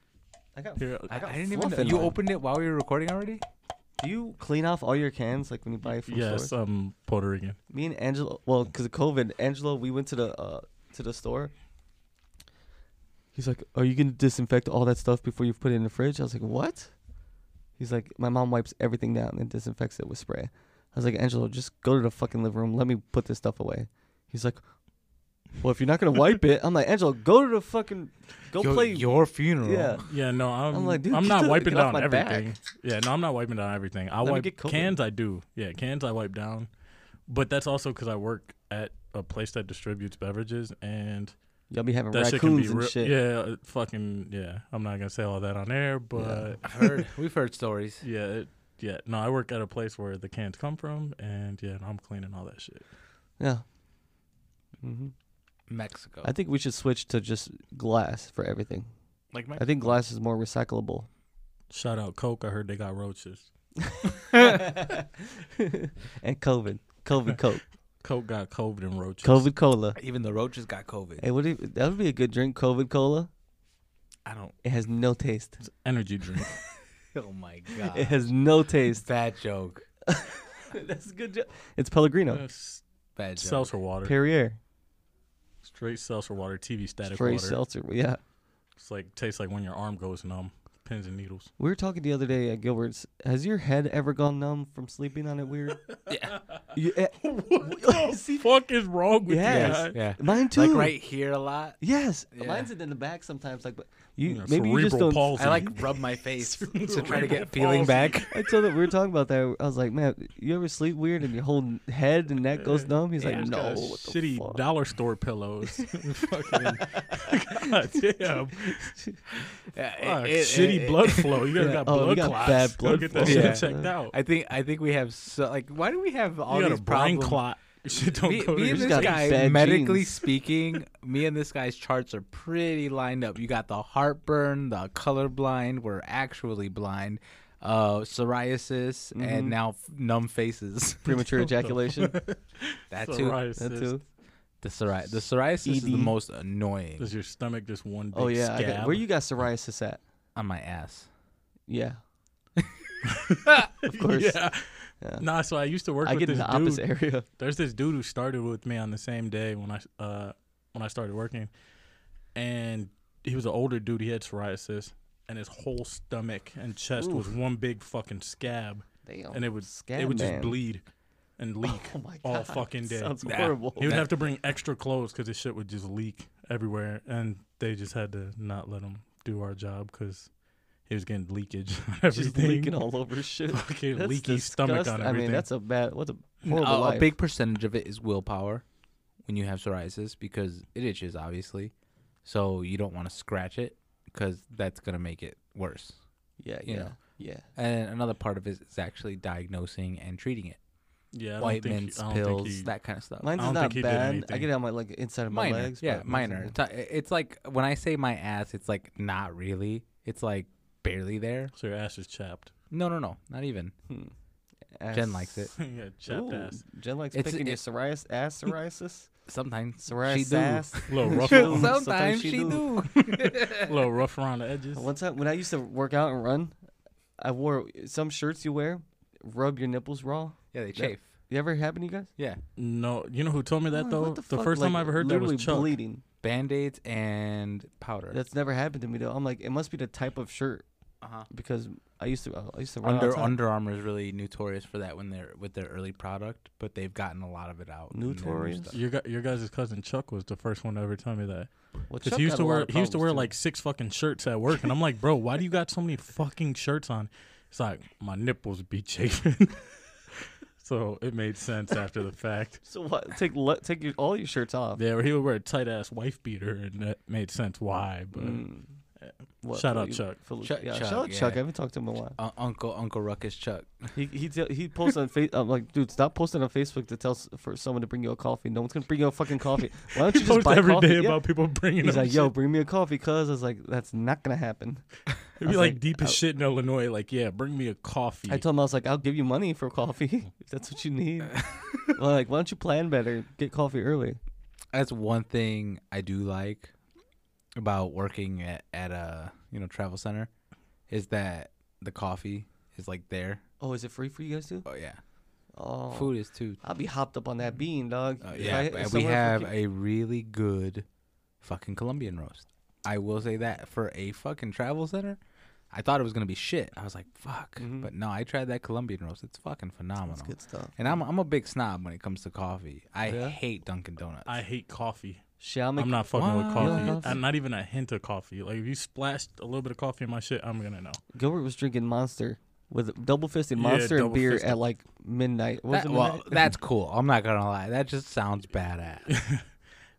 [SPEAKER 1] I got
[SPEAKER 3] Here,
[SPEAKER 2] I,
[SPEAKER 1] got
[SPEAKER 2] I didn't even.
[SPEAKER 1] fluff in
[SPEAKER 2] Know. You
[SPEAKER 1] mine.
[SPEAKER 2] opened it while we were recording already.
[SPEAKER 1] Do you clean off all your cans like when you buy from
[SPEAKER 3] yes,
[SPEAKER 1] stores?
[SPEAKER 3] I'm Puerto Rican.
[SPEAKER 1] Me and Angelo, well, because of COVID, Angelo, we went to the uh, to the store. He's like, "Are you gonna disinfect all that stuff before you put it in the fridge?" I was like, "What?" He's like, "My mom wipes everything down and disinfects it with spray." I was like, "Angelo, just go to the fucking living room. Let me put this stuff away." He's like, "Well, if you're not gonna wipe it," I'm like, "Angelo, go to the fucking go
[SPEAKER 2] Your-
[SPEAKER 1] play."
[SPEAKER 2] your funeral.
[SPEAKER 1] yeah,
[SPEAKER 3] Yeah, no, I'm. I'm,
[SPEAKER 1] like, dude, get
[SPEAKER 3] not
[SPEAKER 1] the-
[SPEAKER 3] wiping
[SPEAKER 1] get off
[SPEAKER 3] down
[SPEAKER 1] my back.
[SPEAKER 3] everything. Yeah, no, I'm not wiping down everything. I
[SPEAKER 1] Let me get
[SPEAKER 3] wipe
[SPEAKER 1] COVID.
[SPEAKER 3] cans. I do. Yeah, cans I wipe down, but that's also because I work at a place that distributes beverages, and
[SPEAKER 1] y'all be having
[SPEAKER 3] that shit can be
[SPEAKER 1] raccoons and
[SPEAKER 3] real-
[SPEAKER 1] shit.
[SPEAKER 3] Yeah, it fucking yeah. I'm not gonna say all that on air, but
[SPEAKER 2] I've heard. We've heard stories.
[SPEAKER 3] yeah, yeah, it, yeah. No, I work at a place where the cans come from, and yeah, I'm cleaning all that shit.
[SPEAKER 1] yeah. hmm
[SPEAKER 2] Mm-hmm. Mexico.
[SPEAKER 1] I think we should switch to just glass for everything.
[SPEAKER 2] like
[SPEAKER 1] I think glass is more recyclable.
[SPEAKER 3] Shout out Coke. I heard they got roaches.
[SPEAKER 1] and COVID, COVID Coke,
[SPEAKER 3] Coke got COVID and roaches.
[SPEAKER 1] COVID Cola.
[SPEAKER 2] Even the roaches got COVID.
[SPEAKER 1] Hey, what do you, that would be a good drink, COVID Cola.
[SPEAKER 2] I don't.
[SPEAKER 1] It has no taste.
[SPEAKER 3] It's energy drink.
[SPEAKER 2] Oh my
[SPEAKER 1] It
[SPEAKER 2] god.
[SPEAKER 1] has no taste.
[SPEAKER 2] Bad joke.
[SPEAKER 1] That's a good job. It's Pellegrino,
[SPEAKER 3] It's
[SPEAKER 2] Bad joke.
[SPEAKER 3] seltzer water.
[SPEAKER 1] Perrier,
[SPEAKER 3] Straight seltzer water. TV static
[SPEAKER 1] Frey
[SPEAKER 3] water.
[SPEAKER 1] Seltzer. Yeah.
[SPEAKER 3] it's like tastes like when your arm goes numb. Pins and needles.
[SPEAKER 1] We were talking the other day at Gilbert's. Has your head ever gone numb from sleeping on it weird?
[SPEAKER 2] yeah.
[SPEAKER 1] You- eh,
[SPEAKER 3] what the fuck is wrong with
[SPEAKER 1] Yes.
[SPEAKER 3] you guys?
[SPEAKER 2] Yeah.
[SPEAKER 1] mine too.
[SPEAKER 2] Like right here a lot.
[SPEAKER 1] Yes,
[SPEAKER 2] Yeah.
[SPEAKER 1] mine's in the back sometimes. Like, but you
[SPEAKER 3] Yeah,
[SPEAKER 1] maybe you just
[SPEAKER 3] cerebral
[SPEAKER 1] don't.
[SPEAKER 3] palsy.
[SPEAKER 2] I like rub my face to try to
[SPEAKER 3] Cerebral
[SPEAKER 2] get feeling
[SPEAKER 3] palsy.
[SPEAKER 2] back.
[SPEAKER 1] I told him we were talking about that. I was like, man, you ever sleep weird and your whole n- head and neck goes numb? He's
[SPEAKER 3] Yeah,
[SPEAKER 1] like,
[SPEAKER 3] it's
[SPEAKER 1] no,
[SPEAKER 3] got
[SPEAKER 1] what the
[SPEAKER 3] shitty
[SPEAKER 1] fuck?"
[SPEAKER 3] dollar store pillows. Fucking God damn.
[SPEAKER 2] Yeah,
[SPEAKER 3] Fuck,
[SPEAKER 2] it- it-
[SPEAKER 3] shitty
[SPEAKER 2] it-
[SPEAKER 3] blood flow. You guys
[SPEAKER 1] Yeah.
[SPEAKER 3] got
[SPEAKER 1] Oh, you
[SPEAKER 3] blood
[SPEAKER 1] got
[SPEAKER 3] clots.
[SPEAKER 1] bad
[SPEAKER 3] Go
[SPEAKER 1] blood
[SPEAKER 3] get that
[SPEAKER 1] flow.
[SPEAKER 2] Yeah.
[SPEAKER 3] shit checked out.
[SPEAKER 2] I think I think we have so like why do we have all
[SPEAKER 3] you got
[SPEAKER 2] these
[SPEAKER 3] a brain
[SPEAKER 2] problems?
[SPEAKER 3] clot. Shit don't
[SPEAKER 2] me,
[SPEAKER 3] go
[SPEAKER 2] me and
[SPEAKER 3] to
[SPEAKER 1] He's
[SPEAKER 3] your
[SPEAKER 2] this
[SPEAKER 1] got
[SPEAKER 2] guy,
[SPEAKER 3] brain.
[SPEAKER 1] bad
[SPEAKER 2] medically
[SPEAKER 1] genes.
[SPEAKER 2] speaking, me and this guy's charts are pretty lined up. You got the heartburn, the colorblind, we're actually blind, uh, psoriasis,
[SPEAKER 3] Mm-hmm.
[SPEAKER 1] Mhm.
[SPEAKER 2] and now f- numb faces.
[SPEAKER 1] Premature ejaculation.
[SPEAKER 2] That too.
[SPEAKER 3] Psoriasis. E
[SPEAKER 1] That too.
[SPEAKER 2] The, psori- the psoriasis is the
[SPEAKER 1] ED.
[SPEAKER 2] most annoying
[SPEAKER 3] Does your stomach just one big
[SPEAKER 1] Oh yeah, I
[SPEAKER 3] scab?
[SPEAKER 1] got, where you got psoriasis at?
[SPEAKER 2] on my ass.
[SPEAKER 1] Yeah, of course.
[SPEAKER 3] yeah.
[SPEAKER 1] Yeah.
[SPEAKER 3] Nah, so I used to work
[SPEAKER 1] I
[SPEAKER 3] with
[SPEAKER 1] get in
[SPEAKER 3] this
[SPEAKER 1] the
[SPEAKER 3] dude.
[SPEAKER 1] opposite area.
[SPEAKER 3] There's this dude who started with me on the same day when I uh when I started working, and he was an older dude. He had psoriasis, and his whole stomach and chest was one big fucking scab,
[SPEAKER 1] Damn.
[SPEAKER 3] and it would
[SPEAKER 1] Scab
[SPEAKER 3] it would
[SPEAKER 1] man.
[SPEAKER 3] just bleed and leak
[SPEAKER 1] Oh my god.
[SPEAKER 3] all fucking day.
[SPEAKER 1] Sounds
[SPEAKER 2] Yeah.
[SPEAKER 1] horrible.
[SPEAKER 3] He would have to bring extra clothes because his shit would just leak everywhere, and they just had to not let him do our job because he was getting leakage on
[SPEAKER 1] Just
[SPEAKER 3] everything.
[SPEAKER 1] leaking all over his shit.
[SPEAKER 3] fucking
[SPEAKER 1] That's
[SPEAKER 3] leaky stomach on
[SPEAKER 1] disgust-
[SPEAKER 3] everything.
[SPEAKER 1] I mean, that's a bad. What's a
[SPEAKER 2] A,
[SPEAKER 1] horrible
[SPEAKER 2] Oh, a
[SPEAKER 1] life.
[SPEAKER 2] big percentage of it is willpower when you have psoriasis because it itches, obviously. So you don't want to scratch it because that's going to make it worse.
[SPEAKER 1] Yeah,
[SPEAKER 2] you
[SPEAKER 1] yeah,
[SPEAKER 2] know.
[SPEAKER 1] yeah.
[SPEAKER 2] And another part of it is actually diagnosing and treating it.
[SPEAKER 3] yeah, I don't
[SPEAKER 2] White
[SPEAKER 3] think he-
[SPEAKER 2] mints,
[SPEAKER 3] I don't think
[SPEAKER 2] pills,
[SPEAKER 3] he-
[SPEAKER 2] that kind of stuff.
[SPEAKER 1] Mine's
[SPEAKER 3] I
[SPEAKER 1] is
[SPEAKER 3] don't
[SPEAKER 1] not
[SPEAKER 3] think he did
[SPEAKER 1] bad. I
[SPEAKER 3] anything.
[SPEAKER 1] get it on my like inside of my
[SPEAKER 2] minor.
[SPEAKER 1] legs.
[SPEAKER 2] yeah,
[SPEAKER 1] but mine's
[SPEAKER 2] minor.
[SPEAKER 1] not-
[SPEAKER 2] It's, not- it's like when I say my ass, it's like not really. It's like barely there.
[SPEAKER 3] so your ass is chapped.
[SPEAKER 2] No, no, no, not even.
[SPEAKER 1] Hmm.
[SPEAKER 2] Jen likes it.
[SPEAKER 3] yeah, chapped
[SPEAKER 1] Ooh,
[SPEAKER 3] ass.
[SPEAKER 1] Jen likes
[SPEAKER 2] It's-
[SPEAKER 1] picking your
[SPEAKER 2] it-
[SPEAKER 1] psoriasis, ass psoriasis,
[SPEAKER 2] Sometimes she
[SPEAKER 1] psoriasis.
[SPEAKER 2] do.
[SPEAKER 1] ass.
[SPEAKER 3] Little rough,
[SPEAKER 1] She do.
[SPEAKER 3] around-
[SPEAKER 2] Sometimes,
[SPEAKER 1] Sometimes she
[SPEAKER 2] she do.
[SPEAKER 3] little rough around the edges.
[SPEAKER 1] One time when I used to work out and run, I wore some shirts you wear rub your nipples raw.
[SPEAKER 2] yeah, they
[SPEAKER 1] Yeah.
[SPEAKER 2] chafe.
[SPEAKER 1] You ever happen to you guys?
[SPEAKER 2] Yeah,
[SPEAKER 3] No, you know who told me that
[SPEAKER 1] What
[SPEAKER 3] though?
[SPEAKER 1] the
[SPEAKER 3] The,
[SPEAKER 1] fuck?
[SPEAKER 3] first time
[SPEAKER 1] Like,
[SPEAKER 3] I ever heard that
[SPEAKER 1] literally
[SPEAKER 3] was Chuck.
[SPEAKER 1] bleeding.
[SPEAKER 2] band aids and powder.
[SPEAKER 1] That's never happened to me though. I'm like, it must be the type of shirt
[SPEAKER 2] uh-huh.
[SPEAKER 1] because I used to I used to run
[SPEAKER 2] Under
[SPEAKER 1] outside.
[SPEAKER 2] Under Armour is really notorious for that when they're with their early product, but they've gotten a lot of it out. in their new
[SPEAKER 1] Notorious?
[SPEAKER 2] stuff.
[SPEAKER 3] Your gu- your guys' cousin Chuck was the first one to ever tell me that.
[SPEAKER 1] Well,
[SPEAKER 3] Because
[SPEAKER 1] Chuck
[SPEAKER 3] he used
[SPEAKER 1] got a
[SPEAKER 3] to
[SPEAKER 1] lot
[SPEAKER 3] wear
[SPEAKER 1] of
[SPEAKER 3] he used to wear
[SPEAKER 1] problems, too.
[SPEAKER 3] like six fucking shirts at work, and I'm like, bro, why do you got so many fucking shirts on? It's like my nipples be chafing. so it made sense after the fact.
[SPEAKER 1] So what? Take le- take your, all your shirts off.
[SPEAKER 3] Yeah, or he would wear a tight ass wife beater, and that made sense why. But
[SPEAKER 1] Mm. What,
[SPEAKER 3] Shout out
[SPEAKER 1] you-
[SPEAKER 3] Chuck.
[SPEAKER 1] Phil-
[SPEAKER 2] Chuck-
[SPEAKER 1] yeah,
[SPEAKER 2] Chuck,
[SPEAKER 1] shout out Chuck.
[SPEAKER 2] yeah.
[SPEAKER 1] I haven't talked to him in a while.
[SPEAKER 2] Uh, Uncle Uncle Ruckus Chuck.
[SPEAKER 1] He he tell he posts on Facebook. I'm like, dude, stop posting on Facebook to tell s- for someone to bring you a coffee. No one's gonna bring you a fucking coffee. Why don't
[SPEAKER 3] he
[SPEAKER 1] you just
[SPEAKER 3] posts
[SPEAKER 1] buy
[SPEAKER 3] every
[SPEAKER 1] coffee?
[SPEAKER 3] day
[SPEAKER 1] Yeah.
[SPEAKER 3] about people bringing.
[SPEAKER 1] He's
[SPEAKER 3] up
[SPEAKER 1] like, yo,
[SPEAKER 3] shit.
[SPEAKER 1] bring me a coffee, cuz. I was like, that's not gonna happen.
[SPEAKER 3] it'd
[SPEAKER 1] I
[SPEAKER 3] be
[SPEAKER 1] was
[SPEAKER 3] like,
[SPEAKER 1] like,
[SPEAKER 3] deep as
[SPEAKER 1] I-
[SPEAKER 3] shit in Illinois. Like, yeah, bring me a coffee.
[SPEAKER 1] I told him I was like, I'll give you money for coffee if that's what you need. well, like, why don't you plan better? Get coffee early.
[SPEAKER 2] That's one thing I do like about working at, at a you know travel center is that the coffee is like there.
[SPEAKER 1] Oh, is it free for you guys too?
[SPEAKER 2] Oh yeah,
[SPEAKER 1] Oh,
[SPEAKER 2] food is too.
[SPEAKER 1] I'll be hopped up on that bean, dog.
[SPEAKER 2] Uh,
[SPEAKER 1] If
[SPEAKER 2] yeah,
[SPEAKER 1] I- if
[SPEAKER 2] but we
[SPEAKER 1] someone
[SPEAKER 2] have
[SPEAKER 1] fucking-
[SPEAKER 2] a really good fucking Colombian roast. I will say that for a fucking travel center, I thought it was gonna be shit. I was like, fuck.
[SPEAKER 1] Mhm.
[SPEAKER 2] But no, I tried that Colombian roast. It's fucking phenomenal.
[SPEAKER 1] That's good stuff.
[SPEAKER 2] And I'm I'm a big snob when it comes to coffee. I
[SPEAKER 1] Yeah?
[SPEAKER 2] hate Dunkin' Donuts.
[SPEAKER 3] I hate coffee.
[SPEAKER 1] Shall I make
[SPEAKER 3] I'm not fucking
[SPEAKER 2] Wow.
[SPEAKER 3] with coffee.
[SPEAKER 1] You don't have-
[SPEAKER 3] I'm not even a hint of coffee. Like if you splashed a little bit of coffee in my shit, I'm gonna know.
[SPEAKER 1] Gilbert was drinking Monster with double fisted
[SPEAKER 3] Yeah,
[SPEAKER 1] Monster and beer
[SPEAKER 3] double-fisted.
[SPEAKER 1] at like midnight. Was
[SPEAKER 2] That-
[SPEAKER 1] it
[SPEAKER 2] well,
[SPEAKER 1] midnight?
[SPEAKER 2] that's cool. I'm not gonna lie. That just sounds badass.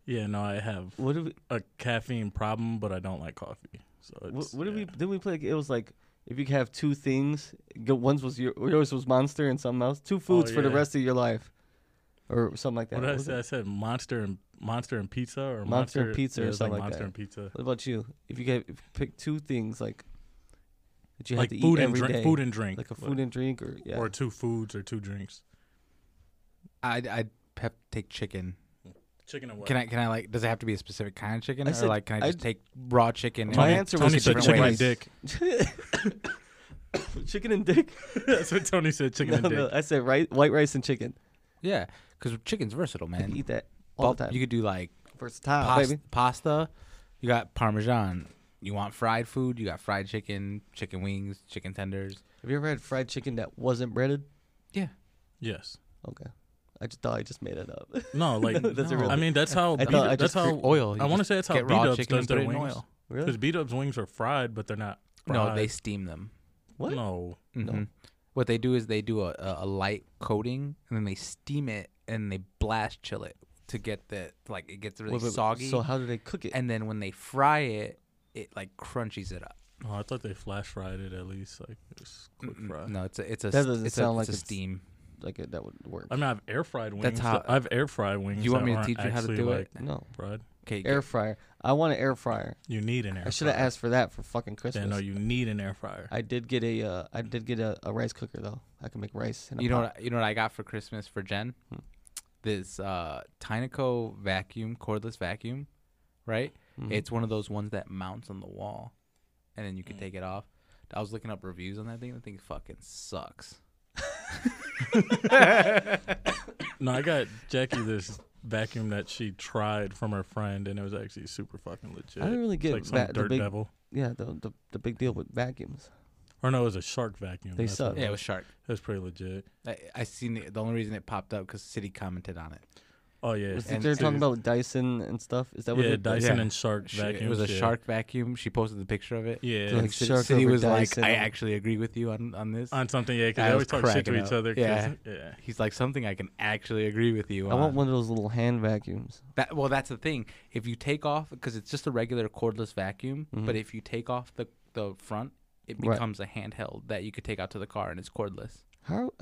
[SPEAKER 3] Yeah, no, I have
[SPEAKER 1] what did we?
[SPEAKER 3] a caffeine problem, but I don't like coffee. So it's,
[SPEAKER 1] What, what did we?
[SPEAKER 3] yeah.
[SPEAKER 1] Did we play? It was like if you could have two things, go, one's was your yours was Monster and something else. Two foods for the
[SPEAKER 3] Oh, yeah.
[SPEAKER 1] rest of your life, or something like that.
[SPEAKER 3] What did I
[SPEAKER 1] was
[SPEAKER 3] say?
[SPEAKER 1] it?
[SPEAKER 3] I said monster and monster and pizza or
[SPEAKER 1] Monster and pizza or
[SPEAKER 3] yeah, it was
[SPEAKER 1] something like
[SPEAKER 3] monster
[SPEAKER 1] that.
[SPEAKER 3] and pizza.
[SPEAKER 1] What about you? If you could pick two things, like that you
[SPEAKER 3] like
[SPEAKER 1] have to
[SPEAKER 3] food
[SPEAKER 1] eat
[SPEAKER 3] and
[SPEAKER 1] every day,
[SPEAKER 3] drink, food and drink,
[SPEAKER 1] like a food and drink, or yeah,
[SPEAKER 3] or two foods or two drinks.
[SPEAKER 2] I'd I'd have to take chicken.
[SPEAKER 3] Chicken and what?
[SPEAKER 2] Can I can I like? Does it have to be a specific kind of chicken,
[SPEAKER 1] I
[SPEAKER 2] or
[SPEAKER 1] said-
[SPEAKER 2] like can I just
[SPEAKER 1] I'd-
[SPEAKER 2] take raw chicken?
[SPEAKER 1] My
[SPEAKER 3] Tony,
[SPEAKER 2] and-
[SPEAKER 1] answer
[SPEAKER 3] Tony
[SPEAKER 1] was
[SPEAKER 3] said
[SPEAKER 1] different
[SPEAKER 3] chicken and
[SPEAKER 1] ways.
[SPEAKER 3] dick.
[SPEAKER 1] chicken and dick.
[SPEAKER 3] That's what Tony said. Chicken
[SPEAKER 1] no,
[SPEAKER 3] and dick.
[SPEAKER 1] no, I said ri- white rice and chicken.
[SPEAKER 2] yeah, because chicken's versatile,
[SPEAKER 1] I
[SPEAKER 2] man.
[SPEAKER 1] could eat that all
[SPEAKER 2] Bul-
[SPEAKER 1] the time.
[SPEAKER 2] You could do like
[SPEAKER 1] Versatile,
[SPEAKER 2] pasta,
[SPEAKER 1] Oh, baby.
[SPEAKER 2] pasta. You got Parmesan. You want fried food? You got fried chicken, chicken wings, chicken tenders.
[SPEAKER 1] Have you ever had fried chicken that wasn't breaded?
[SPEAKER 2] Yeah,
[SPEAKER 3] Yes.
[SPEAKER 1] Okay, I just thought I just made it up.
[SPEAKER 3] No, like
[SPEAKER 1] That's a
[SPEAKER 2] No.
[SPEAKER 1] real-
[SPEAKER 3] I mean that's how
[SPEAKER 1] I
[SPEAKER 3] B-
[SPEAKER 1] thought I
[SPEAKER 3] that's
[SPEAKER 1] Oh, just
[SPEAKER 3] how
[SPEAKER 2] oil. Oh, You
[SPEAKER 3] I want to
[SPEAKER 2] just
[SPEAKER 3] say that's how B
[SPEAKER 2] get raw
[SPEAKER 3] Dubs
[SPEAKER 2] chicken
[SPEAKER 3] does
[SPEAKER 2] and put
[SPEAKER 3] their
[SPEAKER 2] it in
[SPEAKER 3] wings
[SPEAKER 2] oil.
[SPEAKER 1] really?
[SPEAKER 3] because B Dubs wings are fried, but they're not. Fried.
[SPEAKER 2] No, they steam them.
[SPEAKER 1] What?
[SPEAKER 3] No,
[SPEAKER 1] No.
[SPEAKER 2] Mhm. What they do is they do a, a, a light coating and then they steam it and they blast chill it to get the like it gets really
[SPEAKER 1] Wait, wait, wait,
[SPEAKER 2] soggy.
[SPEAKER 1] So how do they cook it?
[SPEAKER 2] and then when they fry it, it like crunchies it up.
[SPEAKER 3] oh, I thought they flash fried it at least, like just quick
[SPEAKER 2] Mm-mm.
[SPEAKER 3] fry.
[SPEAKER 2] No, it's a it's a
[SPEAKER 1] That
[SPEAKER 2] s-
[SPEAKER 1] doesn't
[SPEAKER 2] it's
[SPEAKER 1] sound
[SPEAKER 2] a,
[SPEAKER 1] like
[SPEAKER 2] it's a
[SPEAKER 1] it's-
[SPEAKER 2] steam.
[SPEAKER 1] like it, that would work.
[SPEAKER 3] I mean, I've air fried wings.
[SPEAKER 2] how-
[SPEAKER 3] I've air fried wings.
[SPEAKER 2] Do you want
[SPEAKER 3] that
[SPEAKER 2] me to
[SPEAKER 3] aren't
[SPEAKER 2] teach you how to
[SPEAKER 3] actually,
[SPEAKER 2] do
[SPEAKER 3] like,
[SPEAKER 2] it?
[SPEAKER 1] no
[SPEAKER 3] Fried.
[SPEAKER 2] Okay,
[SPEAKER 1] air fryer. I want an air fryer.
[SPEAKER 3] You need an air.
[SPEAKER 1] I should have
[SPEAKER 3] fryer.
[SPEAKER 1] asked for that for fucking Christmas.
[SPEAKER 3] Yeah, no, you need an air fryer.
[SPEAKER 1] I did get a uh, I did get a, a rice cooker though. I can make rice. In a
[SPEAKER 2] you know
[SPEAKER 1] pot.
[SPEAKER 2] what I- you know what I got for Christmas for Jen?
[SPEAKER 1] Hmm.
[SPEAKER 2] This uh Tynaco vacuum, cordless vacuum, right?
[SPEAKER 1] Mhm.
[SPEAKER 2] It's one of those ones that mounts on the wall and then you can
[SPEAKER 3] Mm.
[SPEAKER 2] take it off. I was looking up reviews on that thing. That thing fucking sucks.
[SPEAKER 3] No, I got Jackie this vacuum that she tried from her friend, and it was actually super fucking legit.
[SPEAKER 1] I didn't really
[SPEAKER 3] It's
[SPEAKER 1] get
[SPEAKER 3] like some
[SPEAKER 1] va- the
[SPEAKER 3] dirt
[SPEAKER 1] big
[SPEAKER 3] devil.
[SPEAKER 1] yeah the, the the big deal with vacuums.
[SPEAKER 3] Or no, it was a shark vacuum.
[SPEAKER 1] They
[SPEAKER 3] That's what
[SPEAKER 1] suck.
[SPEAKER 2] Yeah,
[SPEAKER 3] it
[SPEAKER 2] it
[SPEAKER 3] was.
[SPEAKER 2] was shark.
[SPEAKER 3] It was pretty legit.
[SPEAKER 2] I, I seen it. The only reason it popped up because City commented on it.
[SPEAKER 3] Oh yeah,
[SPEAKER 1] Was it
[SPEAKER 2] and
[SPEAKER 1] they're
[SPEAKER 2] to-
[SPEAKER 1] talking about with Dyson and stuff? Is that what
[SPEAKER 3] yeah,
[SPEAKER 1] it, like,
[SPEAKER 3] Dyson
[SPEAKER 2] Yeah.
[SPEAKER 3] and shark
[SPEAKER 2] She-
[SPEAKER 3] vacuum.
[SPEAKER 2] it was a shark vacuum. She posted the picture of it.
[SPEAKER 3] Yeah,
[SPEAKER 1] Like
[SPEAKER 2] And Ci-
[SPEAKER 1] shark
[SPEAKER 2] City
[SPEAKER 1] over
[SPEAKER 2] was like,
[SPEAKER 1] Dyson.
[SPEAKER 2] I actually agree with you on, on this.
[SPEAKER 3] on something. Yeah, because
[SPEAKER 2] I
[SPEAKER 3] they always
[SPEAKER 2] was
[SPEAKER 3] talk shit to
[SPEAKER 2] cracking
[SPEAKER 3] each
[SPEAKER 2] up.
[SPEAKER 3] other. 'cause-
[SPEAKER 2] Yeah.
[SPEAKER 3] yeah.
[SPEAKER 2] He's like something I can actually agree with you
[SPEAKER 1] I
[SPEAKER 2] on.
[SPEAKER 1] want one of those little hand vacuums.
[SPEAKER 2] That, well, that's the thing. If you take off, because it's just a regular cordless vacuum,
[SPEAKER 1] Mhm.
[SPEAKER 2] but if you take off the, the front, it
[SPEAKER 1] Right.
[SPEAKER 2] becomes a handheld that you could take out to the car and it's cordless.
[SPEAKER 1] How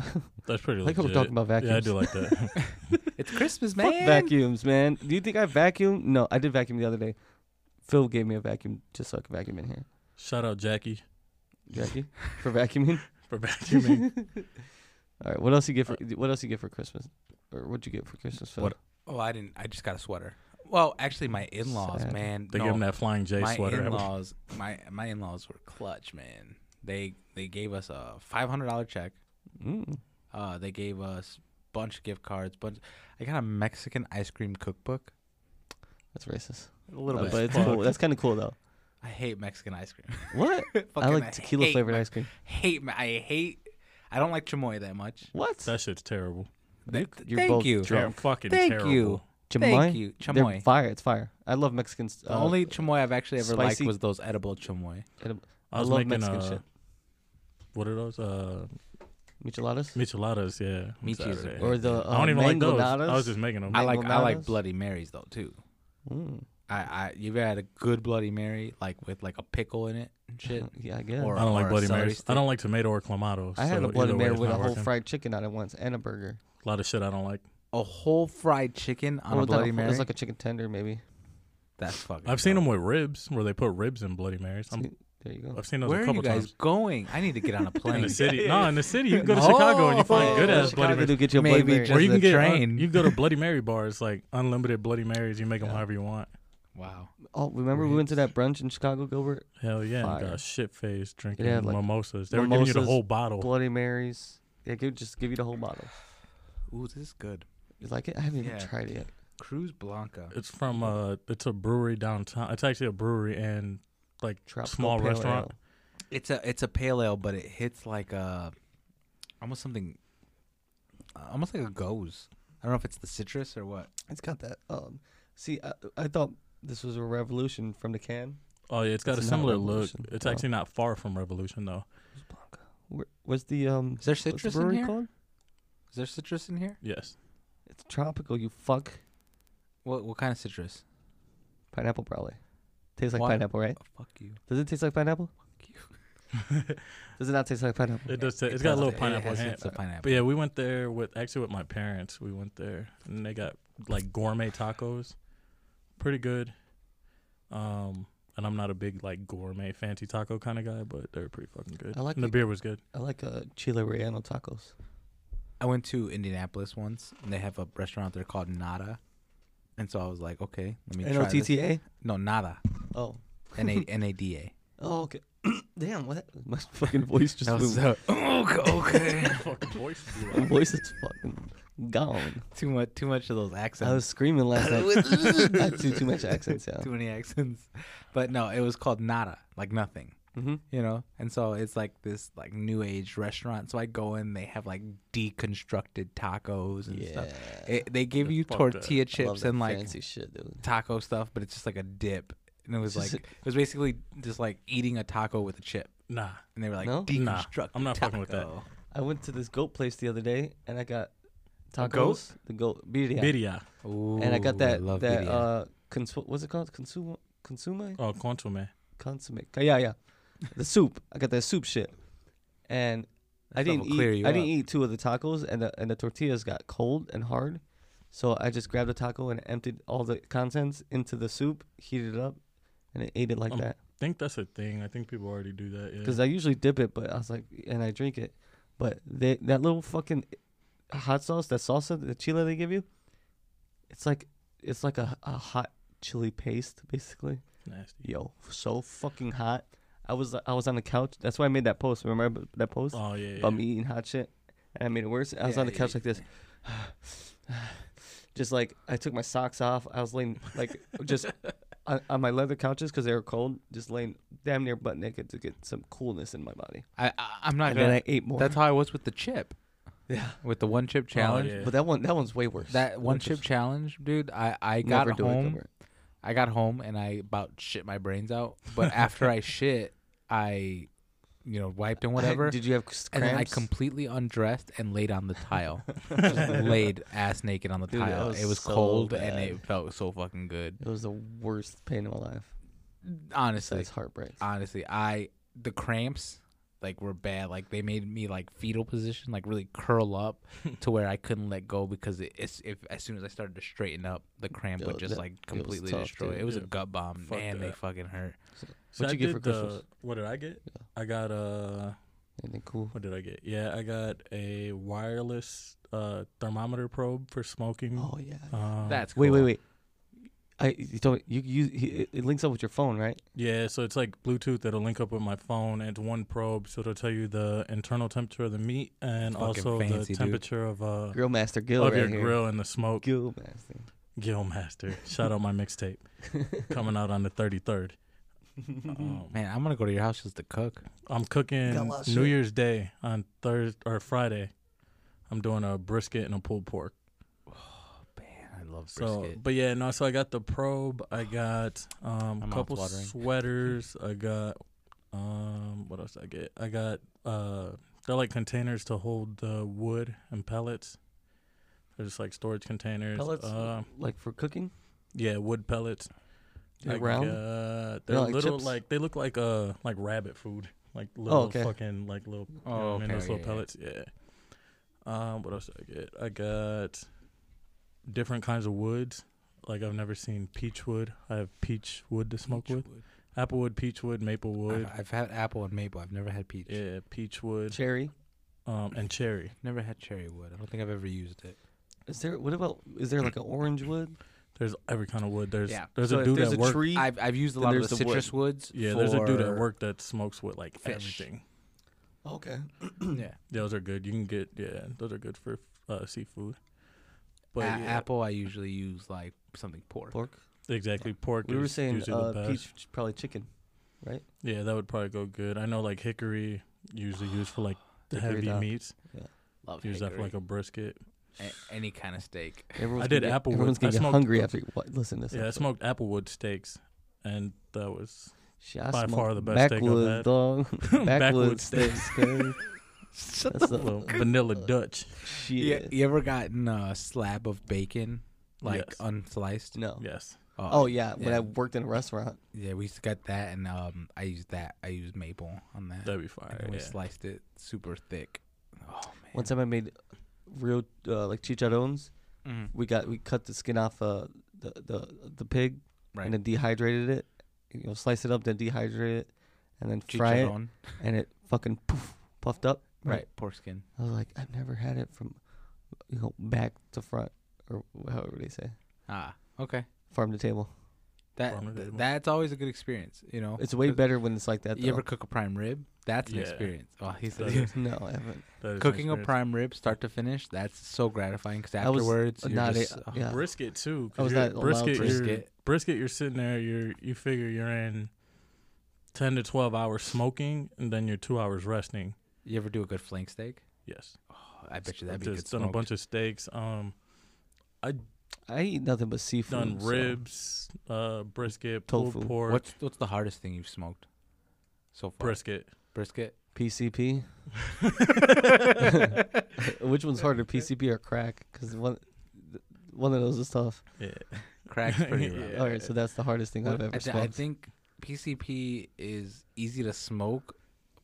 [SPEAKER 3] That's pretty
[SPEAKER 1] I
[SPEAKER 3] legit.
[SPEAKER 1] like how we're talking about vacuums.
[SPEAKER 3] Yeah, I do like that.
[SPEAKER 2] It's Christmas,
[SPEAKER 1] Fuck
[SPEAKER 2] man.
[SPEAKER 1] vacuums, man. Do you think I vacuum? No, I did vacuum the other day. Phil gave me a vacuum just so I could vacuum in here.
[SPEAKER 3] Shout out Jackie
[SPEAKER 1] Jackie for vacuuming.
[SPEAKER 3] for vacuuming.
[SPEAKER 1] All right, what else you get for what else you get for Christmas? Or what'd you get for Christmas, Phil?
[SPEAKER 3] What-
[SPEAKER 2] Oh, I didn't. I just got a sweater. Well, actually, my in laws,
[SPEAKER 1] Sad.
[SPEAKER 2] man.
[SPEAKER 3] They
[SPEAKER 2] no,
[SPEAKER 3] gave him that flying J
[SPEAKER 2] my
[SPEAKER 3] sweater.
[SPEAKER 2] in laws, my my in laws were clutch, man. They they gave us a five hundred dollar check.
[SPEAKER 1] Mm.
[SPEAKER 2] Uh, they gave us bunch of gift cards. Bunch. I got a Mexican ice cream cookbook.
[SPEAKER 1] That's racist.
[SPEAKER 2] A little
[SPEAKER 1] Uh,
[SPEAKER 2] bit.
[SPEAKER 1] but it's
[SPEAKER 2] Fuck.
[SPEAKER 1] cool. That's kind of cool though.
[SPEAKER 2] I hate Mexican ice cream.
[SPEAKER 1] What? I
[SPEAKER 2] Fucking
[SPEAKER 1] like tequila
[SPEAKER 2] hate
[SPEAKER 1] flavored
[SPEAKER 2] Me-
[SPEAKER 1] ice cream.
[SPEAKER 2] hate. Me- I hate. I don't like chamoy that much.
[SPEAKER 1] What?
[SPEAKER 3] That shit's terrible.
[SPEAKER 2] Th-
[SPEAKER 1] You-
[SPEAKER 2] th-
[SPEAKER 1] you're
[SPEAKER 2] thank
[SPEAKER 1] both
[SPEAKER 2] you.
[SPEAKER 1] drunk. Drunk.
[SPEAKER 3] Fucking
[SPEAKER 2] Thank
[SPEAKER 3] terrible.
[SPEAKER 2] you. Thank you.
[SPEAKER 1] They're
[SPEAKER 2] Chamoy.
[SPEAKER 1] fire. It's fire. I love Mexican. s-
[SPEAKER 2] The
[SPEAKER 1] uh,
[SPEAKER 2] only chamoy I've actually ever liked
[SPEAKER 1] spicy-
[SPEAKER 2] was those edible chamoy.
[SPEAKER 3] I
[SPEAKER 1] I
[SPEAKER 3] was
[SPEAKER 1] love
[SPEAKER 3] making
[SPEAKER 1] Mexican
[SPEAKER 3] uh,
[SPEAKER 1] shit.
[SPEAKER 3] What are those? Uh,
[SPEAKER 1] micheladas.
[SPEAKER 3] micheladas. Yeah. on
[SPEAKER 2] Michis
[SPEAKER 3] Saturday.
[SPEAKER 1] or the uh,
[SPEAKER 3] I don't even like those.
[SPEAKER 1] mangonadas.
[SPEAKER 3] I was just making them.
[SPEAKER 2] I like I like
[SPEAKER 1] Mangonadas?
[SPEAKER 2] bloody marys though too.
[SPEAKER 1] Mm.
[SPEAKER 2] I, I you've had a good Bloody Mary like with like a pickle in it and shit.
[SPEAKER 1] Yeah, I guess.
[SPEAKER 2] Or-
[SPEAKER 3] I don't like
[SPEAKER 2] a
[SPEAKER 3] Bloody
[SPEAKER 2] celery
[SPEAKER 3] Marys. I
[SPEAKER 2] stick.
[SPEAKER 3] don't like tomato or clamato.
[SPEAKER 1] I had
[SPEAKER 3] so
[SPEAKER 1] a Bloody
[SPEAKER 3] either way,
[SPEAKER 1] Mary
[SPEAKER 3] it's
[SPEAKER 1] with a
[SPEAKER 3] not
[SPEAKER 1] whole
[SPEAKER 3] working.
[SPEAKER 1] fried chicken on it once and a burger.
[SPEAKER 3] A lot of shit I don't like.
[SPEAKER 2] A whole fried chicken on
[SPEAKER 1] Or
[SPEAKER 2] a
[SPEAKER 1] was that a
[SPEAKER 2] Bloody
[SPEAKER 1] whole- It
[SPEAKER 2] Mary.
[SPEAKER 1] was like a chicken tender, maybe.
[SPEAKER 2] That's fucking.
[SPEAKER 3] I've seen
[SPEAKER 2] dope.
[SPEAKER 3] them with ribs, where they put ribs in Bloody Marys. I'm,
[SPEAKER 1] See, there you go.
[SPEAKER 3] I've seen those
[SPEAKER 2] Where
[SPEAKER 3] a
[SPEAKER 2] are you
[SPEAKER 3] couple
[SPEAKER 2] guys
[SPEAKER 3] times.
[SPEAKER 2] going? I need to get on a
[SPEAKER 3] In
[SPEAKER 2] plane.
[SPEAKER 3] the city, no, in the city, you can go to
[SPEAKER 2] Oh,
[SPEAKER 3] Chicago and you
[SPEAKER 2] oh,
[SPEAKER 3] find good ass
[SPEAKER 2] Chicago
[SPEAKER 3] Bloody Marys.
[SPEAKER 1] do get you a
[SPEAKER 2] Maybe
[SPEAKER 1] Bloody Mary.
[SPEAKER 2] just-
[SPEAKER 3] Or you
[SPEAKER 2] the
[SPEAKER 3] can get uh,
[SPEAKER 2] train.
[SPEAKER 3] you can go to Bloody Mary bars, like unlimited Bloody Marys. You make them
[SPEAKER 1] Yeah.
[SPEAKER 3] however you want.
[SPEAKER 2] Wow.
[SPEAKER 1] Oh, remember we went to that brunch in Chicago, Gilbert?
[SPEAKER 3] Hell yeah, and
[SPEAKER 1] Fire.
[SPEAKER 3] got shit faced drinking
[SPEAKER 1] Yeah, like
[SPEAKER 3] mimosas. They were giving you the
[SPEAKER 1] mimosas,
[SPEAKER 3] whole bottle.
[SPEAKER 1] Bloody Marys. Yeah, give, just give you the whole bottle.
[SPEAKER 2] Ooh, this is good.
[SPEAKER 1] You like it? I haven't even
[SPEAKER 2] Yeah.
[SPEAKER 1] tried it yet.
[SPEAKER 2] Cruz Blanca.
[SPEAKER 3] It's from uh, it's a brewery downtown. It's actually a brewery and like
[SPEAKER 1] Tropical
[SPEAKER 3] small
[SPEAKER 1] Pale
[SPEAKER 3] restaurant.
[SPEAKER 1] Ale.
[SPEAKER 2] It's a it's a pale ale, but it hits like a almost something almost like a goes. I don't know if it's the citrus or what.
[SPEAKER 1] It's got that. Um, see, I, I thought this was a revolution from the can.
[SPEAKER 3] Oh yeah, it's got
[SPEAKER 1] It's
[SPEAKER 3] a
[SPEAKER 1] not
[SPEAKER 3] similar look.
[SPEAKER 1] Revolution.
[SPEAKER 3] It's
[SPEAKER 1] Oh.
[SPEAKER 3] actually not far from Revolution though.
[SPEAKER 1] Where, what's the um?
[SPEAKER 2] Is there
[SPEAKER 1] What's the
[SPEAKER 2] citrus in
[SPEAKER 1] brewery
[SPEAKER 2] here? Is
[SPEAKER 1] called?
[SPEAKER 2] there citrus in here?
[SPEAKER 3] Yes,
[SPEAKER 1] It's tropical. You fuck
[SPEAKER 2] What what kind of citrus?
[SPEAKER 1] pineapple probably. Tastes like
[SPEAKER 2] Why-
[SPEAKER 1] pineapple, right?
[SPEAKER 2] Oh, fuck you.
[SPEAKER 1] Does it taste like pineapple? Does it not taste like pineapple?
[SPEAKER 3] it does. ta-
[SPEAKER 2] It
[SPEAKER 3] it's got a
[SPEAKER 2] does-
[SPEAKER 3] little
[SPEAKER 2] it
[SPEAKER 3] pineapple.
[SPEAKER 2] has
[SPEAKER 3] hand-
[SPEAKER 2] hints of pineapple.
[SPEAKER 3] But yeah, we went there with actually with my parents. We went there and they got like gourmet tacos, pretty good. Um, I and I'm not a big like gourmet fancy taco kind of guy, but they're pretty fucking good.
[SPEAKER 1] I like
[SPEAKER 3] and the
[SPEAKER 1] it.
[SPEAKER 3] beer was good.
[SPEAKER 1] I like uh, chile relleno tacos.
[SPEAKER 2] I went to Indianapolis once, and they have a restaurant there called Nada, and so I was like, okay, let me
[SPEAKER 1] N
[SPEAKER 2] try
[SPEAKER 1] O T
[SPEAKER 2] this.
[SPEAKER 1] T A.
[SPEAKER 2] No, Nada,
[SPEAKER 1] Oh.
[SPEAKER 2] N A N A D A.
[SPEAKER 1] Oh okay. Damn, what? My fucking voice just
[SPEAKER 2] That was
[SPEAKER 1] moved.
[SPEAKER 2] so, okay, okay.
[SPEAKER 3] fucking voice.
[SPEAKER 1] My voice is fucking gone.
[SPEAKER 2] too much, too much of those accents.
[SPEAKER 1] I was screaming last night. I do too much accents. Yeah.
[SPEAKER 2] too many accents. But no, it was called Nada, like nothing,
[SPEAKER 1] Mm-hmm.
[SPEAKER 2] you know. And so it's like this like new age restaurant. So I go in, they have like deconstructed tacos and stuff. It, they give
[SPEAKER 3] That's
[SPEAKER 2] you
[SPEAKER 3] fucked up.
[SPEAKER 2] tortilla
[SPEAKER 1] I love
[SPEAKER 2] chips
[SPEAKER 1] that
[SPEAKER 2] and like
[SPEAKER 1] fancy shit, dude.
[SPEAKER 2] taco stuff, but it's just like a dip. And it was
[SPEAKER 1] Just
[SPEAKER 2] like it was basically just like eating a taco with a chip.
[SPEAKER 3] Nah,
[SPEAKER 2] And they were like
[SPEAKER 1] No?
[SPEAKER 2] deconstructed
[SPEAKER 3] Nah, I'm not fucking with that.
[SPEAKER 2] taco."
[SPEAKER 1] I went to this goat place the other day and I got
[SPEAKER 3] A
[SPEAKER 1] tacos.
[SPEAKER 3] goat?
[SPEAKER 1] The goat birria.
[SPEAKER 3] birria.
[SPEAKER 2] Ooh,
[SPEAKER 1] And I got that
[SPEAKER 2] love
[SPEAKER 1] that
[SPEAKER 2] birria.
[SPEAKER 1] uh consu- what's it called? Consume consume
[SPEAKER 3] Oh, consomme.
[SPEAKER 1] consomme. Yeah, yeah. The soup. I got that soup shit. And I
[SPEAKER 2] That stuff
[SPEAKER 1] didn't
[SPEAKER 2] will clear
[SPEAKER 1] eat
[SPEAKER 2] you
[SPEAKER 1] I didn't
[SPEAKER 2] up.
[SPEAKER 1] eat two of the tacos and the and the tortillas got cold and hard. So I just grabbed a taco and emptied all the contents into the soup, heated it up, and I ate it
[SPEAKER 2] Oh,
[SPEAKER 1] like
[SPEAKER 3] Um,
[SPEAKER 1] that.
[SPEAKER 3] I think that's a thing. I think people already do that. Yeah.
[SPEAKER 1] because I usually dip it, but I was like, and I drink it, but they that little fucking hot sauce, that salsa, the chile they give you, it's like it's like a, a hot chili paste, basically.
[SPEAKER 3] nasty.
[SPEAKER 1] Yo, so fucking hot. I was I was on the couch. That's why I made that post. Remember that post
[SPEAKER 3] Oh yeah. yeah.
[SPEAKER 1] about me eating hot shit, and I made it worse. I was
[SPEAKER 2] Yeah,
[SPEAKER 1] on the
[SPEAKER 2] yeah,
[SPEAKER 1] couch
[SPEAKER 2] yeah,
[SPEAKER 1] like this. Just like I took my socks off, I was laying like just on, on my leather couches because they were cold. Just laying damn near butt naked to get some coolness in my body
[SPEAKER 2] I, I I'm not
[SPEAKER 1] and then
[SPEAKER 2] gonna
[SPEAKER 1] I ate more.
[SPEAKER 2] That's how I was with the chip.
[SPEAKER 1] yeah.
[SPEAKER 2] With the one chip challenge.
[SPEAKER 3] yeah.
[SPEAKER 1] But that one, that one's way worse.
[SPEAKER 2] That one
[SPEAKER 1] Which
[SPEAKER 2] chip
[SPEAKER 1] is-
[SPEAKER 2] challenge, dude. I I got
[SPEAKER 1] never do it,
[SPEAKER 2] home.
[SPEAKER 1] never.
[SPEAKER 2] I got home and I about shit my brains out. But after I shit, I, you know, wiped and whatever.
[SPEAKER 1] Did you have c-
[SPEAKER 2] and then I
[SPEAKER 1] cramps?
[SPEAKER 2] completely undressed and laid on the tile, just laid ass naked on the
[SPEAKER 1] Dude, that
[SPEAKER 2] tile.
[SPEAKER 1] was
[SPEAKER 2] it was
[SPEAKER 1] so
[SPEAKER 2] cold
[SPEAKER 1] bad.
[SPEAKER 2] and it felt so fucking good.
[SPEAKER 1] it was the worst pain in my life. So
[SPEAKER 2] Honestly,
[SPEAKER 1] it's heartbreak.
[SPEAKER 2] honestly, I the cramps like were bad. Like they made me like fetal position, like really curl up to where I couldn't let go because it, it's if as soon as I started to straighten up, the cramp
[SPEAKER 1] Yo,
[SPEAKER 2] would just
[SPEAKER 1] that-
[SPEAKER 2] like
[SPEAKER 1] was
[SPEAKER 2] completely
[SPEAKER 1] tough,
[SPEAKER 2] destroy.
[SPEAKER 1] dude.
[SPEAKER 2] It was a
[SPEAKER 3] Yeah.
[SPEAKER 2] gut bomb.
[SPEAKER 3] Fuck
[SPEAKER 2] Man, they
[SPEAKER 3] that.
[SPEAKER 2] fucking hurt.
[SPEAKER 3] So
[SPEAKER 1] What'd
[SPEAKER 3] I
[SPEAKER 1] you get for
[SPEAKER 3] did the-
[SPEAKER 1] Christmas?
[SPEAKER 3] What did I get?
[SPEAKER 1] Yeah.
[SPEAKER 3] I got uh
[SPEAKER 1] Anything cool?
[SPEAKER 3] what did I get? Yeah, I got a wireless uh thermometer probe for smoking.
[SPEAKER 1] Oh yeah.
[SPEAKER 3] Um,
[SPEAKER 2] That's
[SPEAKER 1] Wait, wait,
[SPEAKER 2] cool.
[SPEAKER 1] wait. I you told me you you he, it- it links up with your phone, right?
[SPEAKER 3] yeah, so it's like Bluetooth that'll link up with my phone and it's one probe, so it'll tell you the internal temperature of the meat and
[SPEAKER 2] Fucking
[SPEAKER 3] also
[SPEAKER 2] fancy,
[SPEAKER 3] the
[SPEAKER 2] dude.
[SPEAKER 3] temperature of uh
[SPEAKER 1] Grill Master Gill
[SPEAKER 3] of
[SPEAKER 1] right
[SPEAKER 3] your
[SPEAKER 1] here.
[SPEAKER 3] grill and the smoke.
[SPEAKER 1] Gill Master.
[SPEAKER 3] Gill Master. Shout out my mixtape coming out on the thirty third. Um,
[SPEAKER 2] Oh, Man, I'm gonna go to your house just to cook.
[SPEAKER 3] I'm
[SPEAKER 1] Got a
[SPEAKER 3] cooking
[SPEAKER 1] lot of
[SPEAKER 3] New
[SPEAKER 1] shit.
[SPEAKER 3] Year's Day on Thursday or Friday. I'm doing a brisket and a pulled pork.
[SPEAKER 1] Oh,
[SPEAKER 2] Man, I love
[SPEAKER 3] So,
[SPEAKER 2] brisket.
[SPEAKER 3] but yeah, no. So I got the probe. I got um,
[SPEAKER 2] My
[SPEAKER 3] a
[SPEAKER 2] mouth's
[SPEAKER 3] couple
[SPEAKER 2] watering.
[SPEAKER 3] sweaters. I got um, what else? I get. I got uh, they're like containers to hold the wood and pellets. They're just like storage containers.
[SPEAKER 1] Pellets,
[SPEAKER 3] Uh,
[SPEAKER 1] like for cooking,
[SPEAKER 3] yeah, wood pellets.
[SPEAKER 1] They're
[SPEAKER 3] I
[SPEAKER 1] round?
[SPEAKER 3] got- they're,
[SPEAKER 1] like
[SPEAKER 3] little
[SPEAKER 1] chips? Oh,
[SPEAKER 3] like they look like uh like rabbit food. Like little
[SPEAKER 1] okay.
[SPEAKER 3] fucking like little you
[SPEAKER 2] Oh,
[SPEAKER 3] know what I mean,
[SPEAKER 2] okay,
[SPEAKER 3] those
[SPEAKER 2] yeah,
[SPEAKER 3] little
[SPEAKER 2] yeah.
[SPEAKER 3] pellets. Yeah. Um, what else did I get? I got different kinds of woods. Like I've never seen peach wood. I have peach wood to smoke with. Apple wood, peach wood, maple wood.
[SPEAKER 2] I've, I've had apple and maple. I've never had peach.
[SPEAKER 3] Yeah, peach wood.
[SPEAKER 1] cherry.
[SPEAKER 3] Um, and cherry.
[SPEAKER 2] Never had cherry wood. I don't think I've ever used it.
[SPEAKER 1] Is there what about is there like an orange wood?
[SPEAKER 3] There's every kind of wood. There's
[SPEAKER 2] Yeah.
[SPEAKER 3] there's
[SPEAKER 1] So
[SPEAKER 3] a
[SPEAKER 1] if
[SPEAKER 3] dude
[SPEAKER 1] there's
[SPEAKER 3] at
[SPEAKER 1] a
[SPEAKER 3] work.
[SPEAKER 1] tree.
[SPEAKER 2] I've I've used a
[SPEAKER 1] Then
[SPEAKER 2] lot of
[SPEAKER 1] there's
[SPEAKER 2] the,
[SPEAKER 1] the wood.
[SPEAKER 2] citrus woods.
[SPEAKER 3] yeah, there's a dude at
[SPEAKER 2] for-
[SPEAKER 3] work that smokes with like
[SPEAKER 2] fish.
[SPEAKER 3] everything.
[SPEAKER 1] okay.
[SPEAKER 2] Yeah.
[SPEAKER 3] Those are good. You can get yeah, those are good for uh, seafood. But
[SPEAKER 2] A-
[SPEAKER 3] yeah,
[SPEAKER 2] apple, I usually use like something pork.
[SPEAKER 1] Pork.
[SPEAKER 3] exactly pork.
[SPEAKER 1] We were
[SPEAKER 3] is
[SPEAKER 1] saying
[SPEAKER 3] usually the
[SPEAKER 1] uh,
[SPEAKER 3] best.
[SPEAKER 1] peach, ch- probably chicken, right?
[SPEAKER 3] Yeah, that would probably go good. I know like hickory usually used for like the
[SPEAKER 1] Hickory
[SPEAKER 3] heavy
[SPEAKER 1] dock.
[SPEAKER 3] meats.
[SPEAKER 2] Love
[SPEAKER 3] Use that for like
[SPEAKER 2] hickory.
[SPEAKER 3] a brisket.
[SPEAKER 2] A- any kind of steak.
[SPEAKER 1] Everyone's gonna
[SPEAKER 3] I did
[SPEAKER 1] get-
[SPEAKER 3] applewood.
[SPEAKER 1] Everyone's gonna
[SPEAKER 3] I
[SPEAKER 1] get
[SPEAKER 3] smoked-
[SPEAKER 1] hungry after you wa- listen to this.
[SPEAKER 3] Yeah, I
[SPEAKER 1] episode.
[SPEAKER 3] smoked applewood steaks, and that was
[SPEAKER 1] Shit, I
[SPEAKER 3] by
[SPEAKER 1] smoked
[SPEAKER 3] far the best steak I've had.
[SPEAKER 1] Backwoods, dog. Backwoods
[SPEAKER 3] Backwoods
[SPEAKER 1] steaks, cuz. That's the
[SPEAKER 3] well, vanilla Dutch.
[SPEAKER 2] You,
[SPEAKER 1] shit.
[SPEAKER 2] you ever gotten a slab of bacon, like
[SPEAKER 3] Yes.
[SPEAKER 2] unsliced?
[SPEAKER 1] No.
[SPEAKER 3] uh, Yes.
[SPEAKER 1] Oh yeah, when
[SPEAKER 2] yeah.
[SPEAKER 1] I worked in a restaurant,
[SPEAKER 2] yeah, we used to get that, and um, I used that. I used maple on that.
[SPEAKER 3] That'd be
[SPEAKER 2] and
[SPEAKER 3] fire.
[SPEAKER 2] then we
[SPEAKER 3] yeah.
[SPEAKER 2] sliced it super thick. Oh man.
[SPEAKER 1] one time I made real uh, like chicharrones.
[SPEAKER 2] Mhm.
[SPEAKER 1] We got we cut the skin off uh, the the the pig
[SPEAKER 2] Right.
[SPEAKER 1] and then dehydrated it you know, slice it up, then dehydrate it, and then fry it,
[SPEAKER 2] Chicharron.
[SPEAKER 1] and it fucking poof, puffed up.
[SPEAKER 2] Right. Pork skin.
[SPEAKER 1] I was like, I've never had it from, you know, back to front or however they say,
[SPEAKER 2] Ah. Okay.
[SPEAKER 1] farm to table.
[SPEAKER 2] That
[SPEAKER 3] Farmer
[SPEAKER 2] th-
[SPEAKER 3] table.
[SPEAKER 2] that's always a good experience, you know.
[SPEAKER 1] It's way
[SPEAKER 2] 'Cause
[SPEAKER 1] better when it's like that. Though.
[SPEAKER 2] You ever cook a prime rib? That's an
[SPEAKER 3] Yeah.
[SPEAKER 2] experience. Oh, he
[SPEAKER 3] That
[SPEAKER 2] said
[SPEAKER 3] is-
[SPEAKER 1] no, I haven't.
[SPEAKER 3] That is an
[SPEAKER 2] cooking a
[SPEAKER 3] experience.
[SPEAKER 2] prime rib, start to finish. That's so gratifying because
[SPEAKER 1] I was
[SPEAKER 2] afterwards you're
[SPEAKER 1] not a-
[SPEAKER 2] just oh,
[SPEAKER 1] yeah.
[SPEAKER 3] brisket too. 'cause
[SPEAKER 1] I was
[SPEAKER 3] you're-
[SPEAKER 1] not allowed
[SPEAKER 3] brisket,
[SPEAKER 1] to-
[SPEAKER 3] you're-
[SPEAKER 2] Brisket.
[SPEAKER 3] brisket. You're sitting there. You're you figure you're in ten to twelve hours smoking, and then you're two hours resting.
[SPEAKER 2] You ever do a good flank steak?
[SPEAKER 3] Yes,
[SPEAKER 2] Oh, I bet you that'd
[SPEAKER 3] I've
[SPEAKER 2] be good.
[SPEAKER 3] just done a
[SPEAKER 2] smoked.
[SPEAKER 3] bunch of steaks. Um,
[SPEAKER 1] I eat nothing but seafood.
[SPEAKER 3] done
[SPEAKER 1] so-
[SPEAKER 3] ribs, uh, brisket, pulled
[SPEAKER 1] Tofu.
[SPEAKER 3] pork,
[SPEAKER 2] What's what's the hardest thing you've smoked so far?
[SPEAKER 3] brisket.
[SPEAKER 2] Brisket.
[SPEAKER 1] PCP. Which one's harder, PCP or crack? Because one, th- one of those is tough.
[SPEAKER 3] Yeah,
[SPEAKER 2] Crack's pretty rough.
[SPEAKER 1] All right, so that's the hardest thing I've
[SPEAKER 2] What-
[SPEAKER 1] ever
[SPEAKER 2] I, thi- I
[SPEAKER 1] smoked.
[SPEAKER 2] think PCP is easy to smoke,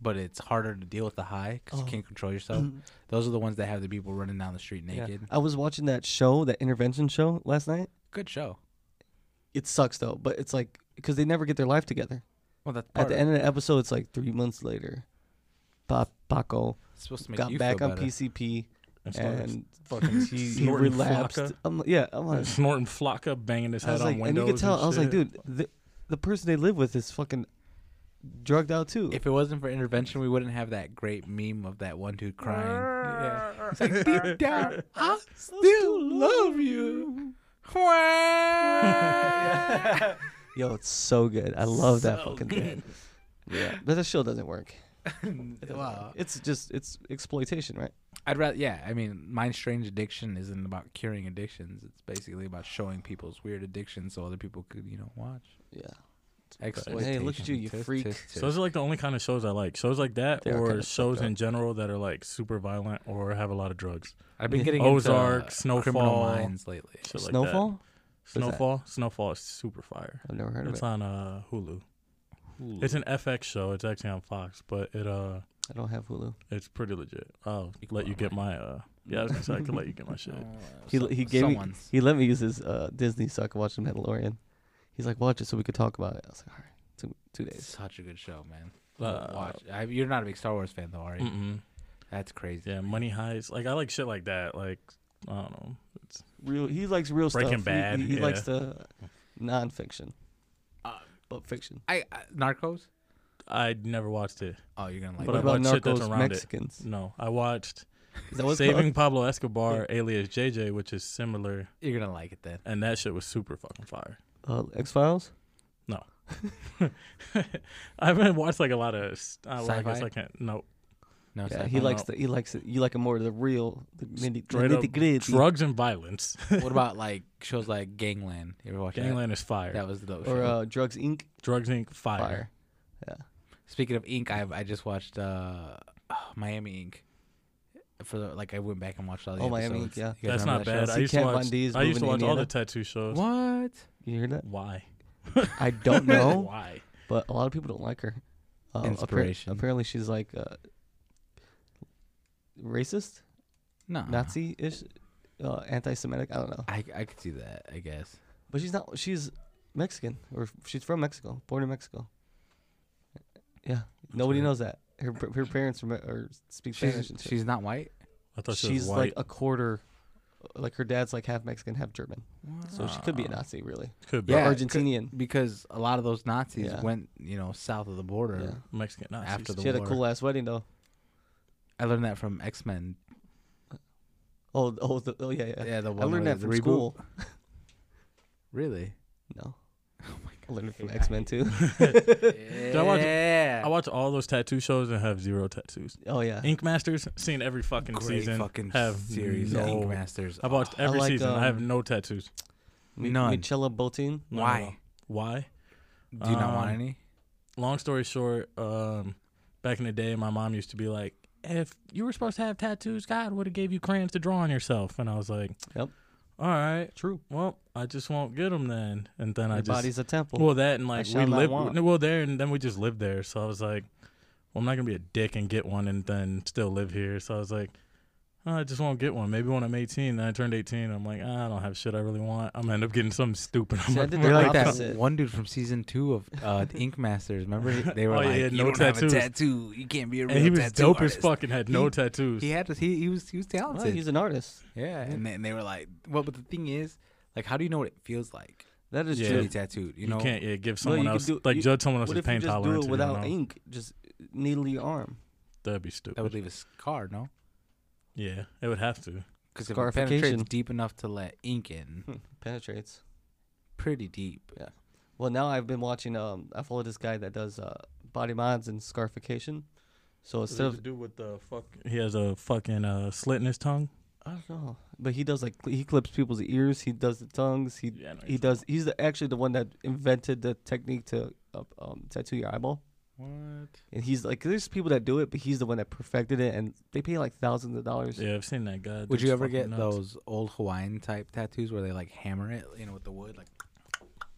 [SPEAKER 2] but it's harder to deal with the high because
[SPEAKER 1] Oh.
[SPEAKER 2] you can't control yourself. Those are the ones that have the people running down the street
[SPEAKER 1] Mm-hmm. Yeah.
[SPEAKER 2] naked.
[SPEAKER 1] I was watching that show, that intervention show last night.
[SPEAKER 2] Good show.
[SPEAKER 1] It sucks though, but it's like because they never get their life together.
[SPEAKER 2] Well, that's
[SPEAKER 1] At the end of the episode, it's like three months later. Pa- Paco
[SPEAKER 2] it's supposed to make
[SPEAKER 1] got
[SPEAKER 2] you
[SPEAKER 1] back
[SPEAKER 2] feel
[SPEAKER 1] on
[SPEAKER 2] better.
[SPEAKER 1] PCP
[SPEAKER 3] And started
[SPEAKER 1] and
[SPEAKER 3] fucking
[SPEAKER 1] he, he
[SPEAKER 3] snorting
[SPEAKER 1] relapsed.
[SPEAKER 3] Flocka.
[SPEAKER 1] I'm, like- yeah, I'm like,
[SPEAKER 3] Snorting flocka, banging his
[SPEAKER 1] I
[SPEAKER 3] head
[SPEAKER 1] was
[SPEAKER 3] on
[SPEAKER 1] like, and
[SPEAKER 3] windows.
[SPEAKER 1] you could tell. I was like,
[SPEAKER 3] shit.
[SPEAKER 1] dude, the, the person they live with is fucking drugged out too.
[SPEAKER 2] If it wasn't for intervention, we wouldn't have that great meme of that one dude crying. yeah. It's like, deep down, I still love you.
[SPEAKER 1] Yo, it's so good. I love that
[SPEAKER 2] So
[SPEAKER 1] fucking thing. Yeah, but that show doesn't work. It doesn't
[SPEAKER 2] wow.
[SPEAKER 1] work. It's just it's exploitation, right?
[SPEAKER 2] I'd rather, yeah. I mean, Mind Strange Addiction isn't about curing addictions. It's basically about showing people's weird addictions so other people could, you know, watch.
[SPEAKER 1] Yeah.
[SPEAKER 2] Exploitation.
[SPEAKER 1] Hey, look at you, you
[SPEAKER 2] Tisk,
[SPEAKER 1] freak.
[SPEAKER 2] tisk,
[SPEAKER 3] So
[SPEAKER 2] tisk.
[SPEAKER 3] those are like the only kind of shows I like. Shows like that,
[SPEAKER 1] They are
[SPEAKER 3] or
[SPEAKER 1] kinda
[SPEAKER 3] shows
[SPEAKER 1] fucked up.
[SPEAKER 3] in general that are like super violent or have a lot of drugs.
[SPEAKER 2] I've been
[SPEAKER 1] Yeah.
[SPEAKER 2] getting
[SPEAKER 3] Ozark,
[SPEAKER 2] into, uh, Criminal
[SPEAKER 3] Snowfall.
[SPEAKER 2] Minds lately.
[SPEAKER 3] Shit like that.
[SPEAKER 1] Snowfall. that?
[SPEAKER 3] Snowfall. Snowfall is super fire.
[SPEAKER 1] I've never heard of
[SPEAKER 3] It's
[SPEAKER 1] it.
[SPEAKER 3] on uh, Hulu. It's an FX show. It's actually on Fox, but it uh,
[SPEAKER 1] I don't have Hulu.
[SPEAKER 3] it's pretty legit. I'll
[SPEAKER 2] You can
[SPEAKER 3] let you
[SPEAKER 2] borrow
[SPEAKER 3] get my uh, yeah. I was gonna say I can let you get my shit.
[SPEAKER 1] He
[SPEAKER 2] Oh, So-
[SPEAKER 1] he gave me,
[SPEAKER 2] someone's.
[SPEAKER 1] he let me use his uh, Disney so I could watch the Mandalorian. He's like, watch it so we could talk about it. I was like, all right, two two days.
[SPEAKER 2] Such a good show, man.
[SPEAKER 3] Uh,
[SPEAKER 2] Watch. I, you're not a big Star Wars fan, though, are you?
[SPEAKER 3] Mm-mm.
[SPEAKER 2] That's crazy.
[SPEAKER 3] Yeah, Money Heist. Like I like shit like that. Like I don't know. It's
[SPEAKER 1] Real. He likes real stuff.
[SPEAKER 3] Breaking
[SPEAKER 1] He-
[SPEAKER 3] Bad,
[SPEAKER 1] He, he likes
[SPEAKER 3] yeah.
[SPEAKER 1] the nonfiction,
[SPEAKER 2] Uh,
[SPEAKER 1] but fiction.
[SPEAKER 2] I, I Narcos.
[SPEAKER 3] I never watched it.
[SPEAKER 2] Oh, you're gonna like.
[SPEAKER 3] But
[SPEAKER 1] what
[SPEAKER 2] that.
[SPEAKER 3] I
[SPEAKER 1] about
[SPEAKER 3] watch shit that's
[SPEAKER 1] Narcos
[SPEAKER 3] around it.
[SPEAKER 1] Mexicans?
[SPEAKER 3] No, I watched
[SPEAKER 1] Is that what it's called?
[SPEAKER 3] Saving Pablo Escobar, alias JJ, which is similar,
[SPEAKER 2] You're gonna like it then.
[SPEAKER 3] and that shit was super fucking fire.
[SPEAKER 1] Uh, X Files.
[SPEAKER 3] I haven't watched like a lot of. s- Uh, well, I guess
[SPEAKER 2] Sci-fi?
[SPEAKER 3] I can't. No,
[SPEAKER 2] No,
[SPEAKER 1] Yeah,
[SPEAKER 2] sci-fi?
[SPEAKER 1] he
[SPEAKER 3] don't
[SPEAKER 1] likes
[SPEAKER 3] know.
[SPEAKER 1] the he likes it. You like it more the real, the nitty,
[SPEAKER 3] Straight up
[SPEAKER 1] gritty.
[SPEAKER 3] drugs and violence.
[SPEAKER 2] what about like shows like Gangland? You ever watch that?
[SPEAKER 3] Gangland is fire.
[SPEAKER 2] That was the dope
[SPEAKER 1] or
[SPEAKER 2] show.
[SPEAKER 1] uh, Drugs Inc.
[SPEAKER 3] Drugs Inc. Fire.
[SPEAKER 1] Fire.
[SPEAKER 2] Speaking of Ink, I I just watched uh, Miami Ink. For the, like, I went back and watched all the
[SPEAKER 1] Oh,
[SPEAKER 2] episodes.
[SPEAKER 1] Miami Ink, yeah.
[SPEAKER 2] You guys
[SPEAKER 3] That's
[SPEAKER 2] remember
[SPEAKER 3] not
[SPEAKER 2] that
[SPEAKER 3] bad.
[SPEAKER 2] show?
[SPEAKER 3] I used, to
[SPEAKER 1] Cat Von
[SPEAKER 3] watch,
[SPEAKER 1] D is
[SPEAKER 3] I used
[SPEAKER 1] moving
[SPEAKER 3] to
[SPEAKER 1] to
[SPEAKER 3] watch all
[SPEAKER 1] Indiana.
[SPEAKER 3] the tattoo shows.
[SPEAKER 2] What?
[SPEAKER 1] You hear that?
[SPEAKER 3] Why?
[SPEAKER 1] I don't know,
[SPEAKER 3] Why?
[SPEAKER 1] but a lot of people don't like her. Um, appar-
[SPEAKER 2] Inspiration.
[SPEAKER 1] apparently, she's like uh, racist,
[SPEAKER 2] No.
[SPEAKER 1] Nazi-ish, uh, anti-Semitic. I don't know,
[SPEAKER 2] I I could see that. I guess.
[SPEAKER 1] but she's not. She's Mexican, or she's from Mexico, born in Mexico. Yeah, nobody
[SPEAKER 3] weird.
[SPEAKER 1] knows that. Her p- her parents are, me- or speak Spanish.
[SPEAKER 2] She's
[SPEAKER 1] and shit.
[SPEAKER 2] she's not white.
[SPEAKER 3] I thought she
[SPEAKER 1] she's
[SPEAKER 3] was white.
[SPEAKER 1] like a quarter, like her dad's like half Mexican, half German, so she could be a
[SPEAKER 3] Ah.
[SPEAKER 1] Nazi, really,
[SPEAKER 3] Could be
[SPEAKER 1] Or
[SPEAKER 2] Yeah,
[SPEAKER 3] Or
[SPEAKER 2] 'cause-
[SPEAKER 1] Argentinian.
[SPEAKER 2] because a lot of those Nazis
[SPEAKER 1] Yeah.
[SPEAKER 2] went, you know, south of the border.
[SPEAKER 1] Yeah.
[SPEAKER 3] Mexican. Nazis.
[SPEAKER 2] After the-
[SPEAKER 1] She had a
[SPEAKER 2] war.
[SPEAKER 1] cool ass wedding though.
[SPEAKER 2] I learned that from X Men.
[SPEAKER 1] Oh, th- oh, the, oh yeah, yeah.
[SPEAKER 2] Yeah. the
[SPEAKER 1] I
[SPEAKER 2] one
[SPEAKER 1] learned
[SPEAKER 2] where
[SPEAKER 1] that
[SPEAKER 2] the
[SPEAKER 1] from
[SPEAKER 2] reboot-
[SPEAKER 1] school.
[SPEAKER 2] Really?
[SPEAKER 1] No, I learned it from X Men too.
[SPEAKER 2] yeah.
[SPEAKER 3] I watch- I watch all those tattoo shows and have zero tattoos.
[SPEAKER 1] Oh yeah.
[SPEAKER 3] Ink Masters seen every fucking
[SPEAKER 2] Great
[SPEAKER 3] season.
[SPEAKER 2] fucking
[SPEAKER 3] have
[SPEAKER 2] series.
[SPEAKER 3] No,
[SPEAKER 2] Ink Masters.
[SPEAKER 3] I've watched
[SPEAKER 1] I
[SPEAKER 3] every
[SPEAKER 1] like,
[SPEAKER 3] season. I have
[SPEAKER 1] um,
[SPEAKER 3] no tattoos.
[SPEAKER 1] Mi-
[SPEAKER 2] None.
[SPEAKER 1] Michela Boltin.
[SPEAKER 3] None at
[SPEAKER 2] Why?
[SPEAKER 3] all. Why?
[SPEAKER 2] Do you not want
[SPEAKER 3] Um,
[SPEAKER 2] any?
[SPEAKER 3] long story short, um, back in the day, my mom used to be like, "If you were supposed to have tattoos, God would have gave you crayons to draw on yourself." And I was like,
[SPEAKER 1] Yep.
[SPEAKER 3] all right,
[SPEAKER 1] True.
[SPEAKER 3] well, I just won't get them then." And then I
[SPEAKER 1] Your
[SPEAKER 3] just
[SPEAKER 1] body's a temple.
[SPEAKER 3] well that and like we
[SPEAKER 1] shall not
[SPEAKER 3] lived
[SPEAKER 1] want.
[SPEAKER 3] well there and then we just lived there. So I was like, "Well, I'm not gonna be a dick and get one and then still live here." So I was like, "Oh, I just won't get one. Maybe when I'm 18, then I turned 18, I'm like, "Ah, I don't have shit I really want. I'm gonna end up getting something stupid. I'm
[SPEAKER 1] See, I
[SPEAKER 3] like,
[SPEAKER 1] did
[SPEAKER 2] They're
[SPEAKER 1] the
[SPEAKER 2] like that
[SPEAKER 1] opposite.
[SPEAKER 2] one dude from season two of uh, the Ink Masters. Remember, He- they were
[SPEAKER 3] Oh, yeah,
[SPEAKER 2] like,
[SPEAKER 3] he had
[SPEAKER 2] "You
[SPEAKER 3] no
[SPEAKER 2] don't
[SPEAKER 3] tattoos."
[SPEAKER 2] have a tattoo. You can't be a real
[SPEAKER 3] and he was
[SPEAKER 2] tattoo
[SPEAKER 3] dope
[SPEAKER 2] artist."
[SPEAKER 3] as fuck and had no
[SPEAKER 2] He-
[SPEAKER 3] tattoos.
[SPEAKER 2] He had to, he, he was he was
[SPEAKER 1] Well,
[SPEAKER 2] talented.
[SPEAKER 1] he's an artist.
[SPEAKER 2] yeah, and then they were like, "Well, but the thing is, like, how do you know what it feels like
[SPEAKER 1] That is
[SPEAKER 3] Yeah.
[SPEAKER 2] to
[SPEAKER 1] true.
[SPEAKER 2] be tattooed? You
[SPEAKER 3] You,
[SPEAKER 2] know,
[SPEAKER 3] can't yeah, give someone
[SPEAKER 1] you can
[SPEAKER 3] else
[SPEAKER 1] do-
[SPEAKER 3] like
[SPEAKER 1] you-
[SPEAKER 3] judge someone
[SPEAKER 1] What
[SPEAKER 3] else's
[SPEAKER 1] if you
[SPEAKER 3] pain
[SPEAKER 1] just do
[SPEAKER 3] tolerance.
[SPEAKER 1] it
[SPEAKER 3] you don't
[SPEAKER 1] without
[SPEAKER 3] know?
[SPEAKER 1] ink? Just needle your arm.
[SPEAKER 3] That'd be stupid.
[SPEAKER 2] that would leave a scar, no?
[SPEAKER 3] yeah, it would have to.
[SPEAKER 2] Because if it penetrates
[SPEAKER 1] Scarification.
[SPEAKER 2] deep enough to let ink in,
[SPEAKER 1] Hmm, Penetrates.
[SPEAKER 2] pretty deep.
[SPEAKER 1] Well, now I've been watching. Um, I follow this guy that does uh, body mods and scarification. So instead of
[SPEAKER 3] do with the fuck. He has a fucking uh, slit in his tongue.
[SPEAKER 1] I don't know, but he does like cl- he clips people's ears. He does the tongues. He
[SPEAKER 3] Yeah, I know what
[SPEAKER 1] he
[SPEAKER 3] you're
[SPEAKER 1] does. He's the, actually the one that invented the technique to uh, um, tattoo your eyeball.
[SPEAKER 2] What?
[SPEAKER 1] And he's like, there's people that do it, but he's the one that perfected it, and they pay like thousands of dollars.
[SPEAKER 3] Yeah, I've seen that guy.
[SPEAKER 2] Would
[SPEAKER 3] Dude's
[SPEAKER 2] you ever get
[SPEAKER 3] fucking nuts.
[SPEAKER 2] those old Hawaiian type tattoos where they like hammer it, you know, with the wood? Like,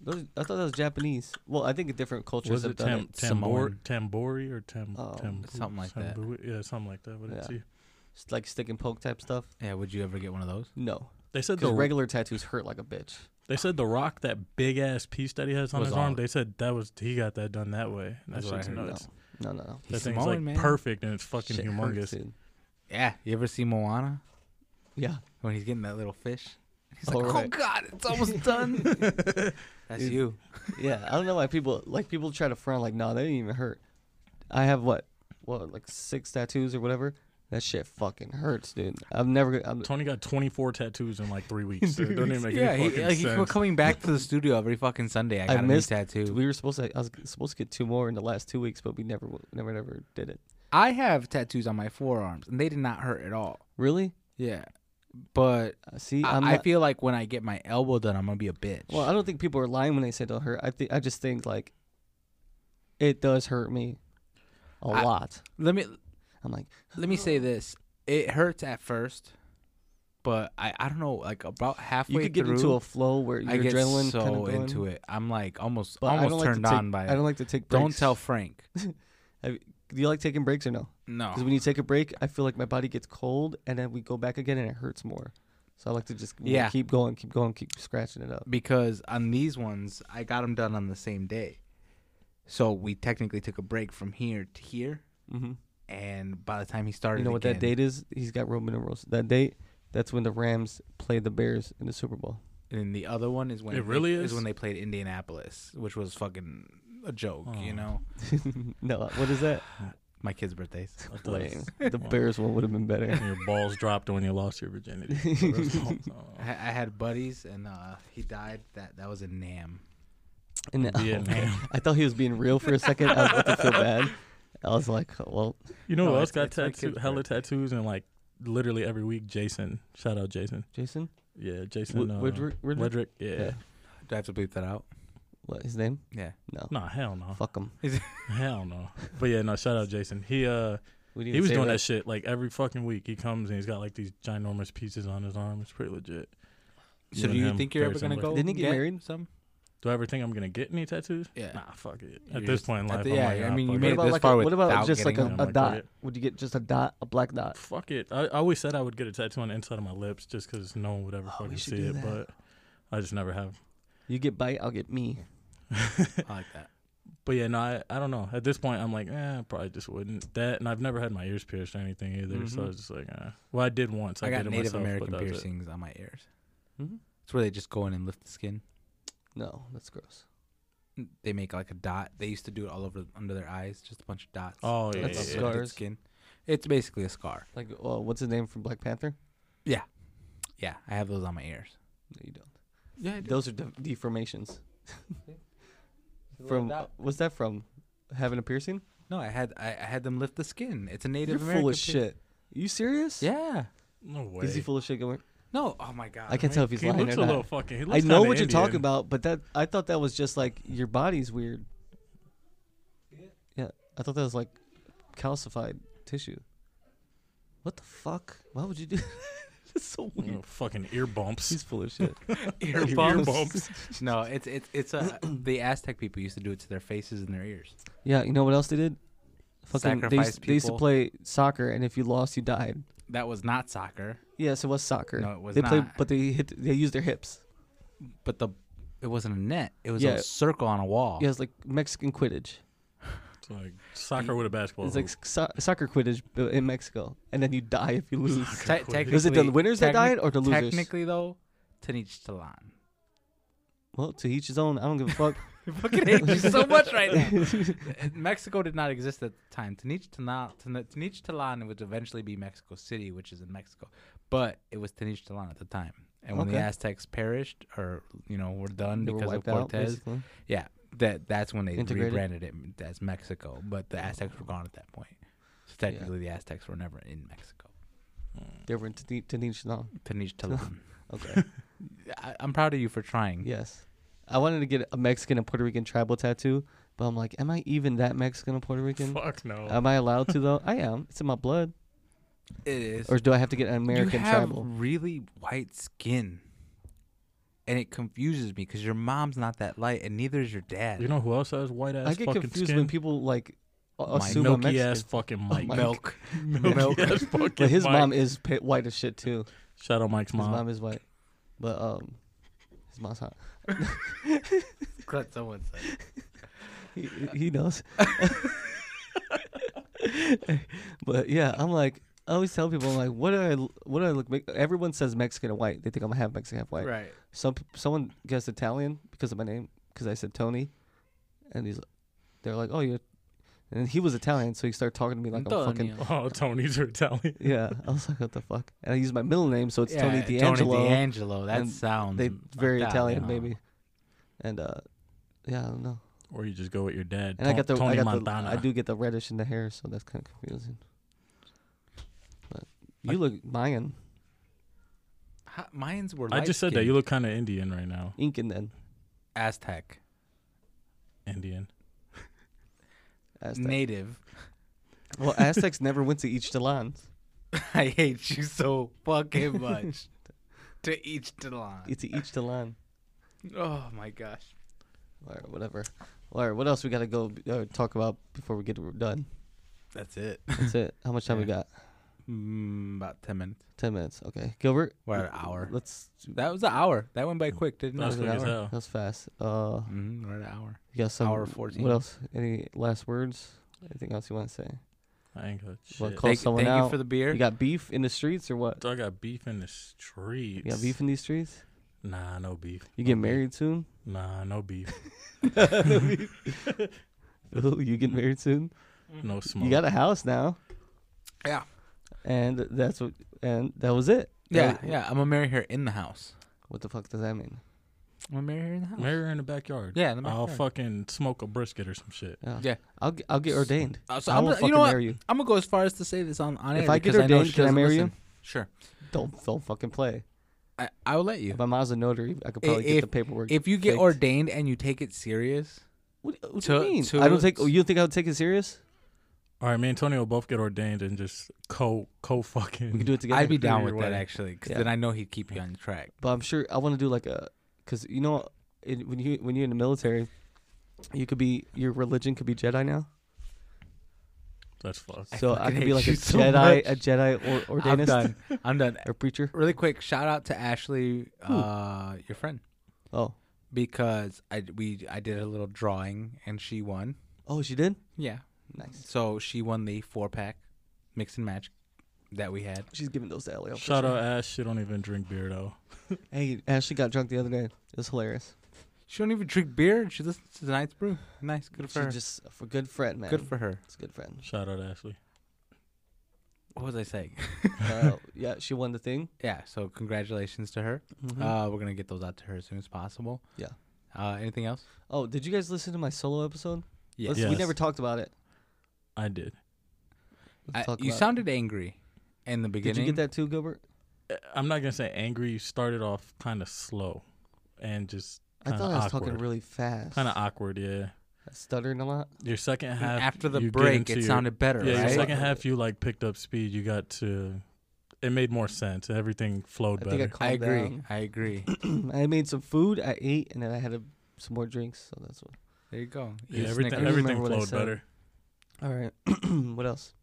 [SPEAKER 1] Those, I thought that was Japanese. Well, I think different cultures
[SPEAKER 3] Was
[SPEAKER 1] have
[SPEAKER 3] it
[SPEAKER 1] done it.
[SPEAKER 3] tam- tambor- tambori or tam-
[SPEAKER 1] Oh,
[SPEAKER 3] tambu-
[SPEAKER 2] something like that.
[SPEAKER 3] tambui- Yeah, something like that. What did
[SPEAKER 1] Yeah.
[SPEAKER 3] it say?
[SPEAKER 1] It's like stick and poke type stuff.
[SPEAKER 2] yeah, would you ever get one of those?
[SPEAKER 1] No,
[SPEAKER 3] They said the
[SPEAKER 1] because regular tattoos hurt like a bitch.
[SPEAKER 3] they said the rock that big ass piece that he has on
[SPEAKER 2] Was
[SPEAKER 3] his
[SPEAKER 2] all-
[SPEAKER 3] arm. They said that was he got that done that way. And That
[SPEAKER 2] That's what I
[SPEAKER 3] shit's
[SPEAKER 2] heard.
[SPEAKER 1] No,
[SPEAKER 3] nuts.
[SPEAKER 1] no, no, no.
[SPEAKER 3] That
[SPEAKER 2] He's
[SPEAKER 3] thing's
[SPEAKER 2] Samoan,
[SPEAKER 3] like
[SPEAKER 2] man.
[SPEAKER 3] perfect and it's fucking
[SPEAKER 1] Shit hurts,
[SPEAKER 3] humongous.
[SPEAKER 1] dude.
[SPEAKER 2] Yeah, you ever see Moana
[SPEAKER 1] yeah,
[SPEAKER 2] when he's getting that little fish? He's
[SPEAKER 1] All
[SPEAKER 2] like, oh
[SPEAKER 1] right.
[SPEAKER 2] god, it's almost done. That's
[SPEAKER 1] Dude.
[SPEAKER 2] you.
[SPEAKER 1] yeah. I don't know why people like people try to front like, nah, they didn't even hurt. I have what, what like six tattoos or whatever. That shit fucking hurts, dude. I'm never. gonna- I'm,
[SPEAKER 3] Tony got 24 tattoos in like three weeks. dude. Don't even make
[SPEAKER 2] yeah,
[SPEAKER 3] any
[SPEAKER 2] he,
[SPEAKER 3] fucking
[SPEAKER 2] like, he kept
[SPEAKER 3] sense.
[SPEAKER 2] coming back to the studio every fucking Sunday. I
[SPEAKER 1] I
[SPEAKER 2] got a new
[SPEAKER 1] missed-
[SPEAKER 2] tattoo.
[SPEAKER 1] we were supposed to. I was supposed to get two more in the last two weeks, but we never, never, never did it.
[SPEAKER 2] I have tattoos on my forearms, and they did not hurt at all.
[SPEAKER 1] Really?
[SPEAKER 2] Yeah, but
[SPEAKER 1] Uh, see,
[SPEAKER 2] I,
[SPEAKER 1] I'm
[SPEAKER 2] I
[SPEAKER 1] not,
[SPEAKER 2] feel like when I get my elbow done, I'm gonna be a bitch.
[SPEAKER 1] Well, I don't think people are lying when they say don't hurt. I think I just think like it does hurt me a
[SPEAKER 2] I-
[SPEAKER 1] lot.
[SPEAKER 2] let me
[SPEAKER 1] I'm like,
[SPEAKER 2] let me say this: it hurts at first, but I I don't know. Like about halfway
[SPEAKER 1] you could get
[SPEAKER 2] through,
[SPEAKER 1] into a flow where your
[SPEAKER 2] I get
[SPEAKER 1] adrenaline
[SPEAKER 2] so
[SPEAKER 1] kind of
[SPEAKER 2] into it. I'm like almost
[SPEAKER 1] But I
[SPEAKER 2] almost
[SPEAKER 1] don't like to
[SPEAKER 2] turned
[SPEAKER 1] take-
[SPEAKER 2] on by
[SPEAKER 1] I
[SPEAKER 2] it.
[SPEAKER 1] don't like to take breaks.
[SPEAKER 2] Don't tell Frank.
[SPEAKER 1] Do you like taking breaks or no?
[SPEAKER 2] No.
[SPEAKER 1] Because when you take a break, I feel like my body gets cold, and then we go back again, and it hurts more. So I like to just
[SPEAKER 2] Yeah.
[SPEAKER 1] keep going, keep going, keep scratching it up.
[SPEAKER 2] because on these ones I got them done on the same day, so we technically took a break from here to here,
[SPEAKER 1] hmm
[SPEAKER 2] and by the time he started,
[SPEAKER 1] You know what that
[SPEAKER 2] again-
[SPEAKER 1] date is? He's got Roman numerals. That date, that's when the Rams play the Bears in the Super Bowl.
[SPEAKER 2] And then the other one is when
[SPEAKER 3] It really
[SPEAKER 2] is
[SPEAKER 3] is?
[SPEAKER 2] when they played Indianapolis, which was fucking a joke, you know.
[SPEAKER 3] Oh.
[SPEAKER 1] no, uh, what is that?
[SPEAKER 2] My kids' birthdays.
[SPEAKER 3] I thought it
[SPEAKER 1] Lame.
[SPEAKER 3] was
[SPEAKER 1] The Bears one would have been better.
[SPEAKER 3] when your balls dropped when you lost your virginity. Oh,
[SPEAKER 2] I, I had buddies, and uh, he died. That that was in Nam.
[SPEAKER 1] And then-
[SPEAKER 3] Vietnam.
[SPEAKER 1] I thought he was being real for a second. I was about to feel bad. I was like, well,
[SPEAKER 3] You know
[SPEAKER 2] No,
[SPEAKER 3] who
[SPEAKER 2] it's-
[SPEAKER 3] else got
[SPEAKER 2] it's my
[SPEAKER 3] tattoo-
[SPEAKER 2] kid's
[SPEAKER 3] hella tattoos and like literally every week? Jason. Shout out Jason.
[SPEAKER 1] Jason,
[SPEAKER 3] Yeah,
[SPEAKER 1] Wed-
[SPEAKER 3] Jason. uh,
[SPEAKER 1] Wedrick, Wedrick?
[SPEAKER 3] Wedrick. Yeah.
[SPEAKER 1] Yeah.
[SPEAKER 2] Do I have to bleep that out?
[SPEAKER 1] what his name?
[SPEAKER 2] Yeah.
[SPEAKER 1] No,
[SPEAKER 3] Nah, hell no.
[SPEAKER 1] fuck him.
[SPEAKER 3] Hell no. But yeah, no, shout out Jason. He uh
[SPEAKER 1] We didn't
[SPEAKER 3] he was
[SPEAKER 1] say
[SPEAKER 3] doing that shit like every fucking week. He comes and he's got like these ginormous pieces on his arm. It's pretty legit.
[SPEAKER 2] So
[SPEAKER 3] and
[SPEAKER 2] do you
[SPEAKER 3] him,
[SPEAKER 2] think you're
[SPEAKER 3] very
[SPEAKER 2] ever gonna
[SPEAKER 3] similar.
[SPEAKER 2] go?
[SPEAKER 1] Didn't he
[SPEAKER 2] and
[SPEAKER 1] get married?
[SPEAKER 2] Some.
[SPEAKER 3] Do I ever think I'm gonna get any tattoos?
[SPEAKER 2] Yeah.
[SPEAKER 3] Nah, fuck it.
[SPEAKER 2] You're
[SPEAKER 3] At this
[SPEAKER 2] just-
[SPEAKER 3] point in
[SPEAKER 2] at
[SPEAKER 3] life,
[SPEAKER 2] the-
[SPEAKER 3] I'm
[SPEAKER 2] yeah,
[SPEAKER 3] like,
[SPEAKER 2] I
[SPEAKER 3] ah,
[SPEAKER 2] mean, you
[SPEAKER 3] fuck
[SPEAKER 2] made
[SPEAKER 1] What
[SPEAKER 2] it
[SPEAKER 3] it.
[SPEAKER 1] about
[SPEAKER 2] this
[SPEAKER 1] like
[SPEAKER 2] far
[SPEAKER 1] a, what
[SPEAKER 2] without
[SPEAKER 1] about just like
[SPEAKER 2] getting
[SPEAKER 1] a,
[SPEAKER 3] him.
[SPEAKER 1] a
[SPEAKER 3] Like,
[SPEAKER 1] dot?
[SPEAKER 3] forget
[SPEAKER 1] Would you get just a dot, a black dot?
[SPEAKER 3] Fuck it. I, I always said I would get a tattoo on the inside of my lips just because no one would ever
[SPEAKER 1] Oh, we
[SPEAKER 3] fucking
[SPEAKER 1] should
[SPEAKER 3] see
[SPEAKER 1] do
[SPEAKER 3] it,
[SPEAKER 1] that.
[SPEAKER 3] but I just never have.
[SPEAKER 1] You get bite, I'll get me.
[SPEAKER 2] I like that.
[SPEAKER 3] But yeah, no, I, I don't know. At this point, I'm like, eh, I probably just wouldn't. That, and I've never had my ears pierced or anything either. So
[SPEAKER 1] Mhm.
[SPEAKER 3] I was just like, eh. well, I did once. I,
[SPEAKER 2] I got
[SPEAKER 3] did it
[SPEAKER 2] Native
[SPEAKER 3] myself, but
[SPEAKER 2] American
[SPEAKER 3] that was it.
[SPEAKER 2] piercings on my ears.
[SPEAKER 1] hmm
[SPEAKER 2] It's where they just go in and lift the skin.
[SPEAKER 1] No, that's gross.
[SPEAKER 2] They make like a dot. They used to do it all over under their eyes, just a bunch of dots.
[SPEAKER 3] Oh yeah,
[SPEAKER 1] That's
[SPEAKER 3] yeah,
[SPEAKER 2] above
[SPEAKER 1] a
[SPEAKER 3] yeah.
[SPEAKER 2] the
[SPEAKER 1] Scars.
[SPEAKER 2] Skin. It's basically a scar.
[SPEAKER 1] Like, oh, what's his name from Black Panther?
[SPEAKER 2] Yeah, I have those on my ears.
[SPEAKER 1] No, you don't.
[SPEAKER 2] Yeah,
[SPEAKER 1] Those are de- deformations. from was that from having a piercing?
[SPEAKER 2] no, I had I, I had them lift the skin. It's a Native
[SPEAKER 1] You're
[SPEAKER 2] American
[SPEAKER 1] full of
[SPEAKER 2] pi-
[SPEAKER 1] shit. You serious?
[SPEAKER 2] Yeah.
[SPEAKER 3] No way.
[SPEAKER 1] Is he full of shit? Going?
[SPEAKER 2] No. Oh my god.
[SPEAKER 1] I can't tell if he's
[SPEAKER 3] he
[SPEAKER 1] lying
[SPEAKER 3] looks
[SPEAKER 1] or
[SPEAKER 3] a
[SPEAKER 1] not.
[SPEAKER 3] little fucking. He
[SPEAKER 1] I
[SPEAKER 3] looks
[SPEAKER 1] know
[SPEAKER 3] kinda
[SPEAKER 1] what you're talking
[SPEAKER 3] Indian.
[SPEAKER 1] about, but that I thought that was just like your body's weird. Yeah, I thought that was like calcified tissue. What the fuck? Why would you do? That's so
[SPEAKER 3] You
[SPEAKER 1] weird.
[SPEAKER 3] know, fucking ear bumps.
[SPEAKER 1] He's full of shit.
[SPEAKER 2] Ear
[SPEAKER 3] Ear
[SPEAKER 2] bumps.
[SPEAKER 3] bumps.
[SPEAKER 2] No, it's it's it's a the Aztec people used to do it to their faces and their ears.
[SPEAKER 1] Yeah, you know what else they did? Fucking they
[SPEAKER 2] Sacrifice
[SPEAKER 1] used, they used to
[SPEAKER 2] people.
[SPEAKER 1] play soccer, and if you lost, you died.
[SPEAKER 2] that was not soccer,
[SPEAKER 1] Yes, it was soccer.
[SPEAKER 2] No, it was
[SPEAKER 1] they
[SPEAKER 2] not.
[SPEAKER 1] but they hit. They used their hips.
[SPEAKER 2] but the it wasn't a net. It was
[SPEAKER 1] Yeah.
[SPEAKER 2] a circle on a wall.
[SPEAKER 1] Yeah, it's like Mexican Quidditch.
[SPEAKER 3] It's like soccer with a basketball.
[SPEAKER 1] It's like so- soccer Quidditch but in Mexico, and then you die if you lose.
[SPEAKER 2] Te- technically,
[SPEAKER 1] Was it the winners that died
[SPEAKER 2] technic-
[SPEAKER 1] or the losers?
[SPEAKER 2] Technically, though, to each to line.
[SPEAKER 1] Well, to each his own. I don't give a fuck.
[SPEAKER 2] I fucking hate you so much right now. Uh, Mexico did not exist at the time. Tanich Tana- Tana- Tanich Talan would eventually be Mexico City, which is in Mexico, but it was Tanich Talan at the time. And when the
[SPEAKER 1] Okay.
[SPEAKER 2] Aztecs perished, or you know, were done
[SPEAKER 1] They were
[SPEAKER 2] because of
[SPEAKER 1] wiped out,
[SPEAKER 2] Cortez,
[SPEAKER 1] basically.
[SPEAKER 2] yeah, that that's when they
[SPEAKER 1] Integrated.
[SPEAKER 2] rebranded it as Mexico. But the Aztecs were gone at that point. So technically, the Aztecs were never in Mexico.
[SPEAKER 1] They were in Tani- Tenochtitlan.
[SPEAKER 2] Tanich Talan.
[SPEAKER 1] Okay.
[SPEAKER 2] I, I'm proud of you for trying.
[SPEAKER 1] yes. I wanted to get a Mexican and Puerto Rican tribal tattoo, but I'm like, am I even that Mexican and Puerto Rican?
[SPEAKER 3] fuck no.
[SPEAKER 1] Am I allowed to though? I am. It's in my blood.
[SPEAKER 2] It is.
[SPEAKER 1] Or do I have to get an American
[SPEAKER 2] you have
[SPEAKER 1] tribal?
[SPEAKER 2] really white skin, and it confuses me because your mom's not that light, and neither is your dad.
[SPEAKER 3] you know who else has white ass
[SPEAKER 1] I get
[SPEAKER 3] fucking
[SPEAKER 1] confused
[SPEAKER 3] skin?
[SPEAKER 1] when people like a-
[SPEAKER 2] Mike.
[SPEAKER 1] assume I'm
[SPEAKER 3] Milky
[SPEAKER 1] Mexican. Oh,
[SPEAKER 3] ass fucking Mike.
[SPEAKER 1] Mike.
[SPEAKER 2] milk,
[SPEAKER 3] Milky
[SPEAKER 2] Milk.
[SPEAKER 3] ass fucking
[SPEAKER 1] But his
[SPEAKER 3] Mike.
[SPEAKER 1] mom is pa- white as shit too.
[SPEAKER 3] Shout out Mike's
[SPEAKER 1] His
[SPEAKER 3] mom.
[SPEAKER 1] mom is white, but um, his mom's hot.
[SPEAKER 2] Glad someone said.
[SPEAKER 1] He, he knows. but yeah, I'm like, I always tell people, I'm like, what do I, what do I look? Me- Everyone says Mexican and white. They think I'm half Mexican, half white.
[SPEAKER 2] Right.
[SPEAKER 1] Some p- someone guessed Italian because of my name, because I said Tony, and he's, they're like, oh, you're, and he was Italian, so he started talking to me like I'm fucking.
[SPEAKER 3] Oh, Tony's are Italian.
[SPEAKER 1] Yeah, I was like, what the fuck? And I used my middle name, so it's
[SPEAKER 2] Yeah,
[SPEAKER 1] Tony D'Angelo.
[SPEAKER 2] Tony D'Angelo. That
[SPEAKER 1] and
[SPEAKER 2] sounds
[SPEAKER 1] they
[SPEAKER 2] like
[SPEAKER 1] very
[SPEAKER 2] that,
[SPEAKER 1] Italian,
[SPEAKER 2] you know.
[SPEAKER 1] maybe. And uh, yeah, I don't know.
[SPEAKER 3] Or you just go with your dad.
[SPEAKER 1] And I
[SPEAKER 3] Ton-
[SPEAKER 1] got the
[SPEAKER 3] Tony
[SPEAKER 1] I got
[SPEAKER 3] Montana.
[SPEAKER 1] the I do get the reddish in the hair, so that's kind of confusing. But you look Mayan,
[SPEAKER 2] How, mine's were.
[SPEAKER 3] I just said that you look kind of Indian right now.
[SPEAKER 1] Incan then.
[SPEAKER 2] Aztec,
[SPEAKER 3] Indian.
[SPEAKER 1] Aztec.
[SPEAKER 2] native.
[SPEAKER 1] well, Aztecs never went to Ixtalan.
[SPEAKER 2] I hate you so fucking much. to each to line.
[SPEAKER 1] It's Ixtalan.
[SPEAKER 2] Oh my gosh.
[SPEAKER 1] All right, whatever. All right, what else we got to go uh, talk about before we get done?
[SPEAKER 2] That's it.
[SPEAKER 1] That's it. How much time we
[SPEAKER 2] Yeah.
[SPEAKER 1] got?
[SPEAKER 2] Mm, about ten minutes.
[SPEAKER 1] Ten minutes. Okay, Gilbert.
[SPEAKER 2] We're at
[SPEAKER 1] l-
[SPEAKER 2] an hour.
[SPEAKER 1] Let's.
[SPEAKER 2] That was an hour. That went by quick, didn't
[SPEAKER 3] That
[SPEAKER 2] it?
[SPEAKER 3] was
[SPEAKER 1] an
[SPEAKER 3] quick as
[SPEAKER 1] hour?
[SPEAKER 3] hell.
[SPEAKER 1] That was fast. Uh,
[SPEAKER 2] Mm, we're at an hour.
[SPEAKER 1] you got some.
[SPEAKER 2] Hour 14.
[SPEAKER 1] What else? Any last words? Anything else you want to say?
[SPEAKER 3] I ain't got
[SPEAKER 1] Well,
[SPEAKER 3] shit.
[SPEAKER 1] call
[SPEAKER 2] thank
[SPEAKER 1] someone
[SPEAKER 2] thank
[SPEAKER 1] out.
[SPEAKER 2] you for the beer.
[SPEAKER 1] You got beef in the streets or what?
[SPEAKER 3] So I got beef in the streets.
[SPEAKER 1] You got beef in these streets?
[SPEAKER 3] Nah, no beef.
[SPEAKER 1] You get married soon?
[SPEAKER 3] Nah, no beef.
[SPEAKER 1] Ooh, you get married soon?
[SPEAKER 3] No smoke.
[SPEAKER 1] You got a house now,
[SPEAKER 2] yeah.
[SPEAKER 1] and that's what. And that was it.
[SPEAKER 2] Yeah,
[SPEAKER 1] That-
[SPEAKER 2] yeah. I'm gonna marry her in the house.
[SPEAKER 1] What the fuck does that mean?
[SPEAKER 2] I'm gonna marry her in the house.
[SPEAKER 3] Marry her in the backyard.
[SPEAKER 2] Yeah, in the
[SPEAKER 3] I'll
[SPEAKER 2] backyard.
[SPEAKER 3] fucking smoke a brisket or some shit.
[SPEAKER 2] Yeah.
[SPEAKER 1] I'll g- I'll get ordained.
[SPEAKER 2] Uh, so
[SPEAKER 1] I
[SPEAKER 2] I'm
[SPEAKER 1] won't
[SPEAKER 2] gonna, you
[SPEAKER 1] fucking
[SPEAKER 2] know what?
[SPEAKER 1] marry you.
[SPEAKER 2] I'm gonna go as far as to say this on, on
[SPEAKER 1] If
[SPEAKER 2] air.
[SPEAKER 1] I get
[SPEAKER 2] because know
[SPEAKER 1] ordained,
[SPEAKER 2] she
[SPEAKER 1] can I
[SPEAKER 2] doesn't
[SPEAKER 1] marry you?
[SPEAKER 2] listen. Sure.
[SPEAKER 1] Don't don't fucking play.
[SPEAKER 2] I, I will let you.
[SPEAKER 1] If my mom's a notary, I could probably get the paperwork.
[SPEAKER 2] If you get
[SPEAKER 1] faked.
[SPEAKER 2] ordained and you take it serious,
[SPEAKER 1] what, what do
[SPEAKER 2] to-
[SPEAKER 1] you mean?
[SPEAKER 2] to-
[SPEAKER 1] I don't take. Oh, you don't think I would take it serious?
[SPEAKER 3] All right, me and Tony will both get ordained and just co co fucking.
[SPEAKER 1] We could do it together.
[SPEAKER 2] I'd be
[SPEAKER 3] do
[SPEAKER 2] down
[SPEAKER 3] your
[SPEAKER 2] with that
[SPEAKER 3] wedding.
[SPEAKER 2] actually, because
[SPEAKER 1] Yeah.
[SPEAKER 2] then I know he'd keep you on track.
[SPEAKER 1] but I'm sure I want to do like a because you know it, when you when you're in the military, you could be your religion could be Jedi now.
[SPEAKER 3] That's fucked.
[SPEAKER 1] So I,
[SPEAKER 2] fucking
[SPEAKER 1] could be
[SPEAKER 2] hate
[SPEAKER 1] like a
[SPEAKER 2] you so
[SPEAKER 1] Jedi,
[SPEAKER 2] much.
[SPEAKER 1] a Jedi or
[SPEAKER 2] I'm
[SPEAKER 1] ordainist
[SPEAKER 2] done. I'm done.
[SPEAKER 1] or preacher.
[SPEAKER 2] Really quick, shout out to Ashley, uh, your friend,
[SPEAKER 1] Oh,
[SPEAKER 2] because I we I did a little drawing and she won.
[SPEAKER 1] oh, she did.
[SPEAKER 2] Yeah.
[SPEAKER 1] Nice.
[SPEAKER 2] So she won the four pack mix and match that we had.
[SPEAKER 1] She's giving those to Elio. for
[SPEAKER 3] Shout
[SPEAKER 1] sure.
[SPEAKER 3] out Ash. She don't even drink beer though.
[SPEAKER 1] Hey, Ashley got drunk the other day. It was hilarious.
[SPEAKER 2] She don't even drink beer. and She listens to Tonight's Brew. Nice, good for
[SPEAKER 1] She's
[SPEAKER 2] her.
[SPEAKER 1] just a f- good friend, man.
[SPEAKER 2] good for her.
[SPEAKER 1] It's a good friend.
[SPEAKER 3] Shout out Ashley.
[SPEAKER 2] What was I saying?
[SPEAKER 1] Uh, yeah, she won the thing.
[SPEAKER 2] yeah. So congratulations to her.
[SPEAKER 1] Mm-hmm.
[SPEAKER 2] Uh, we're gonna get those out to her as soon as possible.
[SPEAKER 1] Yeah.
[SPEAKER 2] Uh, anything else?
[SPEAKER 1] oh, did you guys listen to my solo episode?
[SPEAKER 2] Yes.
[SPEAKER 1] Let's- We
[SPEAKER 3] Yes.
[SPEAKER 1] never talked about it.
[SPEAKER 3] I did.
[SPEAKER 2] I-
[SPEAKER 1] Let's talk
[SPEAKER 2] you
[SPEAKER 1] about it.
[SPEAKER 2] sounded angry in the
[SPEAKER 1] Did you
[SPEAKER 2] beginning.
[SPEAKER 1] get that too, Gilbert?
[SPEAKER 3] Uh, I'm not gonna say angry. You started off kind of slow, and just
[SPEAKER 1] I
[SPEAKER 3] Kinda
[SPEAKER 1] thought I was
[SPEAKER 3] awkward.
[SPEAKER 1] talking really fast.
[SPEAKER 3] kind of awkward. Yeah.
[SPEAKER 1] stuttering a lot.
[SPEAKER 3] Your second
[SPEAKER 2] And
[SPEAKER 3] half.
[SPEAKER 2] after the
[SPEAKER 3] you get
[SPEAKER 2] break,
[SPEAKER 3] into
[SPEAKER 2] it
[SPEAKER 3] your-
[SPEAKER 2] sounded better,
[SPEAKER 3] Yeah. Your
[SPEAKER 2] right?
[SPEAKER 3] second half, you like picked up speed. You got to. It made more sense. Everything flowed
[SPEAKER 1] I
[SPEAKER 3] better.
[SPEAKER 1] think I
[SPEAKER 2] I
[SPEAKER 1] calmed
[SPEAKER 2] agree. I agree.
[SPEAKER 1] down. I made some food. I ate, and then I had a, some more drinks. So that's what.
[SPEAKER 2] There you go.
[SPEAKER 3] yeah,
[SPEAKER 2] Eat a
[SPEAKER 3] everything
[SPEAKER 2] Snickers.
[SPEAKER 1] remember
[SPEAKER 3] everything
[SPEAKER 1] what I
[SPEAKER 3] flowed
[SPEAKER 1] said.
[SPEAKER 3] better.
[SPEAKER 1] All right. what else?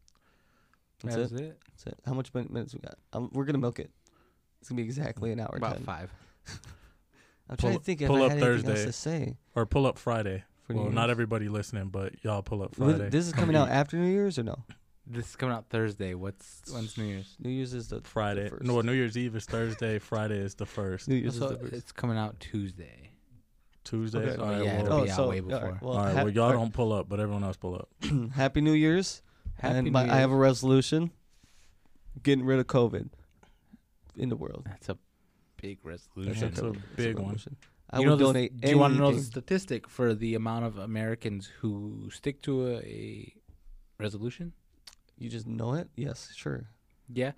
[SPEAKER 1] That's it. That's it. How much min- minutes we got? Um, we're gonna milk it. It's gonna be exactly an hour and
[SPEAKER 2] About
[SPEAKER 1] ten.
[SPEAKER 2] five.
[SPEAKER 1] I'm trying
[SPEAKER 3] Pull-
[SPEAKER 1] to think if
[SPEAKER 3] pull
[SPEAKER 1] I
[SPEAKER 3] up
[SPEAKER 1] had anything else
[SPEAKER 3] Thursday
[SPEAKER 1] to say.
[SPEAKER 3] or pull up Friday.
[SPEAKER 1] For New
[SPEAKER 3] Well, not
[SPEAKER 1] Year's.
[SPEAKER 3] everybody listening, but y'all pull up
[SPEAKER 1] Well, th-
[SPEAKER 3] Friday.
[SPEAKER 1] This is coming out after New Year's or no?
[SPEAKER 2] This is coming out Thursday. What's when's New Year's?
[SPEAKER 1] New Year's is the
[SPEAKER 3] Friday.
[SPEAKER 1] first.
[SPEAKER 3] No, New Year's Eve is Thursday. Friday is the first.
[SPEAKER 1] New Year's is
[SPEAKER 2] So
[SPEAKER 1] the first.
[SPEAKER 2] it's coming out Tuesday.
[SPEAKER 3] Tuesday.
[SPEAKER 1] Okay.
[SPEAKER 3] All right,
[SPEAKER 2] Yeah,
[SPEAKER 3] well,
[SPEAKER 2] it'll be
[SPEAKER 1] Oh,
[SPEAKER 2] out way
[SPEAKER 1] all right,
[SPEAKER 2] before.
[SPEAKER 1] well,
[SPEAKER 3] all right,
[SPEAKER 1] hap-
[SPEAKER 3] well, y'all
[SPEAKER 1] all right.
[SPEAKER 3] don't pull up, but everyone else pull up.
[SPEAKER 1] Happy New Year's.
[SPEAKER 2] Happy
[SPEAKER 1] and
[SPEAKER 2] New
[SPEAKER 1] my, I have
[SPEAKER 2] Year's.
[SPEAKER 1] a resolution. Getting rid of COVID in the world.
[SPEAKER 2] That's a big resolution.
[SPEAKER 3] That's
[SPEAKER 1] Yeah,
[SPEAKER 3] a
[SPEAKER 1] totally.
[SPEAKER 3] big one.
[SPEAKER 1] resolution. I
[SPEAKER 2] You know
[SPEAKER 1] will
[SPEAKER 2] the-
[SPEAKER 1] donate
[SPEAKER 2] Do you want to know the
[SPEAKER 1] anything.
[SPEAKER 2] statistic for the amount of Americans who stick to a, a resolution?
[SPEAKER 1] You just know it? Yes, sure.
[SPEAKER 2] Yeah,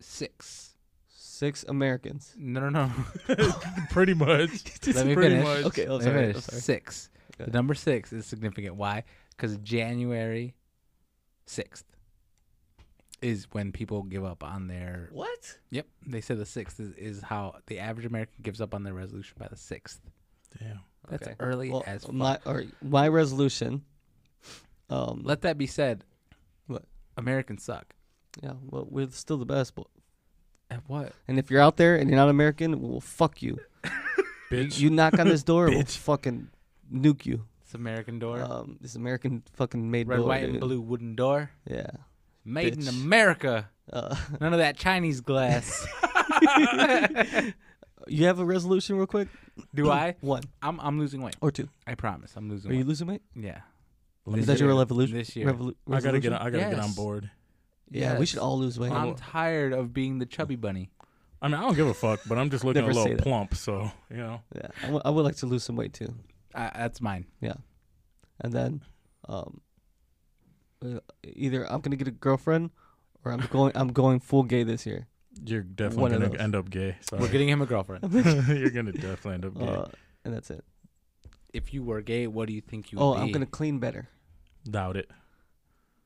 [SPEAKER 2] six.
[SPEAKER 1] Six Americans.
[SPEAKER 2] No, no, no.
[SPEAKER 3] Pretty much.
[SPEAKER 2] Let me
[SPEAKER 3] Pretty
[SPEAKER 2] finish.
[SPEAKER 3] much.
[SPEAKER 1] Okay, I'm
[SPEAKER 2] Wait a
[SPEAKER 1] sorry.
[SPEAKER 2] minute,
[SPEAKER 1] I'm sorry.
[SPEAKER 2] Six.
[SPEAKER 1] Okay.
[SPEAKER 2] The number six is significant. Why? Because January sixth is when people give up on their.
[SPEAKER 1] What?
[SPEAKER 2] Yep, they say the sixth is, is how the average American gives up on their resolution by the sixth.
[SPEAKER 3] Damn.
[SPEAKER 2] That's
[SPEAKER 1] Okay.
[SPEAKER 2] early
[SPEAKER 1] Well, um,
[SPEAKER 2] as fuck.
[SPEAKER 1] my, all right, my resolution. Um,
[SPEAKER 2] Let that be said.
[SPEAKER 1] What?
[SPEAKER 2] Americans suck.
[SPEAKER 1] yeah, well, we're still the best. But,
[SPEAKER 2] At what?
[SPEAKER 1] and if you're out there and you're not American, we'll fuck you.
[SPEAKER 3] Bitch.
[SPEAKER 1] You knock on this door, we'll
[SPEAKER 3] Bitch.
[SPEAKER 1] fucking nuke you.
[SPEAKER 2] It's American door.
[SPEAKER 1] Um, this American fucking made
[SPEAKER 2] Red,
[SPEAKER 1] door,
[SPEAKER 2] white, and
[SPEAKER 1] dude.
[SPEAKER 2] blue wooden door.
[SPEAKER 1] Yeah.
[SPEAKER 2] Made in
[SPEAKER 1] Bitch.
[SPEAKER 2] America.
[SPEAKER 1] Uh,
[SPEAKER 2] None of that Chinese glass.
[SPEAKER 1] you have a resolution, real quick?
[SPEAKER 2] Do I?
[SPEAKER 1] One
[SPEAKER 2] I'm I'm losing weight.
[SPEAKER 1] or two.
[SPEAKER 2] I promise. I'm losing
[SPEAKER 1] Are you
[SPEAKER 2] weight.
[SPEAKER 1] losing weight?
[SPEAKER 2] yeah.
[SPEAKER 3] Let me
[SPEAKER 1] Is
[SPEAKER 2] This
[SPEAKER 1] that
[SPEAKER 3] get-
[SPEAKER 1] your
[SPEAKER 2] year.
[SPEAKER 1] revolution?
[SPEAKER 2] This year.
[SPEAKER 1] Revolu-
[SPEAKER 3] I gotta get.
[SPEAKER 1] resolution?
[SPEAKER 3] I gotta get on
[SPEAKER 2] Yes.
[SPEAKER 3] board.
[SPEAKER 1] Yeah, we
[SPEAKER 2] Yes.
[SPEAKER 1] should all lose weight.
[SPEAKER 2] I'm tired of being the chubby bunny.
[SPEAKER 3] I mean, I don't give a fuck, but I'm just looking a
[SPEAKER 1] Never say
[SPEAKER 3] little
[SPEAKER 1] that.
[SPEAKER 3] plump, so you know.
[SPEAKER 1] Yeah, I wa- I would like to lose some weight too.
[SPEAKER 2] Uh, that's mine.
[SPEAKER 1] and then um uh, either I'm gonna get a girlfriend or I'm going I'm going full gay this year.
[SPEAKER 3] You're definitely
[SPEAKER 1] One of
[SPEAKER 3] gonna
[SPEAKER 1] those.
[SPEAKER 3] end up gay.
[SPEAKER 2] We're getting him a girlfriend.
[SPEAKER 3] Sorry. You're gonna definitely end up gay.
[SPEAKER 1] Uh, and that's it.
[SPEAKER 2] If you were gay, what do you think you would
[SPEAKER 1] oh,
[SPEAKER 2] be?
[SPEAKER 1] I'm gonna clean better.
[SPEAKER 3] Doubt it.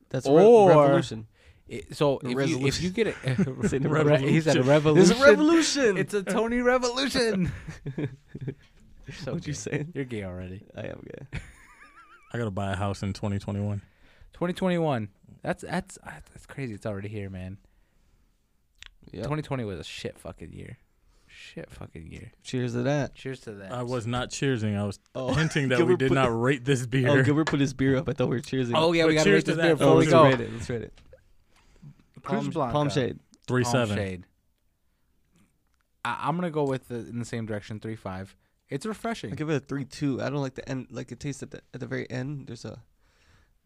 [SPEAKER 1] That's a re-
[SPEAKER 2] Or-
[SPEAKER 1] revolution.
[SPEAKER 2] It- so
[SPEAKER 1] A
[SPEAKER 2] if you, if
[SPEAKER 1] resolution.
[SPEAKER 2] you get a,
[SPEAKER 1] It's in a
[SPEAKER 2] Re- he's at a revolution.
[SPEAKER 1] There's a revolution.
[SPEAKER 2] It's a Tony revolution. You're so
[SPEAKER 1] what you
[SPEAKER 2] gay.
[SPEAKER 1] saying?
[SPEAKER 2] You're gay already.
[SPEAKER 1] I am gay.
[SPEAKER 3] I gotta buy a house in 2021.
[SPEAKER 2] 2021. That's that's uh, that's crazy. It's already here, man.
[SPEAKER 1] Yep.
[SPEAKER 2] 2020 was a shit fucking year. Shit fucking year.
[SPEAKER 1] Cheers to that.
[SPEAKER 2] Cheers to that.
[SPEAKER 3] I was not cheersing. I was
[SPEAKER 1] Oh,
[SPEAKER 3] hinting that we
[SPEAKER 1] Gilbert
[SPEAKER 3] did
[SPEAKER 1] put-
[SPEAKER 3] not rate this beer.
[SPEAKER 1] Oh, Gilbert put his beer up. I thought we were cheersing.
[SPEAKER 2] Oh yeah, we
[SPEAKER 3] But
[SPEAKER 2] gotta
[SPEAKER 3] cheers
[SPEAKER 2] rate
[SPEAKER 3] to
[SPEAKER 2] this
[SPEAKER 3] that,
[SPEAKER 2] beer before
[SPEAKER 1] Oh,
[SPEAKER 2] we
[SPEAKER 1] let's
[SPEAKER 2] go.
[SPEAKER 1] rate it. Let's rate it.
[SPEAKER 2] Cruz
[SPEAKER 1] Palm,
[SPEAKER 2] Blanca.
[SPEAKER 1] palm shade.
[SPEAKER 3] three
[SPEAKER 1] Oh,
[SPEAKER 2] Palm
[SPEAKER 3] seven.
[SPEAKER 2] Shade. I, I'm gonna go with the, in the same direction. Three five. It's
[SPEAKER 1] I
[SPEAKER 2] refreshing.
[SPEAKER 1] give it a three two. I don't like the end. Like it tastes at the at the very end. There's a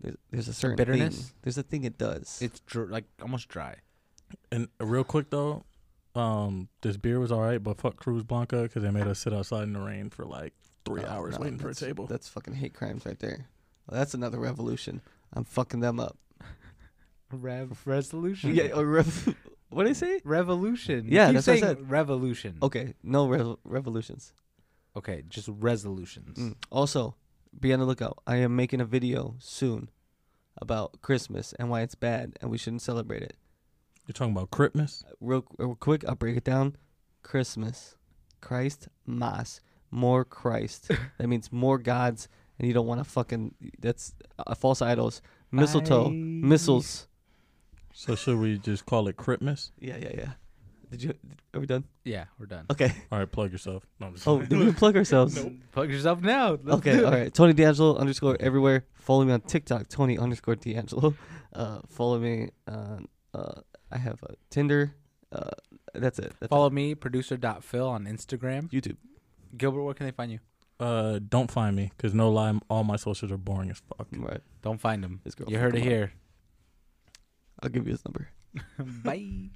[SPEAKER 1] there's, there's a certain Thing.
[SPEAKER 2] bitterness?
[SPEAKER 1] There's a thing it does.
[SPEAKER 2] It's dr- like almost dry.
[SPEAKER 3] And real quick though, um, this beer was all right, but fuck Cruz Blanca because they made us sit outside in the rain for like three
[SPEAKER 1] Oh,
[SPEAKER 3] hours
[SPEAKER 1] no,
[SPEAKER 3] waiting for a
[SPEAKER 1] that's-
[SPEAKER 3] table.
[SPEAKER 1] That's fucking hate crimes right there. Well, that's another revolution. I'm fucking them up.
[SPEAKER 2] Rev resolution.
[SPEAKER 1] yeah, or rev- what did I say?
[SPEAKER 2] Revolution.
[SPEAKER 1] Yeah,
[SPEAKER 2] Keep
[SPEAKER 1] that's what I
[SPEAKER 2] saying
[SPEAKER 1] said.
[SPEAKER 2] Revolution.
[SPEAKER 1] Okay, no rev- revolutions.
[SPEAKER 2] Okay, just resolutions.
[SPEAKER 1] Mm. Also, be on the lookout. I am making a video soon about Christmas and why it's bad and we shouldn't celebrate it.
[SPEAKER 3] You're talking about Christmas.
[SPEAKER 1] Real, real quick, I'll break it down. Christmas, Christ, Mass, more Christ.
[SPEAKER 2] Mm.
[SPEAKER 1] that means more gods, and you don't want to fucking. That's uh, false idols, mistletoe, missiles.
[SPEAKER 3] So should we just call it Christmas?
[SPEAKER 1] Yeah, yeah, yeah. Did you? Are we done?
[SPEAKER 2] Yeah, we're done.
[SPEAKER 1] Okay.
[SPEAKER 3] All right, plug yourself. No, I'm just
[SPEAKER 1] Oh, did we plug ourselves?
[SPEAKER 2] Plug yourself now. Let's
[SPEAKER 1] Okay, all right. Tony D'Angelo underscore everywhere. Follow me on TikTok, Tony underscore D'Angelo. Uh, follow me on. Uh, I have a Tinder. Uh, that's it. That's
[SPEAKER 2] Follow me, producer.phil on Instagram.
[SPEAKER 1] it. YouTube.
[SPEAKER 2] Gilbert, where can they find you?
[SPEAKER 3] Uh, don't find me, cause no lie, all my socials are boring as fuck.
[SPEAKER 1] All right.
[SPEAKER 2] Don't find him.
[SPEAKER 1] His girl.
[SPEAKER 2] You heard it here.
[SPEAKER 1] I'll give you his number.
[SPEAKER 2] Bye.